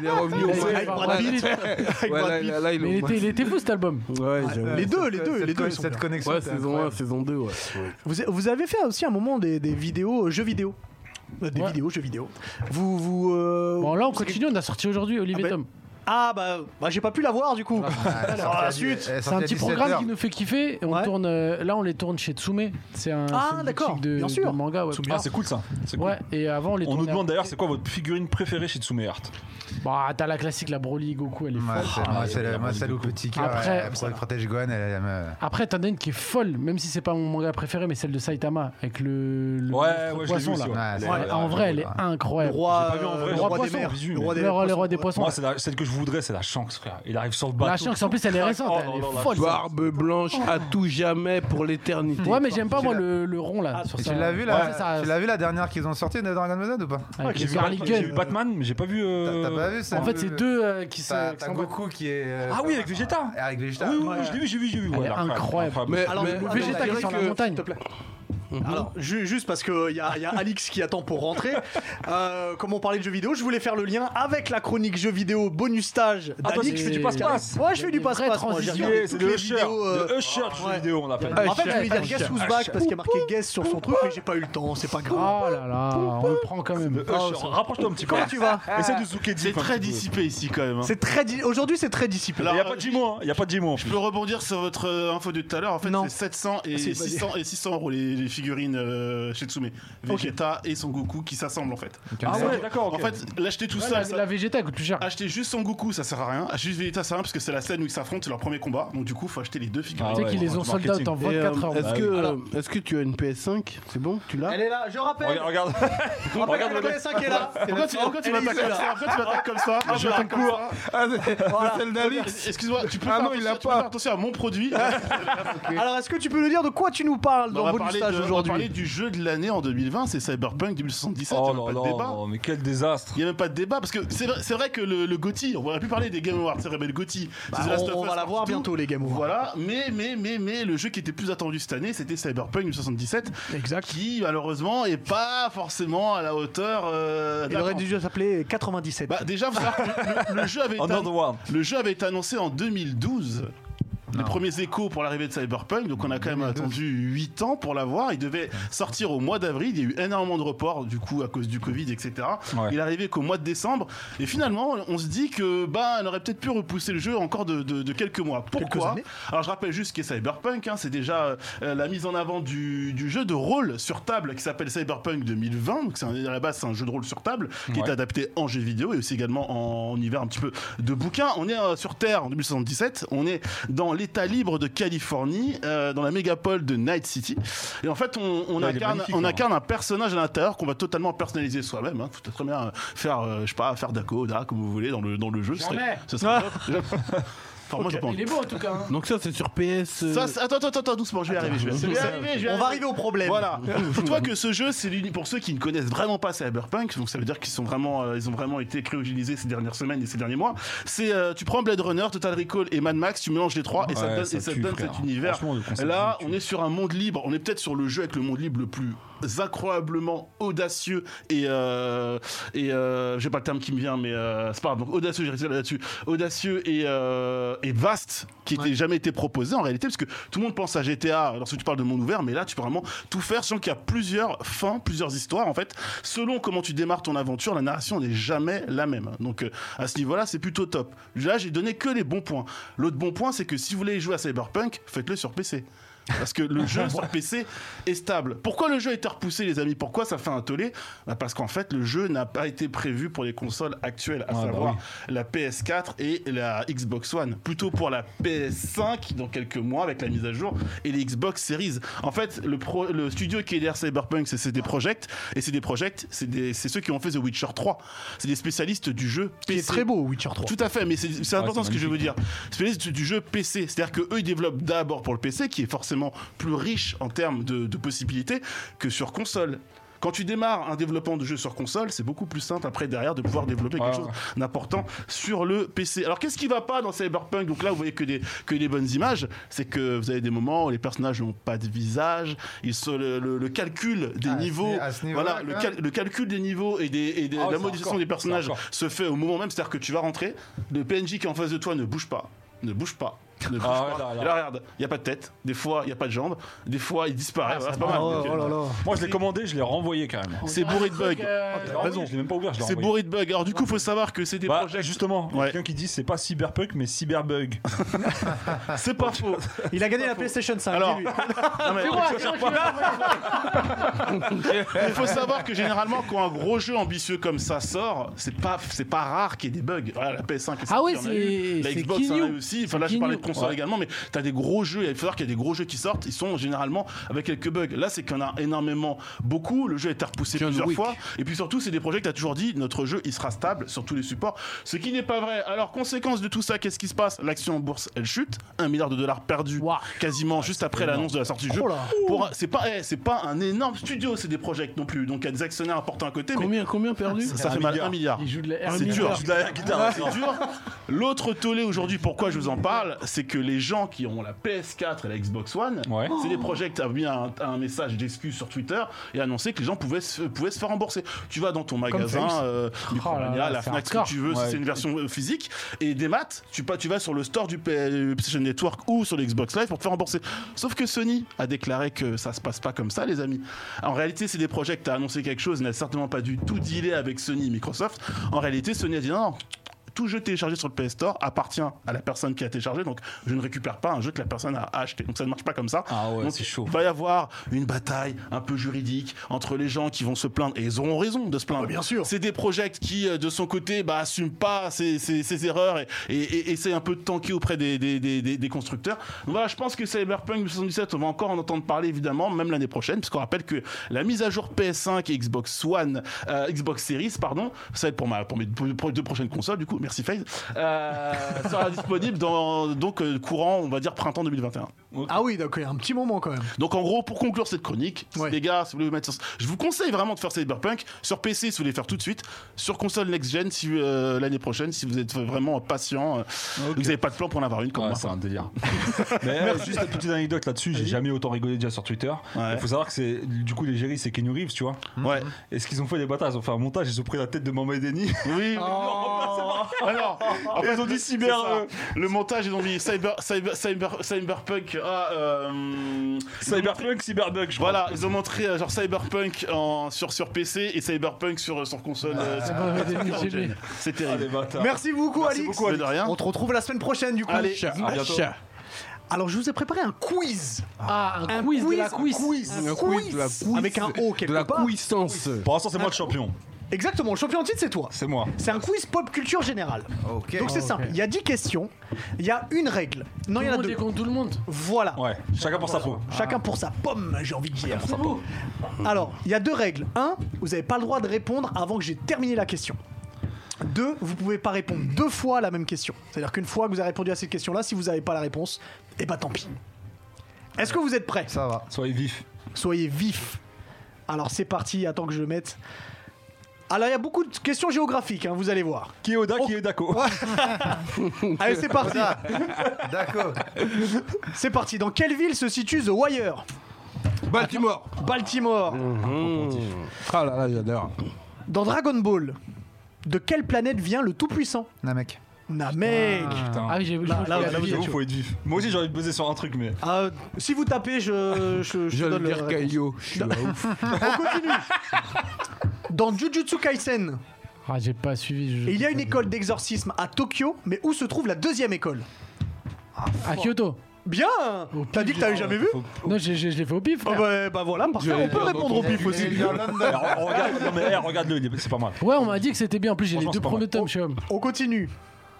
Il est revenu au
Il a
Maroc.
essayé de voir Brad Pitt.
Avec
Ouais,
Brad
là,
Pitt.
là, là, il est
Mais il
au
était, il était fou cet album.
Ouais, j'avoue.
Les deux, les
Cette-
deux,
cette
les deux.
con-
ils sont
Cette
bien.
connexion.
Ouais,
c'est
saison
incroyable.
1, saison 2, ouais.
Vous, vous avez fait aussi un moment des, des vidéos euh, jeux vidéo. Euh, Des
Ouais.
vidéos, jeux vidéo. Vous. vous euh,
Bon, là, on
vous-
continue, on a sorti aujourd'hui Olivier
Ah ben,
Tom.
Ah, bah, bah, j'ai pas pu la voir du coup.
Ah,
Alors,
sorti
la
à-
suite.
elle est
C'est un
sortie à
petit
17
programme
heures.
qui nous fait kiffer. Et on
Ouais.
tourne, euh, là, on les tourne chez Tsume. C'est un
Ah,
c'est une
d'accord,
boutique de,
bien sûr.
de manga. Ouais.
Ah, c'est cool ça. C'est cool.
Ouais, et avant, on les
On nous
tournait à-
demande d'ailleurs c'est quoi votre figurine préférée chez Tsume Heart
Bah, t'as la classique, la Broly Goku, elle est
Ouais,
folle.
c'est- moi, c'est le- moi, celle au petit cœur.
Après-
elle- Elle protège Gohan. Elle elle me.
Après, t'en as une qui est folle, même si c'est pas mon manga préféré, mais celle de Saitama, avec le,
Ouais,
le monstre
ouais, je l'ai vu
poisson
aussi.
là.
Ouais,
Elle est-
ouais,
Ouais, en vrai, elle est
ouais.
incroyable.
roi,
J'ai pas vu en vrai,
euh,
j'ai
roi
pas
des
vu en
mers.
visu,
Le roi
mais-
des
Le roi- le roi des
poissons.
poissons.
Moi, c'est la- celle que je voudrais, c'est la chance, frère. Il arrive sur le bateau.
La chance, en plus, elle est récente.
Oh,
elle
non,
est
non, la
folle, celle-là.
Barbe blanche à tout jamais pour l'éternité.
Ouais, mais j'aime pas,
Tu
moi,
l'as-
le, le rond là. sur
Et
sa-
Tu l'as vu,
Ouais,
la...
ça-
tu l'as vu la dernière qu'ils ont sortie de Dragon Ball Z ou pas
Ouais,
avec
Ah, j'ai,
les
vu Batman,
Harley
j'ai
Quinn.
vu Batman, mais j'ai pas vu. euh,
T'as- t'as pas vu ça
En fait, c'est deux euh, qui se.
T'as
qui
t'as
s'en battent.
Goku qui est. euh,
Ah oui, avec Vegeta.
Et Avec Vegeta.
Oui, oui, oui, je l'ai vu, j'ai vu, j'ai vu.
Elle est incroyable.
Mais,
Alors,
mais-
le-
mais-
Attends,
Vegeta qui est
c'est
sur
vrai
la
que-
montagne.
Alors, ju- juste parce qu'il y a, y a Alix qui attend pour rentrer. Euh, comme on parlait de jeux vidéo, je voulais faire le lien avec la chronique jeux vidéo bonus stage
Ah, toi, tu
d'Alix.
fais du
Et-
passe-passe.
Ouais, je fais du
Des vraies
passe-passe. moi, j'ai
transitions.
regardé
C'est
toutes
le
les
Usher.
vidéo, euh,
Le Usher de jeux
ouais.
vidéo, on l'appelle.
En fait, je voulais dire
Usher.
guess who's back parce qu'il y a marqué guess sur son truc, mais j'ai pas eu le temps, c'est pas grave.
Oh là là, on le prend quand même.
Le Usher. Ah, Rapproche-toi un petit peu.
Comment tu vas
Essaye de zouker
C'est très dissipé ici quand même. hein.
C'est très di- aujourd'hui, c'est très discipliné.
Il
Alors,
n'y a pas de Jimo, hein. Il y a pas de Jimo en
Je
plus.
peux rebondir sur votre euh, info de tout à l'heure. En fait,
Non.
c'est 700 et
c'est pas
600 et 600 euros les, les figurines euh, Shetsume, Vegeta et Son Goku qui s'assemblent en fait.
Ah ouais, d'accord.
En
ok.
fait, l'acheter tout
Ouais,
seul,
la,
ça- Ah
la Vegeta coûte plus cher.
acheter juste Son Goku, ça sert à rien. Acheter juste Vegeta, ça sert à rien parce que c'est la scène où ils s'affrontent, c'est leur premier combat. Donc du coup, faut acheter les deux
Ah
figurines.
tu sais
ouais,
qu'ils les ont
du
sold out en
Et, euh,
24 heures. Bah
Est-ce que, euh, est-ce que tu as une PS5 C'est bon Tu l'as
Elle est là, je rappelle.
Regarde, regarde.
Regarde le PS5 est là.
Pourquoi tu, pourquoi tu
Elle est
m'attaques comme
isolée.
ça Pourquoi tu m'attaques comme ça Je t'attaque comme ça.
Ah, c'est c'est celle d'Alix.
Excuse-moi, tu peux
Ah
faire
non, il l'a
attention- tu peux
pas.
faire attention à mon produit.
Alors, est-ce que tu peux nous dire de quoi tu nous parles
Bah,
dans
on, va
bonus
parler
stage
de- on va parler
aujourd'hui
du jeu de l'année en 2020, c'est Cyberpunk 2077. il y a
Oh
pas
là
de débat.
là, mais quel désastre.
Il n'y a même pas de débat parce que c'est vrai, c'est vrai que le, le GOTY, on aurait pu parler des Game Awards, c'est vrai, mais le GOTY,
Bah,
c'est The
on-
Last of
On
Us
va la voir
partout.
bientôt, les Game Awards.
Voilà, mais, mais, mais, mais le jeu qui était plus attendu cette année, c'était Cyberpunk 2077,
Exact.
qui malheureusement est pas forcément à la hauteur. euh,
Ah,
de
Il
la
aurait
tendance.
dû s'appeler 97.
Bah, déjà, faut savoir que le- le, le jeu avait été
Another one.
le jeu avait été annoncé en 2012. Les premiers échos pour l'arrivée de Cyberpunk, donc on a quand même attendu 8 ans pour l'avoir. Il devait sortir au mois d'avril, il y a eu énormément de reports du coup à cause du Covid, etc.
Ouais.
Il est arrivé qu'au mois de décembre, et finalement on se dit que bah on aurait peut-être pu repousser le jeu encore de, de- de quelques mois. Pourquoi
années.
Alors je rappelle juste ce qu'est Cyberpunk, hein, c'est déjà euh, la mise en avant du, du jeu de rôle sur table qui s'appelle Cyberpunk 2020. Donc c'est un- à la base c'est un jeu de rôle sur table qui
Ouais.
est adapté en jeu vidéo et aussi également en univers un petit peu de bouquin. On est euh, sur Terre en 2077, on est dans l'état libre de Californie, euh, dans la mégapole de Night City. Et en fait, on, on
Ouais, il est
incarne,
magnifique,
on
hein.
incarne un personnage à l'intérieur qu'on va totalement personnaliser soi-même. Hein. Faut très bien euh, faire, euh, je sais pas, faire Daco, Da, comme vous voulez dans le, dans le jeu. Ce serait,
Jamais.
ce serait top. Enfin, moi, je pense.
Il est beau en tout cas. hein.
Donc ça, c'est sur PS. euh,
Ça, c'est- attends, attends, attends, doucement, je vais y arriver. Je vais, je vais y arriver, je vais y
On va arriver au problème.
voilà. Dis-toi que ce jeu, c'est l'uni- pour ceux qui ne connaissent vraiment pas Cyberpunk, donc ça veut dire qu'ils sont vraiment, euh, ils ont vraiment été cryogénisés ces dernières semaines et ces derniers mois. C'est, euh, tu prends Blade Runner, Total Recall et Mad Max, tu mélanges les trois et ça
Ouais,
te donne,
ça
et ça te
tue,
donne
frère.
cet univers.
Franchement, le concept
Là,
me tue.
on est sur un monde libre. On est peut-être sur le jeu avec le monde libre le plus incroyablement audacieux et euh, et euh, j'ai pas le terme qui me vient, mais euh, c'est pas grave. Donc audacieux, j'ai resté là-dessus. Audacieux et euh, et vaste qui n'était jamais été proposé en réalité, parce que tout le monde pense à GTA lorsque tu parles de monde ouvert, mais là tu peux vraiment tout faire, sachant qu'il y a plusieurs fins, plusieurs histoires en fait. Selon comment tu démarres ton aventure, la narration n'est jamais la même. Donc euh, à ce niveau-là, c'est plutôt top. Là, j'ai donné que les bons points. L'autre bon point, c'est que si vous voulez jouer à Cyberpunk, faites-le sur PC. Parce que le jeu sur PC est stable. Pourquoi le jeu a été repoussé, les amis Pourquoi ça fait un tollé Bah, Parce qu'en fait, le jeu n'a pas été prévu pour les consoles actuelles, à
Ah,
bah
savoir la PS4 et la Xbox One. Plutôt pour la PS5 dans quelques mois avec la mise à jour et les Xbox Series. En fait, le, pro- le studio qui est derrière Cyberpunk, c'est CD Projekt. Et CD Projekt, c'est des- c'est ceux qui ont fait The Witcher 3. C'est des spécialistes du jeu
Qui
PC.
est très beau, Witcher 3.
Tout à fait, mais c'est c'est important
c'est
ce que je veux dire. C'est du jeu PC, c'est-à-dire que eux ils développent d'abord pour le PC, qui est forcément plus riche en termes de, de possibilités que sur console. Quand tu démarres un développement de jeu sur console, c'est beaucoup plus simple après derrière de pouvoir développer quelque
Ouais,
chose
ouais.
d'important sur le PC. Alors qu'est-ce qui va pas dans Cyberpunk Donc là, vous voyez que des que des bonnes images, c'est que vous avez des moments où les personnages n'ont pas de visage, ils se, le, le- le calcul des
Ah,
niveaux,
c'est à ce niveau-là,
voilà, le,
quand
cal- le calcul des niveaux et des et des-
Ah ouais,
la
c'est
modification
encore.
des personnages
C'est encore.
se fait au moment même, c'est-à-dire que tu vas rentrer, le PNJ qui est en face de toi ne bouge pas, ne bouge pas. Ne bouge
Ah ouais,
pas.
là, là.
Et là, regarde, il n'y a pas de tête, des fois il n'y a pas de jambes, des fois il disparaît,
Ah,
voilà, c'est pas mal.
Oh,
Donc, euh,
Moi, je l'ai commandé, je l'ai renvoyé quand même.
C'est bourré de bugs.
Donc, euh,
T'as raison, je l'ai même pas ouvert, je l'ai
C'est
renvoyé.
bourré de bugs. Alors du coup, faut savoir que c'est des
Bah,
projets.
justement, il y a
Ouais.
quelqu'un qui dit c'est pas cyberpunk mais cyberbug.
C'est pas faux.
Il a gagné la PlayStation 5.
Alors,
j'ai vu.
Non, mais-
C'est moi, c'est moi qui l'ai envoyé.
Il faut savoir que généralement, quand un gros jeu ambitieux comme ça sort, c'est pas, c'est pas rare qu'il y ait des bugs. Voilà, la PS5 est
Ah oui,
sortie, il y en a eu.
c'est-
La
c'est
Xbox
qui
en a eu
knew
aussi. Enfin, là,
C'est
je parlais de
qui
console également, mais t'as des gros jeux, il faut savoir qu'il y a des gros jeux qui sortent, ils sont généralement avec quelques bugs. Là, c'est qu'il y en a énormément, beaucoup, le jeu a été repoussé
John
plusieurs
Wick.
fois, et puis surtout, c'est des projets que t'as toujours dit, notre jeu, il sera stable sur tous les supports, ce qui n'est pas vrai. Alors, conséquence de tout ça, qu'est-ce qui se passe L'action en bourse, elle chute, 1 milliard de dollars perdus,
Waouh.
quasiment juste après l'annonce de la sortie du
Oh
jeu. Pour un- C'est pas, eh, c'est pas un énorme studio, c'est des projets non plus, donc il y a des actionnaires importants à côté, mais
Combien, combien perdu
ça, ça fait mal 1 milliard.
Il joue de la
C'est dur, je suis derrière la guitare, c'est dur. L'autre tollé aujourd'hui, pourquoi je vous en parle, c'est que les gens qui ont la PS4 et la Xbox One,
Ouais.
c'est des projets qui ont mis un, un message d'excuse sur Twitter et annoncé que les gens pouvaient se, pouvaient se faire rembourser. Tu vas dans ton magasin, euh, Micromania,
Oh là là,
la
c'est
Fnac, ce que
hardcore.
tu veux, si
Ouais.
c'est une version euh, physique, et des maths, tu, pas, tu vas sur le store du P- du PlayStation Network ou sur l'Xbox Live pour te faire rembourser. Sauf que Sony a déclaré que ça se passe pas comme ça, les amis. En réalité, c'est des projets que tu as annoncé quelque chose, n'a certainement pas du tout dealé avec Sony et Microsoft. En réalité, Sony a dit non, non, tout jeu téléchargé sur le PS Store appartient à la personne qui a téléchargé, donc je ne récupère pas un jeu que la personne a acheté. Donc ça ne marche pas comme ça.
Ah ouais,
Donc,
c'est chaud.
Il va y avoir une bataille un peu juridique entre les gens qui vont se plaindre, et ils auront raison de se plaindre.
Ah, bien sûr.
C'est des projets qui, euh, de son côté, bah, assument pas ses, ses- ses erreurs et, et, et essaient un peu de tanker auprès des, des, des- des- des constructeurs. Donc voilà, je pense que Cyberpunk 2077, on va encore en entendre parler évidemment, même l'année prochaine, puisqu'on rappelle que la mise à jour PS5 et Xbox One, euh, Xbox Series, pardon, ça va être pour, ma, pour mes deux pro- deux prochaines consoles, du coup, merci FaZe, euh, sera disponible dans, donc euh, courant, on va dire printemps 2021.
Ah oui, d'accord, il y a un petit moment quand même.
Donc en gros, pour conclure cette chronique,
Ouais.
les gars, si vous voulez vous mettre sur- je vous conseille vraiment de faire Cyberpunk sur PC si vous voulez faire tout de suite, sur console next gen si euh, l'année prochaine si vous êtes vraiment patient, euh, vous n'avez pas de plan pour en avoir une comme
Ouais,
moi.
c'est un délire. Mais euh, juste une petite anecdote là-dessus, j'ai jamais autant rigolé déjà sur Twitter. Il
Ouais.
faut savoir que c'est du coup les géris c'est Kenny Reeves, tu vois.
Ouais.
Et ce qu'ils ont fait les bâtards, ils ont fait un montage, ils ont pris la tête de Mamadou Denis.
Oui. Alors,
Après ils ont dit cyber. euh,
le montage ils ont mis cyber, cyber, cyber, cyberpunk. Ah, euh,
Cyberpunk, Cyberbug, je crois.
voilà, ils ont montré euh, genre cyberpunk en, sur sur PC et cyberpunk sur euh, sur console. euh, sur-
Ah, les
C'est terrible.
bâtards.
Merci beaucoup,
Merci
Alix.
beaucoup, Alix. De rien.
On te retrouve la semaine prochaine, du coup. Ah,
Allez, à bientôt.
Alors, je vous ai préparé un quiz.
Ah, un quiz de la quiz.
quiz.
Un quiz de la quiz.
Avec un O quelque
De la
part.
puissance.
Pour l'instant, c'est moi le champion.
Exactement, le champion en titre, c'est toi.
C'est moi.
C'est un quiz pop culture générale.
Ok.
Donc, c'est simple. Il y a 10 questions. Il y a une règle. Non,
Tout
il y
le
en a
monde est
deux.
contre tout le monde.
Voilà.
Ouais, chacun pour sa peau.
Chacun pour sa pomme, j'ai envie de dire. Alors, il y a deux règles. Un, vous n'avez pas le droit de répondre avant que j'ai terminé la question. Deux, vous pouvez pas répondre deux fois à la même question. C'est-à-dire qu'une fois que vous avez répondu à cette question-là, si vous n'avez pas la réponse, eh bah tant pis. Est-ce que vous êtes prêts
Ça va.
Soyez vif.
Soyez vifs. Alors c'est parti, attends que je le mette. Alors il y a beaucoup de questions géographiques, hein, vous allez voir.
Qui est Oda,
Oh.
qui est Dako
Allez, c'est parti.
D'accord.
C'est parti. Dans quelle ville se situe The Wire
Baltimore.
Baltimore.
Ah là là, j'adore.
Dans Dragon Ball, de quelle planète vient le Tout-Puissant
Namek.
Namek
Putain.
Ah oui, j'ai vu.
Là, là,
Là, vous avoue, faut être vif. Moi aussi, j'ai envie de buzzer sur un truc, mais.
Ah, Si vous tapez, je, je, je te
J'allais
donne le.
dire Caillot. Je suis un ouf.
Dans Jujutsu Kaisen,
Ah, j'ai pas suivi. je-
il y a une école d'exorcisme à Tokyo, mais où se trouve la deuxième école
À Kyoto.
Bien
Au
T'as dit
pif,
que t'avais jamais vu
Non, j'ai- j'ai- je l'ai fait au pif.
Oh,
frère.
bah, bah voilà, parfait, on peut répondre au pif aussi.
Eh, re- regarde, non, mais, eh, regarde-le, il est- c'est pas mal.
Ouais, on m'a dit que c'était bien. En plus, j'ai les
Franchement,
deux
c'est pas
premiers
mal.
tomes, je suis homme.
On continue.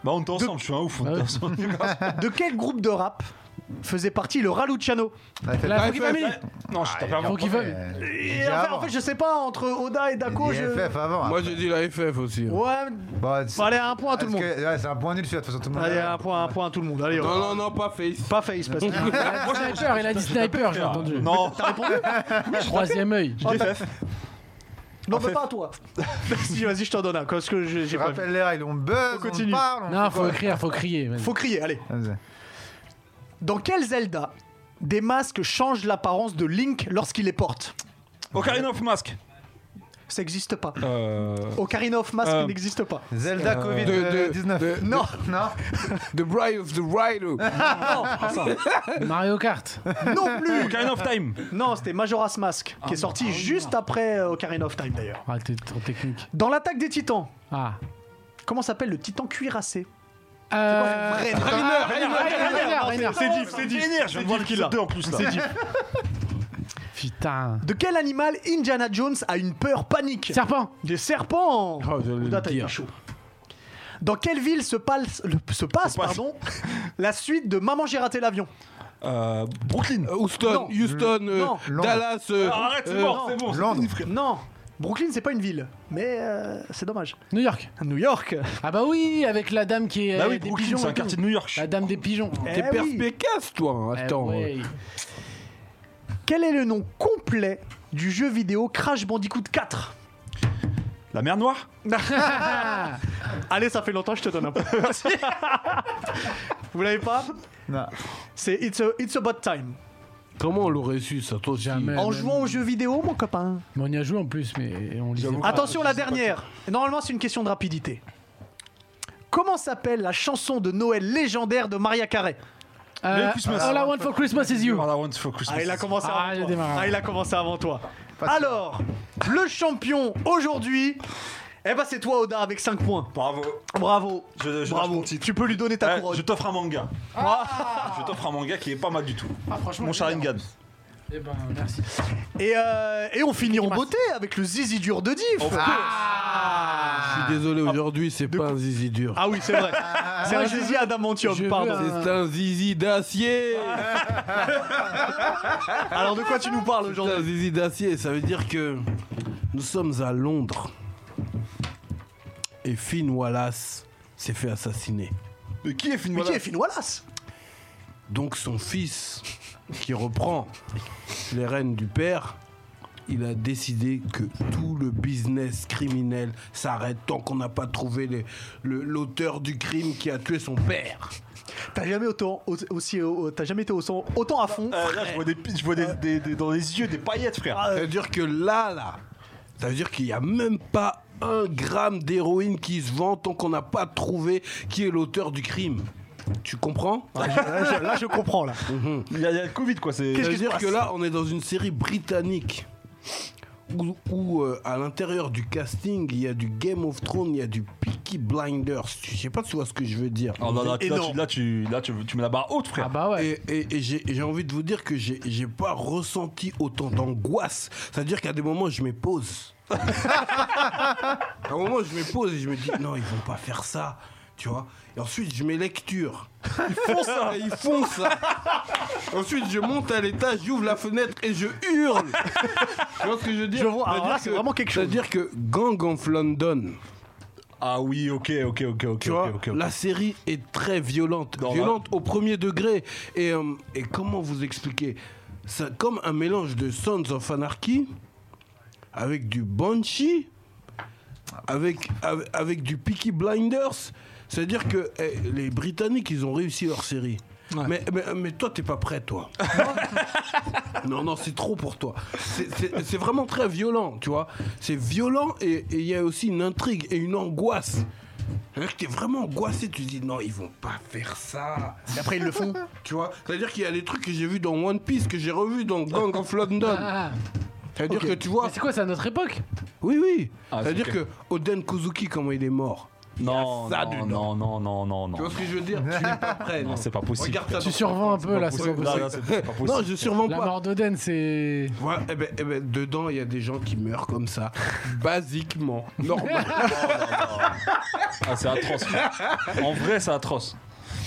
Bah, on est ensemble, je suis un ouf. on est
Ah ouais.
ensemble.
De quel groupe de rap faisait partie le Raluciano
La
bah,
Funky Family.
Non, je t'ai pas
Funky Family.
Et en fait, en fait, je sais pas, entre Oda et Dako, je.
FF avant.
Moi, j'ai dit la FF aussi. hein.
Ouais,
Bon, c'est-
bah, allez, un point à tout le
Parce
monde. Ah,
que- ouais, c'est un point nul celui-là, de toute façon tout le monde.
Allez, un point, un point à tout le monde. Allez,
Non,
on-
non, non, pas Face.
Pas face, parce que.
Sniper, il a dit sniper, j'ai entendu.
Non,
Troisième œil.
Non, mais pas à toi. si, vas-y, je t'en donne un, parce que j'ai
Je
j'ai pas vu.
rappelle les règles, on buzz,
On
on,
continue.
parle. on
Non,
fait
faut écrire, faut crier. man.
Faut crier, allez.
quoi. Vas-y.
Dans quel Zelda des masques changent l'apparence de Link lorsqu'il les porte
Ocarina of Mask.
Ça n'existe pas.
Euh.
Ocarina of Mask
Euh.
n'existe pas.
Zelda Covid
de-
euh,
de-
19.
de-
Non,
Non,
The Bride of the Rider.
Mario Kart.
non plus
Ocarina of Time.
Non, c'était Majora's Mask, qui est sorti juste après euh, Ocarina of Time d'ailleurs.
Ah, t'es trop technique.
Dans l'attaque des titans,
Ah.
comment s'appelle le titan cuirassé
Euh,
Vrai nom.
Ah,
Rainer, Rainer.
C'est diff, c'est diff. Je viens de voir qu'il a. deux en plus là.
Putain.
De quel animal Indiana Jones a une peur panique
Serpent.
Des serpents
Oh, j'allais
Oda,
le
t'as été
dire.
chaud. Dans quelle ville se passe, le- se passe
Se passe.
pardon, la suite de Maman j'ai raté l'avion
Euh, Brooklyn.
Euh, Houston,
Non.
Houston, euh,
Non. Ah,
Londres.
Dallas. euh,
Arrête, c'est
euh,
bon, c'est bon.
Londres.
Non, Brooklyn c'est pas une ville, mais euh, c'est dommage.
New York.
New York
Ah bah oui, avec la dame qui est
Bah
euh,
oui,
des
Brooklyn,
pigeons
c'est
et
un
tout.
quartier de New York.
La dame des pigeons.
Eh
T'es
oui.
perspicace, toi. hein.
Eh
Attends.
ouais.
Quel est le nom complet du jeu vidéo Crash Bandicoot 4
La mer Noire
Allez, ça fait longtemps, je te donne un peu. Vous l'avez pas
Non.
C'est It's, a- It's About Time.
Comment on l'aurait su, ça, toi aussi
Jamais.
En
mais-
jouant aux jeux vidéo, mon copain.
Mais on y a joué en plus, mais on lisait
J'avoue.
pas.
Attention, la dernière. Normalement, c'est une question de rapidité. Comment s'appelle la chanson de Noël légendaire de Maria Carey
Euh,
Merry Christmas.
All I want for Christmas is you.
All I want for Christmas.
Ah, il a commencé
Ah, il a
avant toi.
démarré.
Ah, il a commencé avant toi.
sûr.
Alors, le champion aujourd'hui, eh ben c'est toi, Oda, avec 5 points.
Bravo.
Bravo.
Je- je lâche
Bravo.
mon titre.
Tu peux lui donner ta
Ouais,
couronne.
je t'offre un manga. Je t'offre un manga qui est pas mal du tout. Mon Sharingan.
Eh ben, merci.
Et, euh, et on finit en beauté avec le zizi dur de Diff.
Je suis désolé, aujourd'hui, c'est pas un zizi dur.
Ah oui, c'est vrai. C'est un zizi adamantium,
je veux
pardon.
un-
C'est un zizi d'acier.
Alors de quoi tu nous parles
C'est un
aujourd'hui
zizi d'acier. Ça veut dire que nous sommes à Londres. Et Finn Wallace s'est fait assassiner.
Mais qui est Finn
Mais qui est
Wallace
Finn Wallace
Donc son fils, qui reprend les rênes du père, il a décidé que tout le business criminel s'arrête tant qu'on n'a pas trouvé les- le- l'auteur du crime qui a tué son père.
T'as jamais autant au- aussi au- t'as jamais été autant, autant à fond.
Euh, là, je vois, des, je vois des- des- des- dans les yeux des paillettes, frère.
Ça veut dire que là, là, ça veut dire qu'il n'y a même pas un gramme d'héroïne qui se vend tant qu'on n'a pas trouvé qui est l'auteur du crime. Tu comprends
Là, je, là, je comprends là.
Il y, a il y a le Covid, quoi. C'est.
Ça veut dire que là, on est dans une série britannique où, où, euh, à l'intérieur du casting, il y a du Game of Thrones, il y a du Peaky Blinders. Je sais pas si tu vois ce que je veux dire.
Oh, non, non, là, tu-
énorme.
là, tu, là, tu, tu mets la barre haute, frère.
Ah bah ouais.
Et, et- et j'ai j'ai envie de vous dire que j'ai j'ai pas ressenti autant d'angoisse. C'est-à-dire qu'à des moments, je me pose. à un moment, je me pose et je me dis non, ils vont pas faire ça. Tu vois Et ensuite, je mets lecture. Ils font ça Ils font ça Ensuite, je monte à l'étage, j'ouvre la fenêtre et je hurle Tu vois ce que je veux dire
Je vois.
Ça veut
Alors
dire
là, c'est
que-
vraiment quelque chose.
C'est-à-dire que Gang of London,
Ah oui, ok, ok, ok, ok,
tu
ok,
vois,
ok, ok.
la série est très violente,
Non,
violente au premier degré. Et, euh, et comment vous expliquer C'est comme un mélange de Sons of Anarchy avec du Banshee, avec, avec, avec du Peaky Blinders. C'est-à-dire que eh, les Britanniques, ils ont réussi leur série. Mais, mais, mais toi, t'es pas prêt, toi. non, non, c'est trop pour toi. C'est- C'est c'est vraiment très violent, tu vois. C'est violent et et il y a aussi une intrigue et une angoisse. C'est-à-dire que t'es vraiment angoissé, tu te dis non, ils vont pas faire ça.
Et après ils le font.
Tu vois C'est-à-dire qu'il y a des trucs que j'ai vus dans One Piece, que j'ai revu dans Gang of London.
Ah.
C'est-à-dire
Ok.
que tu vois.
Mais c'est quoi, c'est à notre époque
Oui, oui.
Ah,
C'est-à-dire
ok.
que Oden Kozuki, comment il est mort.
Non,
Il y a ça
non,
dedans.
non, non, non, non,
Tu
non.
vois ce que je veux dire Tu n'es pas prêt.
Non,
non.
c'est pas possible.
Regarde ça
Tu
dans-
survends un peu là, c'est
C'est
pas
pas
possible.
possible. Non, non, c'est pas possible.
Non, je survends
La
pas.
mort d'Oden, c'est.
Ouais, eh ben, eh ben, dedans, il y a des gens qui meurent comme ça. Basiquement. Normal.
Ah, c'est atroce. frère. En vrai, c'est atroce.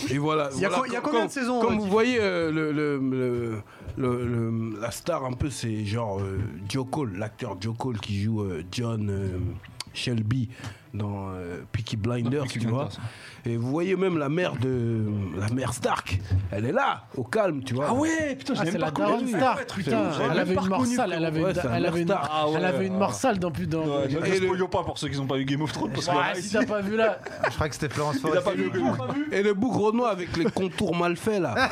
Et voilà.
Il y a
voilà,
co- il y a
com-
combien
com-
de saisons,
Comme
euh,
vous voyez, euh, le, le- le- le- le- la star un peu, c'est genre euh, Joe Cole, l'acteur Joe Cole qui joue euh, John euh, Shelby dans euh, Peaky Blinders,
Peaky
tu vois.
Blinders.
Et vous voyez même la mère de la mère Stark, elle est là, au calme, tu vois.
Ah ouais, putain, j'ai
Ah, c'est
même pas
la
connu.
daronne star, putain.
j'avais
Elle
même
avait
pas
une mort
reconnu,
sale, elle avait
Ouais,
une-
c'est la
elle
mort
avait une-
star.
Ah ouais,
elle avait une
ouais.
mort sale dans plus dans.
Ouais,
Et
Ne
le-
spoilons pas pour ceux qui n'ont pas vu Game of Thrones parce que là,
Ah, si t'as pas vu là,
Je crois que c'était Florence
il a
Foresti.
pas vu Game of Thrones.
Et le bouc renois avec les contours mal faits là.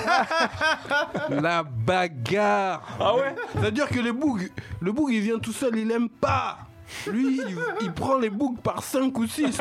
la bagarre.
Ah ouais
C'est-à-dire que les bougs, le boug il vient tout seul, il aime pas. Lui, il, il prend les bougs par 5 ou 6.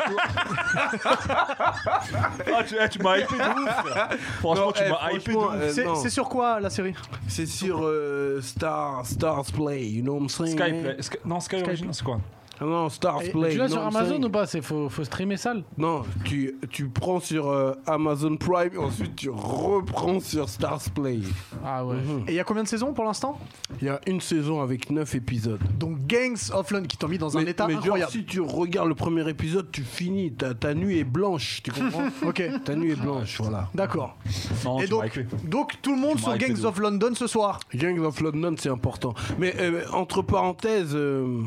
Ah, tu, eh, tu m'as hypé de ouf. frère. Franchement, tu m'as hypé de ouf.
C'est c'est sur quoi la série
C'est sur euh, Star, Stars Play, you know what I'm saying? Ah
Skype, là, Sky- non, Sky Origin, c'est quoi
Non, Stars
Et
Play.
tu l'as
non,
sur
I'm
Amazon
saying.
ou pas C'est faut, faut streamer sale.
Non, tu, tu prends sur euh, Amazon Prime, ensuite tu reprends sur Stars Play.
Ah ouais.
Et il y a combien de saisons pour l'instant
Il y a une saison avec 9 épisodes.
Donc Gangs of London qui t'ont mis dans un
mais
état
mais genre,
incroyable.
si tu regardes le premier épisode, tu finis. Ta, ta nuit est blanche, tu comprends
Ok,
Ta nuit est blanche, voilà.
d'accord.
Non,
Et
tu m'as
donc,
hypé.
donc tout le monde
Tu
sur
m'aurais fait
Gangs
de Mm.
of London ce soir.
Gangs of London, c'est important. Mais euh, entre parenthèses, euh,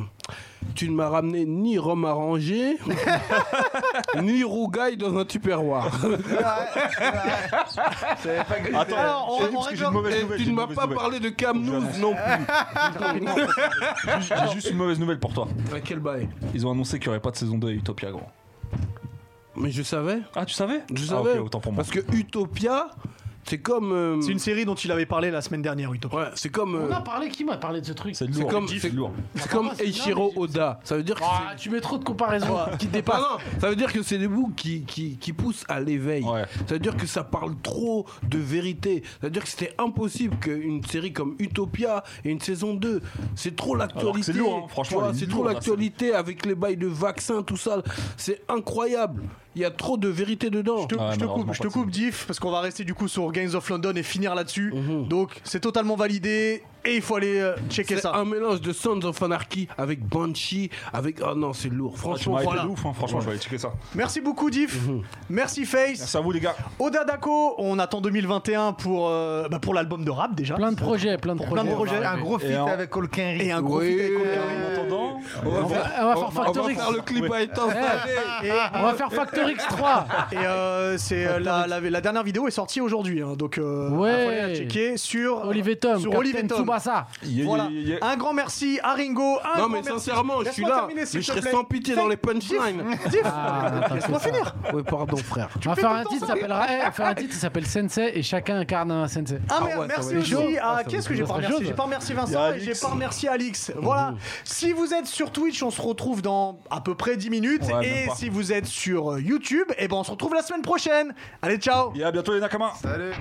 tu ne m'as ramené ni Rome arrangé, ni Rougail dans un tupperware.
C'est pas gris.
Attends,
Alors,
je dis parce que j'ai une mauvaise
Et
nouvelle.
tu
j'ai
ne
une
m'as
mauvaise
pas
nouvelle.
parlé de Camnous non plus.
J'ai juste une mauvaise nouvelle pour toi.
Ah, Quel bail.
Ils ont annoncé qu'il n'y aurait pas de saison 2 à Utopia, gros.
Mais je savais.
Ah, tu savais
Je
Ah, ok,
savais.
autant pour moi.
Parce que Utopia, c'est comme. euh,
C'est une série dont il avait parlé la semaine dernière, Utopia.
Ouais, c'est comme. euh,
On a parlé qui m'a parlé de ce truc
C'est lourd.
comme-
c'est
c'est-
lourd.
c'est comme Eiichiro Oda. Ça veut dire que
Ah, tu mets trop de comparaisons qui
c'est.
dépassent.
Ah non, ça veut dire que c'est des bouts qui, qui, qui poussent à l'éveil.
Ouais.
Ça veut dire que ça parle trop de vérité. Ça veut dire que c'était impossible qu'une série comme Utopia ait une saison 2. C'est trop
Alors que
l'actualité.
c'est lourd, hein. Franchement,
Tu vois,
elle est
C'est trop
lourde, la
l'actualité avec les bails de vaccins, tout ça. C'est incroyable. Il y a trop de vérité dedans.
Je te,
Ouais,
je te
malheureusement,
coupe, je
pas
te
de
coupe, Diff, parce qu'on va rester du coup sur Gangs of London et finir là-dessus.
Mm-hmm.
Donc c'est totalement validé et il faut aller euh, checker
C'est
ça.
un mélange de Sons of Anarchy avec Banshee, avec. Oh non, c'est lourd.
Tu
Franchement,
m'as hypé
voilà.
de ouf, hein. franchement, je vais aller checker ça.
Merci beaucoup, Diff. Merci, Face.
Mm-hmm. Merci à vous, les gars.
Oda Dako, on attend 2021 pour, euh, bah, pour l'album de rap déjà.
Plein de projets, plein de projets.
de projets.
Un gros feat
en-
avec Colquin
Et un gros feat avec Cole Cameron.
En attendant,
On
On
va-
va, on va faire
on va
Factor X.
faire le clip à étendre.
On va faire Factor X 3.
Et euh, c'est euh, la, la- la dernière vidéo est sortie aujourd'hui, hein, donc euh,
Ouais.
faut aller la checker sur
Olivier Tom,
Sur Olivier
Captain
Tom.
Tsubasa.
il y a-
Voilà.
il y a-
Un grand merci à Ringo. un
Non
grand
mais
merci-
sincèrement, je suis
Laisse-moi
là,
terminer,
mais
s'il
je
te
serai
plaît.
sans pitié dans les
Diff,
punchlines.
Diff,
Ah, non, t'as
laisse-moi
fait ça.
finir.
Oui, pardon frère.
On va faire un
tout le
titre
temps ça.
s'appellera. eh, on va faire un titre qui s'appelle Sensei et chacun incarne un Sensei.
Ah,
Ah
mer-
ouais, ça
merci
va être chaud.
aussi
Ah,
à.
ça
Qu'est-ce
va
que j'ai
être
pas
chaud,
remercié
ça.
J'ai pas remercié
Il y a
Vincent et
Alix.
j'ai pas remercié Alix. Voilà. Si vous êtes sur Twitch, on se retrouve dans à peu près 10 minutes.
Ouais, même
et
pas.
si vous êtes sur euh, YouTube, eh ben on se retrouve la semaine prochaine. Allez, ciao
Et à bientôt, les Nakamas.
Salut.